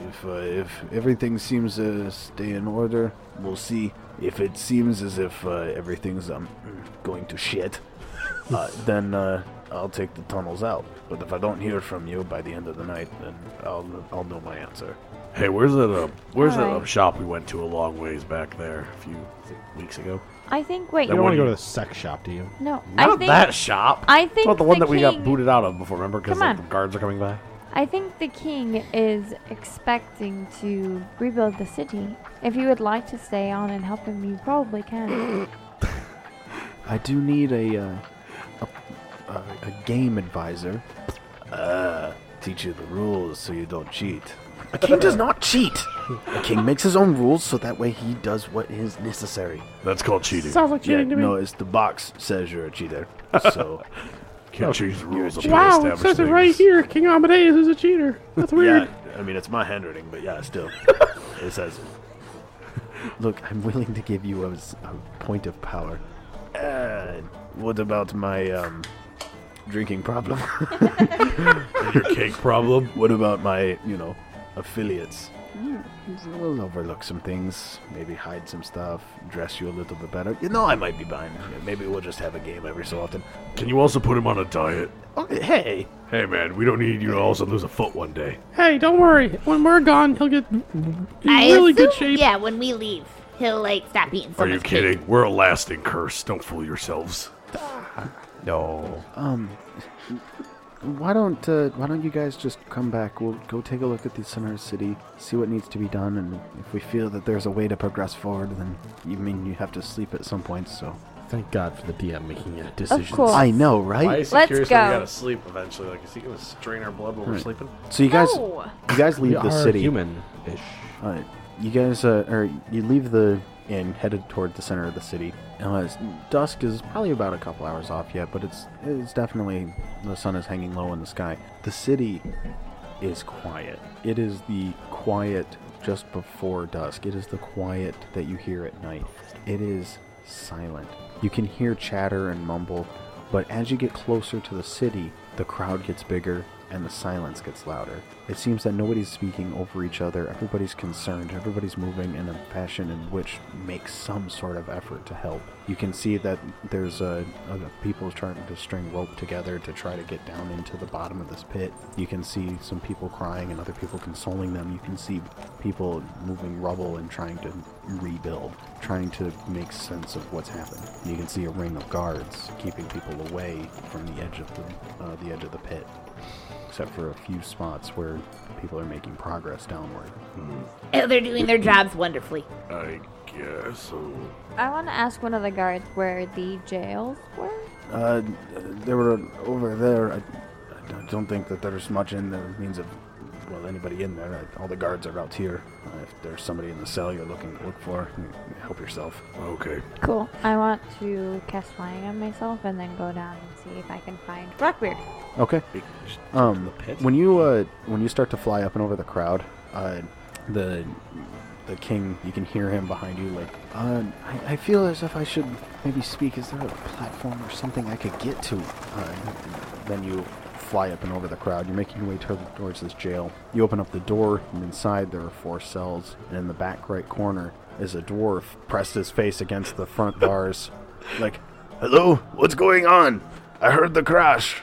Speaker 3: if uh, if everything seems to stay in order, we'll see. If it seems as if uh, everything's um going to shit, uh, then uh, I'll take the tunnels out. But if I don't hear from you by the end of the night, then I'll I'll know my answer.
Speaker 7: Hey, where's that? Uh, where's that
Speaker 5: Alright.
Speaker 7: uh, shop we went to a long ways back there a few weeks ago?
Speaker 5: I think. Wait.
Speaker 6: You don't
Speaker 7: one
Speaker 6: want to
Speaker 7: you-
Speaker 6: go to the sex shop, do you?
Speaker 5: No. I
Speaker 7: Not
Speaker 5: think.
Speaker 7: that shop.
Speaker 5: I think
Speaker 7: Well, the one that we got
Speaker 5: king-
Speaker 7: booted out of before, remember? Because
Speaker 5: Come
Speaker 7: like,
Speaker 5: on.
Speaker 7: the guards are coming by.
Speaker 5: I think the king is expecting to rebuild the city. If you would like to stay on and help him, you probably can.
Speaker 3: I do need a uh, a, a, a game advisor. Uh, teach you the rules so you don't cheat. A king does not cheat. A king makes his own rules so that way he does what is necessary.
Speaker 7: That's called cheating.
Speaker 9: Sounds like cheating to me.
Speaker 3: no, it's the box says you're a cheater. So
Speaker 7: Can't change the rules of
Speaker 9: wow, it
Speaker 7: established
Speaker 9: says it right
Speaker 7: things.
Speaker 9: here. King Amadeus is a cheater. That's weird.
Speaker 3: yeah, I mean it's my handwriting, but yeah, still it says. Look, I'm willing to give you a, s- a point of power. Uh, what about my um, drinking problem?
Speaker 7: Your cake problem.
Speaker 3: What about my, you know, affiliates? Mm, We'll overlook some things, maybe hide some stuff, dress you a little bit better. You know, I might be buying. Maybe we'll just have a game every so often.
Speaker 7: Can you also put him on a diet?
Speaker 3: Oh, hey,
Speaker 7: Hey, man, we don't need you to also lose a foot one day.
Speaker 9: Hey, don't worry. When we're gone, he'll get in
Speaker 8: I
Speaker 9: really good
Speaker 8: assume-
Speaker 9: shape.
Speaker 8: Yeah, when we leave, he'll like stop eating so
Speaker 7: Are you
Speaker 8: much cake.
Speaker 7: kidding? We're a lasting curse. Don't fool yourselves.
Speaker 6: No.
Speaker 3: why don't uh, why don't you guys just come back? We'll go take a look at the center city, see what needs to be done, and if we feel that there's a way to progress forward, then you mean you have to sleep at some point. So
Speaker 6: Thank God for the DM making uh, decisions.
Speaker 5: course.
Speaker 3: I know, right?
Speaker 7: is
Speaker 5: he Let's curious that we go. gotta
Speaker 7: sleep eventually? Like, is he gonna strain our blood when
Speaker 3: we're Right.
Speaker 7: sleeping?
Speaker 3: So you guys, you guys leave
Speaker 6: We
Speaker 3: the
Speaker 6: are
Speaker 3: city.
Speaker 6: human-ish.
Speaker 3: Uh, you guys, uh, or you leave the inn, headed toward the center of the city. Uh, it's- dusk is probably about a couple hours off yet, but it's it's definitely the sun is hanging low in the sky. The city is quiet. It is the quiet just before dusk. It is the quiet that you hear at night. It is silent. You can hear chatter and mumble, but as you get closer to the city, the crowd gets bigger and the silence gets louder. It seems that nobody's speaking over each other. Everybody's concerned. Everybody's moving in a fashion in which makes some sort of effort to help. You can see that there's uh uh, people trying to string rope together to try to get down into the bottom of this pit. You can see some people crying and other people consoling them. You can see people moving rubble and trying to rebuild, trying to make sense of what's happened. You can see a ring of guards keeping people away from the edge of the uh, the edge of the pit, except for a few spots where people are making progress downward.
Speaker 8: Oh, they're doing their jobs wonderfully.
Speaker 7: I guess so.
Speaker 5: I want to ask one of the guards where the jails were.
Speaker 3: Uh, they were over there. I, I don't think that there's much in the means of, well, anybody in there. all the guards are out here. Uh, if there's somebody in the cell you're looking to look for, help yourself.
Speaker 7: Okay.
Speaker 5: Cool. I want to cast flying on myself and then go down and see if I can find Blackbeard.
Speaker 3: Okay. Um, when you uh, when you start to fly up and over the crowd, uh, the the king, you can hear him behind you, like, uh, I, I feel as if I should maybe speak. Is there a platform or something I could get to? Uh, then you fly up and over the crowd. You're making your way toward, towards this jail. You open up the door, and inside there are four cells. And in the back right corner is a dwarf pressed his face against the front bars, like, Hello, what's going on? I heard the crash.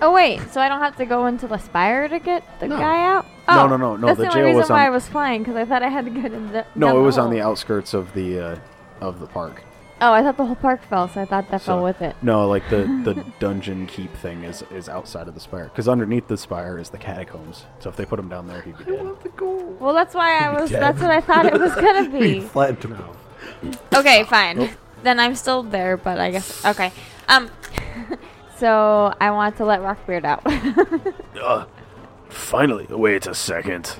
Speaker 5: Oh wait, so I don't have to go into the spire to get the guy out?
Speaker 3: No,
Speaker 5: Oh,
Speaker 3: no, no, no,
Speaker 5: That's
Speaker 3: the
Speaker 5: the, only
Speaker 3: jail
Speaker 5: reason
Speaker 3: was
Speaker 5: why
Speaker 3: on-
Speaker 5: I was flying because I thought I had to go to the.
Speaker 3: No,
Speaker 5: down
Speaker 3: it was on the
Speaker 5: hole.
Speaker 3: outskirts of the uh, of the park.
Speaker 5: Oh, I thought the whole park fell, so I thought that
Speaker 3: So-
Speaker 5: fell with Oh, it.
Speaker 3: No, like the the dungeon keep thing is is outside of the spire because underneath the spire is the catacombs. So if they put him down there, he'd be dead.
Speaker 5: Well, that's why I was. That's what I thought it was gonna be.
Speaker 3: Flat to no.
Speaker 5: Okay, fine. Then I'm still there, but I guess okay. Um, so I want to let Rockbeard out.
Speaker 1: Uh, finally. Wait a second.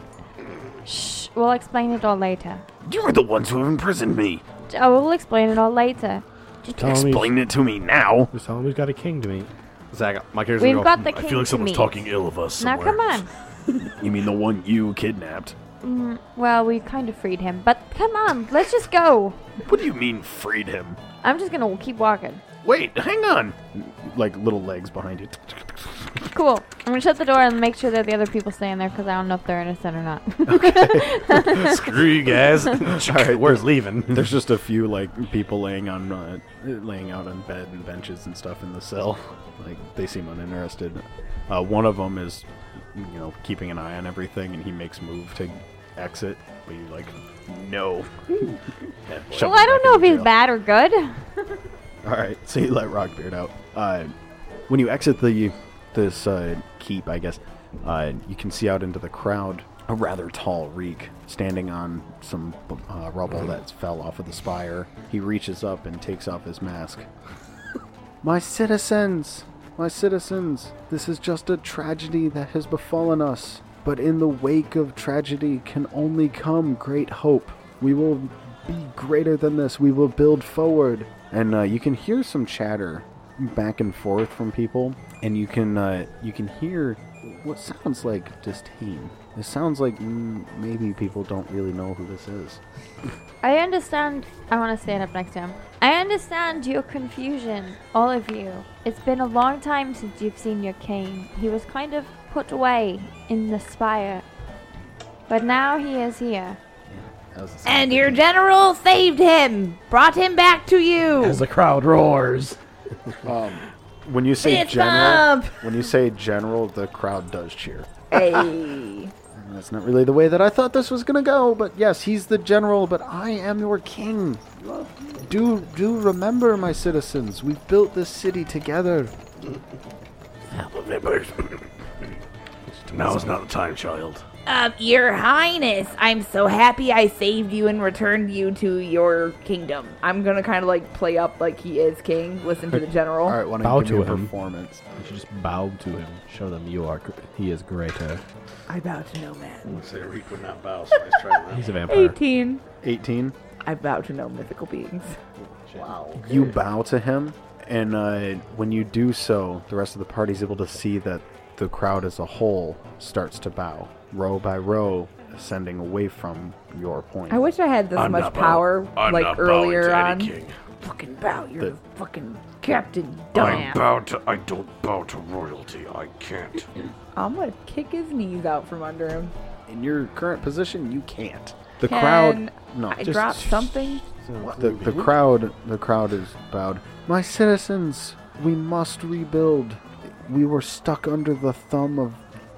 Speaker 5: Shh, we'll explain it all later.
Speaker 1: You're the ones who have imprisoned me.
Speaker 5: Oh, we'll explain it all later.
Speaker 1: Explain it to me now.
Speaker 16: Just tell him we've got a king to meet.
Speaker 7: Zach, my character's
Speaker 5: We've
Speaker 7: gonna
Speaker 5: got
Speaker 7: go,
Speaker 5: the
Speaker 7: I
Speaker 5: king
Speaker 7: feel like
Speaker 5: to
Speaker 7: someone's
Speaker 5: meet."
Speaker 7: talking ill of us
Speaker 5: Now
Speaker 7: somewhere.
Speaker 5: come on.
Speaker 1: You mean the one you kidnapped?
Speaker 5: Mm, well, we kind of freed him, but come on, let's just go.
Speaker 1: What do you mean freed him?
Speaker 5: I'm just gonna keep walking.
Speaker 1: Wait, hang on.
Speaker 3: Like little legs behind it.
Speaker 5: Cool. I'm gonna shut the door and make sure that the other people stay in there because I don't know if they're innocent or not.
Speaker 7: Screw you guys. We're leaving.
Speaker 3: There's just a few like people laying on uh, laying out on bed and benches and stuff in the cell. Like they seem uninterested. Uh, one of them is, you know, keeping an eye on everything, and he makes move to exit, but you like, no. And shove him
Speaker 5: well, I
Speaker 3: back
Speaker 5: don't know
Speaker 3: in
Speaker 5: if
Speaker 3: the
Speaker 5: he's
Speaker 3: jail.
Speaker 5: bad or good.
Speaker 3: All right, so you let Rockbeard out. Uh, when you exit the this uh, keep, I guess uh, you can see out into the crowd a rather tall reek standing on some uh, rubble that fell off of the spire. He reaches up and takes off his mask. My citizens, my citizens, this is just a tragedy that has befallen us. But in the wake of tragedy can only come great hope. We will be greater than this. We will build forward. And uh, you can hear some chatter back and forth from people, and you can uh, you can hear what sounds like disdain. It sounds like mm, maybe people don't really know who this is.
Speaker 5: I understand. I want to stand up next to him. I understand your confusion, all of you. It's been a long time since you've seen your king. He was kind of put away in the spire, but now he is here.
Speaker 8: And your general saved him, brought him back to you.
Speaker 3: the crowd roars. um, when you say
Speaker 8: Fist
Speaker 3: general,
Speaker 8: bump!
Speaker 3: when you say general, the crowd does cheer.
Speaker 4: Hey.
Speaker 3: And That's not really the way that I thought this was gonna go, but yes, he's the general, but I am your king. Do do remember, my citizens, we've built this city together.
Speaker 7: Now is not the time, child.
Speaker 8: Um, your highness, I'm so happy I saved you and returned you to your kingdom.
Speaker 4: I'm gonna kind of like play up like he is king. Listen to the general.
Speaker 3: All right, why don't
Speaker 6: Bow
Speaker 3: you give me
Speaker 6: to
Speaker 3: a
Speaker 6: him.
Speaker 3: performance?
Speaker 6: You should just bow to him. Show them you are. gr- He is greater.
Speaker 4: I bow to no man.
Speaker 7: Say Reek would not bow, Oh, so let's try it
Speaker 6: He's a vampire.
Speaker 4: Eighteen.
Speaker 3: 18.
Speaker 4: I bow to no mythical beings.
Speaker 3: You bow to him, and uh, when you do so, the rest of the party's able to see that the crowd as a whole starts to bow, row by row, ascending away from your point.
Speaker 4: I wish I had this
Speaker 3: I'm
Speaker 4: much
Speaker 3: not
Speaker 4: power
Speaker 3: bow- I'm
Speaker 4: like
Speaker 3: not bowing
Speaker 4: earlier
Speaker 3: to any
Speaker 4: on.
Speaker 3: king.
Speaker 4: Fucking bow, you're
Speaker 3: The-
Speaker 4: a fucking captain
Speaker 7: I
Speaker 6: Oh,
Speaker 4: dumbass.
Speaker 7: bow to. I don't bow to royalty. I can't.
Speaker 4: I'm gonna kick his knees out from under him.
Speaker 3: In your current position, you can't. The
Speaker 4: Can
Speaker 3: crowd. No,
Speaker 4: I
Speaker 3: just-
Speaker 4: drop something.
Speaker 3: The, the crowd, the crowd is bowed. My citizens, we must rebuild. We were stuck under the thumb of.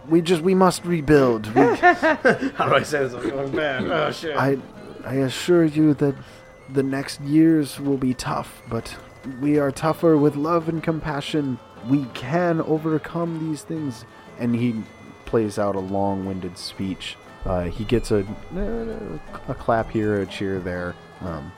Speaker 3: We just, we must rebuild. We,
Speaker 7: How do I say this? I'm going bad. Oh shit.
Speaker 3: I, I assure you that the next years will be tough, but we are tougher with love and compassion. We can overcome these things. And he plays out a long winded speech. Uh, he gets a, a clap here, a cheer there. Um,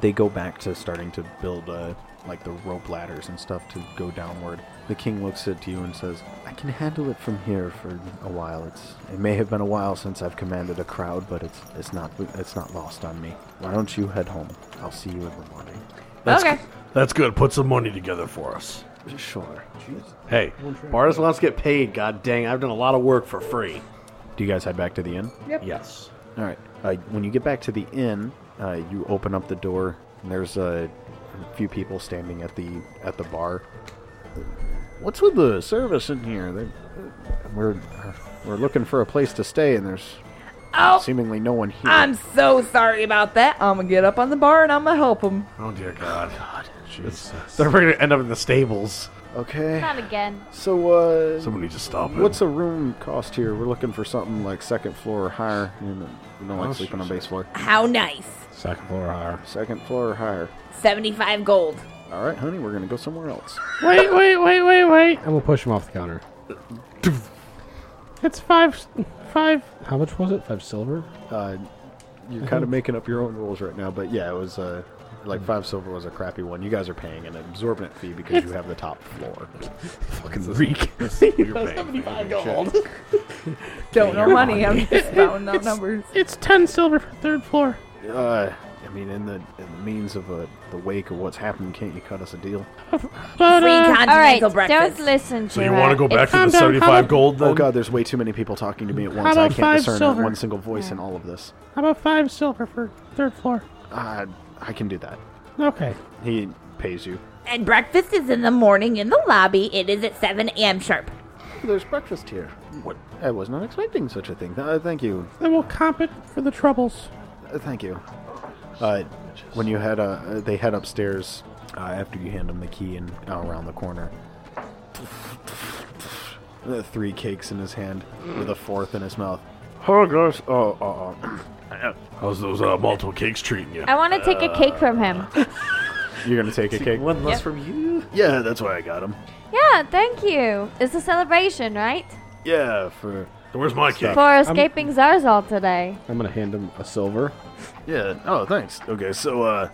Speaker 3: they go back to starting to build uh, like the rope ladders and stuff to go downward. The king looks at you and says, I can handle it from here for a while. It's it may have been a while since I've commanded a crowd, but it's it's not it's not lost on me. Why don't you head home? I'll see you in the morning.
Speaker 7: That's
Speaker 4: okay.
Speaker 7: That's good. Put some money together for us.
Speaker 3: Sure.
Speaker 7: Hey, Bardas wants to get paid. God dang, I've done a lot of work for free.
Speaker 3: Do you guys head back to the inn?
Speaker 4: Yep.
Speaker 7: Yes.
Speaker 3: All right. Uh, when you get back to the inn, uh, you open up the door, and there's a few people standing at the at the bar. What's with the service in here? They, we're we're looking for a place to stay, and there's
Speaker 4: Oh. Ah.
Speaker 3: seemingly no one here.
Speaker 4: I'm so sorry about that. I'm gonna get up on the bar and I'm gonna help him.
Speaker 7: Oh dear God. God. Jesus. They're going to end up in the stables.
Speaker 3: Okay.
Speaker 5: Not again.
Speaker 3: So, uh.
Speaker 7: Somebody just stop it.
Speaker 3: What's a room cost here? We're looking for something like second floor or higher. You know, we don't like sleeping on base floor.
Speaker 8: How nice.
Speaker 3: Second floor or higher. Second floor or higher.
Speaker 8: 75 gold.
Speaker 3: All right, honey, we're gonna go somewhere else.
Speaker 9: Wait, wait, wait, wait, wait.
Speaker 6: And we'll push him off the counter.
Speaker 9: It's five, five.
Speaker 6: How much was it? Five silver?
Speaker 3: Uh, you're
Speaker 9: Mm-hmm.
Speaker 3: kind of making up your own rules right now, but yeah, it was uh, like five silver was a crappy one. You guys are paying an exorbitant fee because you have the top floor. Fucking reek.
Speaker 7: You're
Speaker 9: Seventy-five
Speaker 3: gold.
Speaker 4: Don't know
Speaker 3: Come
Speaker 4: money.
Speaker 3: on.
Speaker 4: I'm just rounding out numbers.
Speaker 9: It's ten silver for third floor.
Speaker 3: Uh, I mean, in the in the means of uh the wake of what's happened, can't you cut us a deal?
Speaker 9: But,
Speaker 8: Free
Speaker 9: uh,
Speaker 8: continental
Speaker 5: All right,
Speaker 8: breakfast.
Speaker 5: don't listen to
Speaker 7: So you want to
Speaker 5: her.
Speaker 7: go back
Speaker 5: It's-
Speaker 7: to the
Speaker 9: Calm down, calm
Speaker 7: 75
Speaker 9: down.
Speaker 7: gold then?
Speaker 3: Oh god, there's way too many people talking to me at once.
Speaker 9: about
Speaker 3: I can't
Speaker 9: Um, five
Speaker 3: discern
Speaker 9: silver?
Speaker 3: one single voice in all of this.
Speaker 9: how about five silver for third floor?
Speaker 3: Uh, I can do that.
Speaker 9: Okay.
Speaker 3: He pays you.
Speaker 8: And breakfast is in the morning in the lobby. It is at 7 a.m. sharp.
Speaker 3: There's breakfast here. What? I was not expecting such a thing. Uh, thank you.
Speaker 9: Then we'll comp it for the troubles.
Speaker 3: Uh, thank you. Uh, when you head, uh, uh, they head upstairs uh, after you hand them the key and out around the corner. Uh, Three cakes in his hand with a fourth in his mouth. Hello, guys. Oh, uh, uh,
Speaker 7: How's those uh, multiple cakes treating you?
Speaker 5: I want to take a cake from him.
Speaker 7: Uh.
Speaker 3: you're gonna take a cake.
Speaker 7: One less from you?
Speaker 3: Yeah, that's why I got him.
Speaker 5: Yeah, thank you. It's a celebration, right?
Speaker 3: Yeah, for
Speaker 7: Where's my cake?
Speaker 5: For escaping Zarzal today.
Speaker 6: I'm gonna hand him a silver.
Speaker 3: yeah. Oh, thanks. Okay, so uh,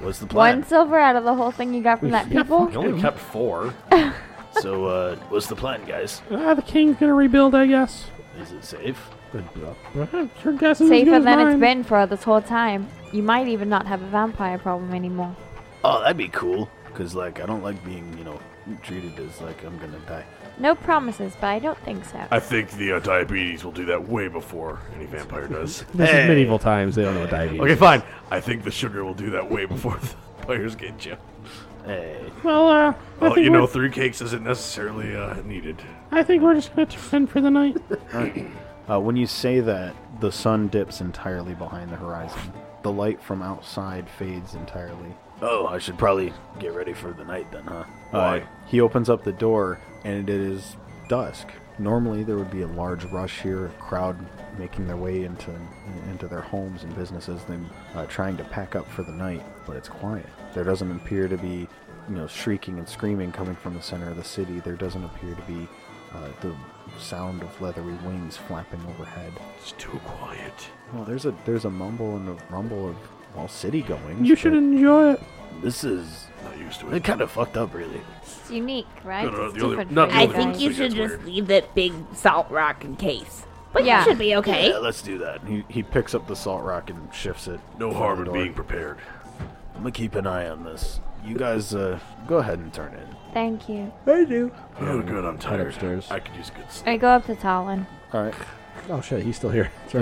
Speaker 3: what's the
Speaker 5: One silver out of the whole thing you got from that people.
Speaker 7: You only kept four.
Speaker 17: So, uh, what's the plan, guys?
Speaker 9: Ah, the king's gonna rebuild, I guess.
Speaker 17: Is it safe?
Speaker 9: Uh, Your guess is as good
Speaker 5: Safer
Speaker 9: as
Speaker 5: than it's
Speaker 9: mine.
Speaker 5: been for this whole time. You might even not have a vampire problem anymore.
Speaker 17: Oh, that'd be cool. Cause like I don't like being, you know, treated as like I'm gonna die.
Speaker 5: No promises, but I don't think so.
Speaker 7: I think the uh, diabetes will do that way before any vampire does.
Speaker 6: This is medieval times. They don't know what diabetes.
Speaker 7: Okay,
Speaker 6: is.
Speaker 7: fine. I think the sugar will do that way before the players get you.
Speaker 17: Hey,
Speaker 9: Well, uh, I,
Speaker 7: Well,
Speaker 9: think
Speaker 7: you know,
Speaker 9: we're-
Speaker 7: three cakes isn't necessarily uh, needed.
Speaker 9: I think we're just gonna turn in for the night.
Speaker 3: Uh, when you say that, the sun dips entirely behind the horizon. The light from outside fades entirely.
Speaker 17: oh, I should probably get ready for the night then, huh?
Speaker 3: Uh, he opens up the door, and it is dusk. Normally, there would be a large rush here, a crowd making their way into into their homes and businesses, then uh, trying to pack up for the night. But it's quiet. There doesn't appear to be, you know, shrieking and screaming coming from the center of the city. There doesn't appear to be uh, the sound of leathery wings flapping overhead.
Speaker 7: It's too quiet.
Speaker 3: Well, there's a there's a mumble and a rumble of well, city going.
Speaker 9: You should enjoy it.
Speaker 17: This is
Speaker 7: Not used to
Speaker 17: it
Speaker 7: it.
Speaker 17: kind of fucked up, really.
Speaker 5: It's unique, right?
Speaker 7: No, no,
Speaker 5: It's
Speaker 7: the only-
Speaker 5: different
Speaker 7: not
Speaker 5: for
Speaker 7: the
Speaker 5: you
Speaker 8: I
Speaker 7: only
Speaker 5: guys.
Speaker 8: think you
Speaker 7: thing
Speaker 8: should just
Speaker 7: that's weird.
Speaker 8: leave that big salt rock in case. But
Speaker 5: Yeah.
Speaker 8: you should be okay.
Speaker 17: Yeah, let's do that.
Speaker 3: He, he picks up the salt rock and shifts it.
Speaker 7: No
Speaker 3: in front of
Speaker 7: harm
Speaker 3: the
Speaker 7: in
Speaker 3: door.
Speaker 7: being prepared.
Speaker 17: I'm gonna keep an eye on this.
Speaker 3: You guys, uh, go ahead and turn in.
Speaker 5: Thank you.
Speaker 7: Oh, good. I'm tired.
Speaker 6: upstairs.
Speaker 7: I could use a good sleep.
Speaker 5: I go up to Talon.
Speaker 3: All right.
Speaker 6: Oh shit, he's still here. That's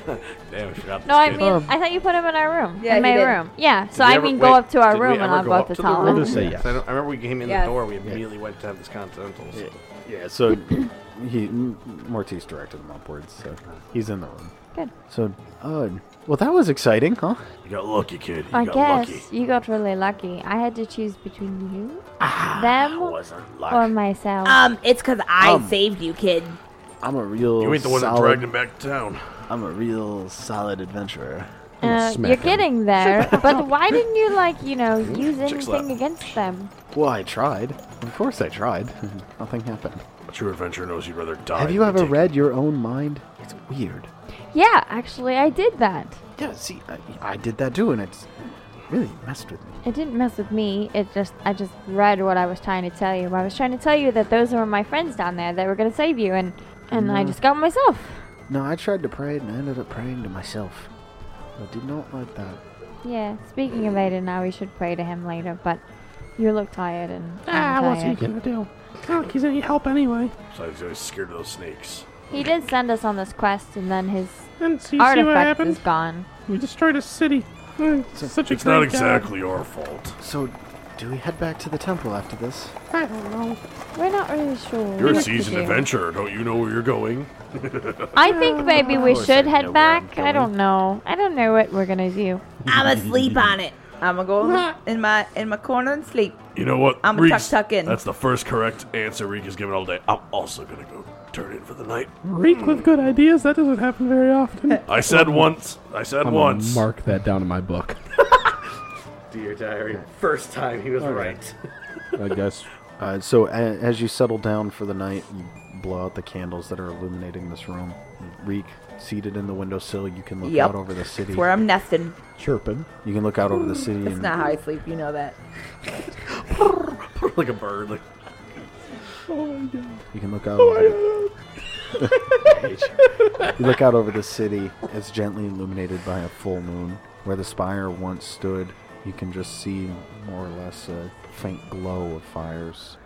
Speaker 6: right.
Speaker 7: Damn, I forgot
Speaker 5: No, I
Speaker 7: this
Speaker 5: mean,
Speaker 7: kid.
Speaker 5: I thought you put him in our room.
Speaker 4: Yeah,
Speaker 5: in my
Speaker 4: he did.
Speaker 5: room. Yeah, so
Speaker 7: Did we
Speaker 5: I
Speaker 7: ever-
Speaker 5: mean,
Speaker 7: wait,
Speaker 5: go up to our
Speaker 7: did we
Speaker 5: room and
Speaker 7: ever
Speaker 5: I'll
Speaker 7: go
Speaker 5: go
Speaker 7: up
Speaker 5: up to
Speaker 7: to the room?
Speaker 5: Talon.
Speaker 6: We'll just say yes.
Speaker 7: I, don't, I remember we came in the
Speaker 4: Yes.
Speaker 7: door. We immediately went to have this continentals.
Speaker 3: Yeah, so he M- Mortis directed him upwards, so he's in the room.
Speaker 5: Good.
Speaker 3: So, uh, well, that was exciting, huh?
Speaker 7: You got lucky, kid. You
Speaker 5: I
Speaker 7: got
Speaker 5: guess
Speaker 7: lucky.
Speaker 5: you got really lucky. I had to choose between you,
Speaker 7: Ah,
Speaker 5: them,
Speaker 17: Wasn't
Speaker 5: or
Speaker 17: luck.
Speaker 5: myself.
Speaker 8: Um, it's because I
Speaker 3: Um.
Speaker 8: saved you, kid.
Speaker 3: I'm a real.
Speaker 7: You ain't the one that
Speaker 3: solid,
Speaker 7: dragged him back to town.
Speaker 3: I'm a real solid adventurer.
Speaker 5: Uh,
Speaker 6: smack
Speaker 5: you're
Speaker 6: him.
Speaker 5: getting there, but why didn't you like you know use
Speaker 7: slap.
Speaker 5: anything against them?
Speaker 3: Well, I tried. Of course, I tried. Nothing happened.
Speaker 7: A true adventurer knows you'd rather die.
Speaker 3: Have you
Speaker 7: than
Speaker 3: ever
Speaker 7: take-
Speaker 3: read your own mind? It's weird.
Speaker 5: Yeah, actually, I did that.
Speaker 3: Yeah. See, I, I did that too, and it's really messed with me.
Speaker 5: It didn't mess with me. It just I just read what I was trying to tell you. I was trying to tell you that those were my friends down there that were gonna save you, and and
Speaker 9: Mm-hmm.
Speaker 5: I just got myself.
Speaker 3: No, I tried to pray and I ended up praying to myself. I did not like that.
Speaker 5: Yeah. Speaking of Aiden, now we should pray to him later. But you look tired, and I'm
Speaker 9: Ah, what's he
Speaker 5: tired.
Speaker 9: gonna do? Oh, he's gonna need help anyway.
Speaker 7: So I was always scared of those snakes.
Speaker 5: He did send us on this quest, and then his
Speaker 9: And see- see what
Speaker 5: artifact
Speaker 9: happened?
Speaker 5: is gone.
Speaker 9: We destroyed a city. Mm, It's such a
Speaker 7: It's not
Speaker 9: great guy.
Speaker 7: exactly our fault.
Speaker 3: So, do we head back to the temple after this?
Speaker 9: I don't know.
Speaker 5: We're not really sure.
Speaker 7: You're
Speaker 5: what
Speaker 7: a
Speaker 5: to
Speaker 7: seasoned
Speaker 5: do.
Speaker 7: adventurer. Don't you know where you're going?
Speaker 5: I
Speaker 9: Ah.
Speaker 5: think maybe we
Speaker 7: Of course
Speaker 5: should
Speaker 7: I
Speaker 5: head
Speaker 7: know where I'm
Speaker 5: back. I don't know. I don't know what we're gonna do.
Speaker 4: I'ma sleep on it. I'ma go in my in my corner and sleep.
Speaker 7: You know what?
Speaker 4: I'ma tuck
Speaker 7: Reek's-
Speaker 4: tuck in.
Speaker 7: That's the first correct answer Reek has given all day. I'm also gonna go turn in for the night.
Speaker 9: Reek with good ideas, that doesn't happen very often.
Speaker 7: I said once. I said
Speaker 6: I'm gonna
Speaker 7: once.
Speaker 6: Mark that down in my book.
Speaker 7: Dear diary. First time he was right.
Speaker 3: I guess. Uh, so, a- as you settle down for the night, you blow out the candles that are illuminating this room. Reek, seated in the windowsill, you can look
Speaker 4: Yep.
Speaker 3: out over the city.
Speaker 4: It's where I'm nesting.
Speaker 3: chirping. You can look out over the city
Speaker 4: That's
Speaker 3: and
Speaker 4: not how I sleep. You know that.
Speaker 7: like a bird. Like,
Speaker 9: Oh my god.
Speaker 3: you can look out.
Speaker 9: Oh
Speaker 3: over,
Speaker 9: my god.
Speaker 3: you look out over the city. It's gently illuminated by a full moon. Where the spire once stood, you can just see more or less a faint glow of fires.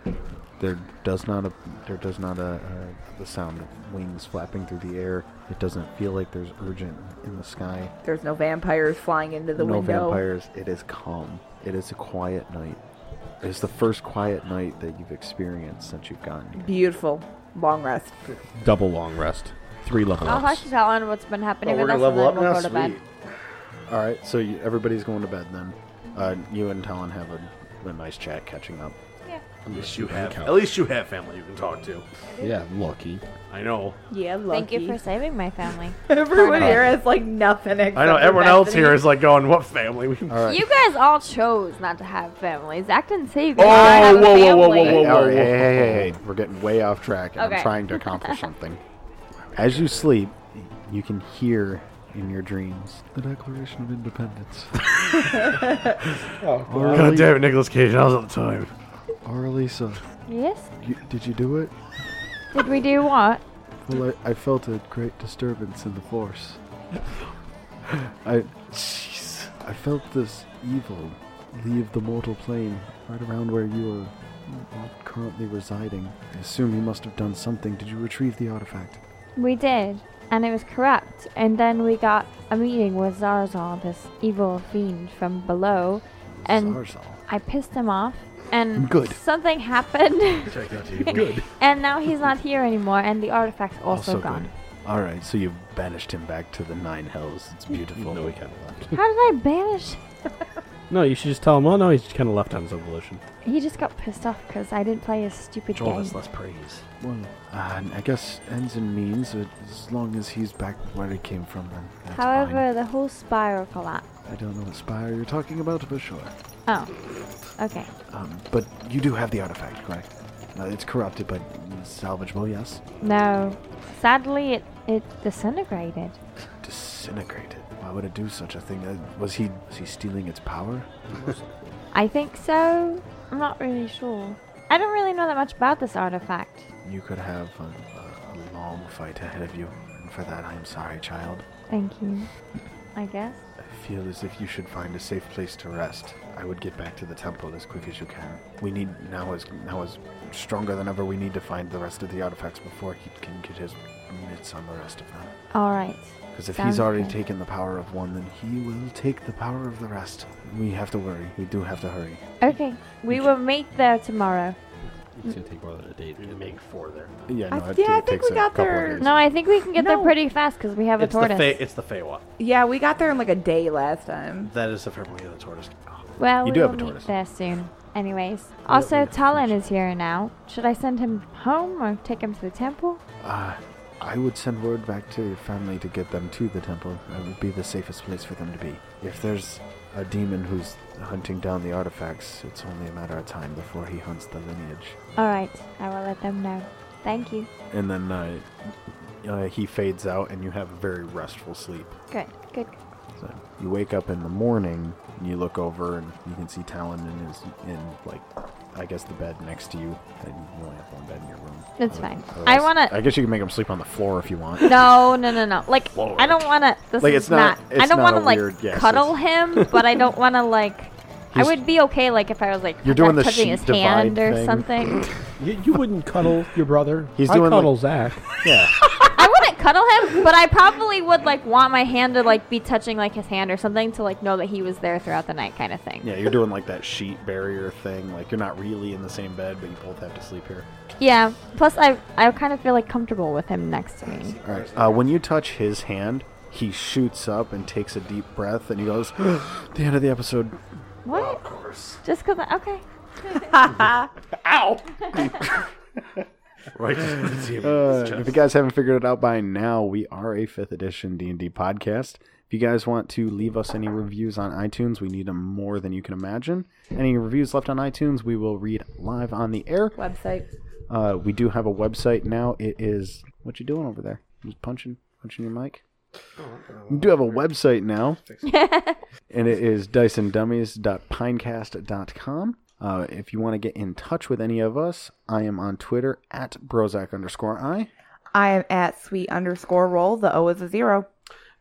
Speaker 3: There does not a there does not a, a the sound of wings flapping through the air. It doesn't feel like there's urgent in the sky.
Speaker 4: There's no vampires flying into the
Speaker 3: no
Speaker 4: window.
Speaker 3: vampires. It is calm. Um, It is a quiet night. It is the first quiet night that you've experienced since you've gotten here.
Speaker 4: Beautiful. Long rest.
Speaker 3: Double long rest. Three level
Speaker 5: I'll hush tell on what's been happening with us, and then we'll go to bed.
Speaker 3: All right, so you, everybody's going to bed then. Uh, you and Talon have a, a nice chat catching up.
Speaker 5: Yeah.
Speaker 7: At least you have. At least you have family you can talk to.
Speaker 6: Yeah, lucky.
Speaker 7: I know.
Speaker 4: Yeah,
Speaker 5: Thank you for saving my family.
Speaker 4: Everyone here has like nothing. Except
Speaker 7: I know.
Speaker 4: for
Speaker 7: Everyone else
Speaker 4: Bethany.
Speaker 7: here is like going, "What family?" We All
Speaker 5: You guys all chose not to have families. Acton said you guys
Speaker 7: Oh,
Speaker 5: all have a
Speaker 7: whoa, whoa, whoa,
Speaker 5: family.
Speaker 7: whoa, whoa,
Speaker 3: All
Speaker 7: whoa.
Speaker 3: right, hey, hey, hey, hey, we're getting way off track, and
Speaker 5: Okay.
Speaker 3: I'm trying to accomplish something. As you sleep, you can hear in your dreams the Declaration of Independence.
Speaker 9: Oh,
Speaker 3: Or
Speaker 7: God
Speaker 3: Elisa-
Speaker 7: damn it, Nicolas Cage! Now's not the time.
Speaker 3: Or Elisa,
Speaker 5: Yes?
Speaker 3: you, did you do it?
Speaker 5: Did we do what?
Speaker 3: Well, I, I felt a great disturbance in the force. I, jeez, I felt this evil leave the mortal plane right around where you are currently residing. I assume you must have done something. Did you retrieve the artifact?
Speaker 5: We did, and it was corrupt. And then we got a meeting with Zarzal, this evil fiend from below, and
Speaker 3: Zarzal.
Speaker 5: I pissed him off. And
Speaker 3: Good.
Speaker 5: something happened,
Speaker 3: Good.
Speaker 5: and now he's not here anymore, and the artifact's also, gone.
Speaker 3: All right, so you've banished him back to the nine hells. It's beautiful. no, we kind of left.
Speaker 5: How did I banish?
Speaker 6: No, you should just tell him. Well, no, he's just kind of left on his own volition.
Speaker 5: He just got pissed off because I didn't play his stupid game.
Speaker 6: praise.
Speaker 3: Well, uh, I guess ends and means. uh, As long as he's back where he came from, then that's
Speaker 5: However,
Speaker 3: fine.
Speaker 5: the whole spiral collapsed.
Speaker 3: I don't know what spire you're talking about, but sure.
Speaker 5: Oh, okay.
Speaker 3: Um, but you do have the artifact, correct? Uh, it's corrupted, but it's salvageable, yes?
Speaker 5: No, sadly, it it disintegrated.
Speaker 3: Disintegrated. Why would it do such a thing? Uh, was he was he stealing its power?
Speaker 5: I think so. I'm not really sure. I don't really know that much about this artifact.
Speaker 3: you could have a, a, a long fight ahead of you, and for that I am sorry, child.
Speaker 5: Thank you. I guess.
Speaker 3: I feel as if you should find a safe place to rest. I would get back to the temple as quick as you can. We need now is now is stronger than ever. We need to find the rest of the artifacts before he can get his mitts on the rest of them.
Speaker 5: All right.
Speaker 3: Because if
Speaker 5: Sounds
Speaker 3: he's already
Speaker 5: good.
Speaker 3: taken the power of one, then he will take the power of the rest. We have to worry. We do have to hurry.
Speaker 5: Okay, we will meet there tomorrow.
Speaker 6: It's gonna take more than a day to make four there.
Speaker 3: Yeah,
Speaker 5: I- no, it- yeah, I it think takes we a got couple of there. days. No, I think we can get there pretty fast because we have a
Speaker 7: It's the
Speaker 5: tortoise.
Speaker 7: Fey. It's the Feywa.
Speaker 4: Yeah, we got there in like a day last time.
Speaker 7: That is the fair point of the tortoise.
Speaker 5: well, we
Speaker 7: You do have
Speaker 5: will meet
Speaker 7: a tortoise.
Speaker 5: there soon. Anyways, also Talon is here now. Should I send him home or take him to the temple?
Speaker 3: Uh, I would send word back to your family to get them to the temple. That would be the safest place for them to be. If there's a demon who's hunting down the artifacts, it's only a matter of time before he hunts the lineage.
Speaker 5: All right, I will let them know. Thank you.
Speaker 3: And then uh, uh, he fades out, and you have a very restful sleep.
Speaker 5: Good, good.
Speaker 3: So you wake up in the morning, and you look over, and you can see Talon in his in like, I guess the bed next to you, and you only have one bed in your room.
Speaker 5: That's
Speaker 3: Other-
Speaker 5: fine. I
Speaker 3: otherwise-
Speaker 5: wanna-
Speaker 3: I guess you can make him sleep on the floor if you want.
Speaker 5: No, no, no, no. Like I don't want to. This
Speaker 3: Like,
Speaker 5: is
Speaker 3: it's not-
Speaker 5: I
Speaker 3: it's
Speaker 5: don't
Speaker 3: not
Speaker 5: want
Speaker 3: a
Speaker 5: to like
Speaker 3: weird- yes,
Speaker 5: cuddle
Speaker 3: it's-
Speaker 5: him, but I don't want to like. I
Speaker 18: He's-
Speaker 5: would be okay like if I was like
Speaker 3: You're doing the
Speaker 5: touching his
Speaker 3: sheep divide
Speaker 5: hand or
Speaker 3: thing.
Speaker 5: something.
Speaker 6: You, you wouldn't cuddle your brother.
Speaker 3: He's
Speaker 6: I
Speaker 3: doing, like-
Speaker 6: cuddle Zach.
Speaker 3: Yeah.
Speaker 5: I cuddle him, but I probably would like want my hand to like be touching like his hand or something to like know that he was there throughout the night, kind of thing.
Speaker 3: Yeah, you're doing like that sheet barrier thing. Like you're not really in the same bed, but you both have to sleep here.
Speaker 5: Yeah. Plus, I I kind of feel like comfortable with him next to me.
Speaker 3: All right. Uh, when you touch his hand, he shoots up and takes a deep breath, and he goes, "The end of the episode."
Speaker 5: What? Of course. Just because. Okay.
Speaker 3: Ow.
Speaker 7: Right. It's him.
Speaker 3: Uh,
Speaker 7: It's
Speaker 3: if
Speaker 7: just-
Speaker 3: you guys haven't figured it out by now, we are a fifth edition D and D podcast. If you guys want to leave us any reviews on iTunes, we need them more than you can imagine. Any reviews left on iTunes, we will read live on the air.
Speaker 4: Website.
Speaker 3: Uh, we do have a website now. It is what you doing over there? Just punching, punching your mic. We do have a website now, and it is dysondummies.pinecast.com. Uh, if you want to get in touch with any of us, I am on Twitter at Brozac underscore I.
Speaker 4: I am at sweet underscore roll. The O is a zero.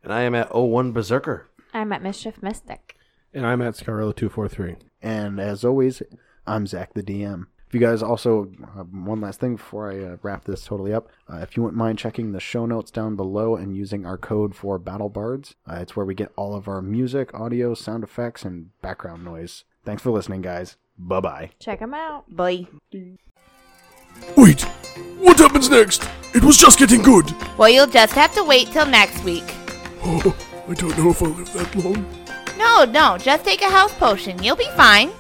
Speaker 7: And I am at 01 Berserker.
Speaker 5: I'm at Mischief Mystic.
Speaker 3: And I'm at Scarello243. And as always, I'm Zach the DM. If you guys also, uh, one last thing before I uh, wrap this totally up, uh, if you wouldn't mind checking the show notes down below and using our code for Battle Bards, uh, it's where we get all of our music, audio, sound effects, and background noise. Thanks for listening, guys. Bye bye.
Speaker 5: Check him out.
Speaker 4: Bye.
Speaker 1: Wait, what happens next? It was just getting good.
Speaker 8: Well, you'll just have to wait till next week.
Speaker 1: Oh, I don't know if I'll live that long.
Speaker 8: No, no, just take a health potion. You'll be fine.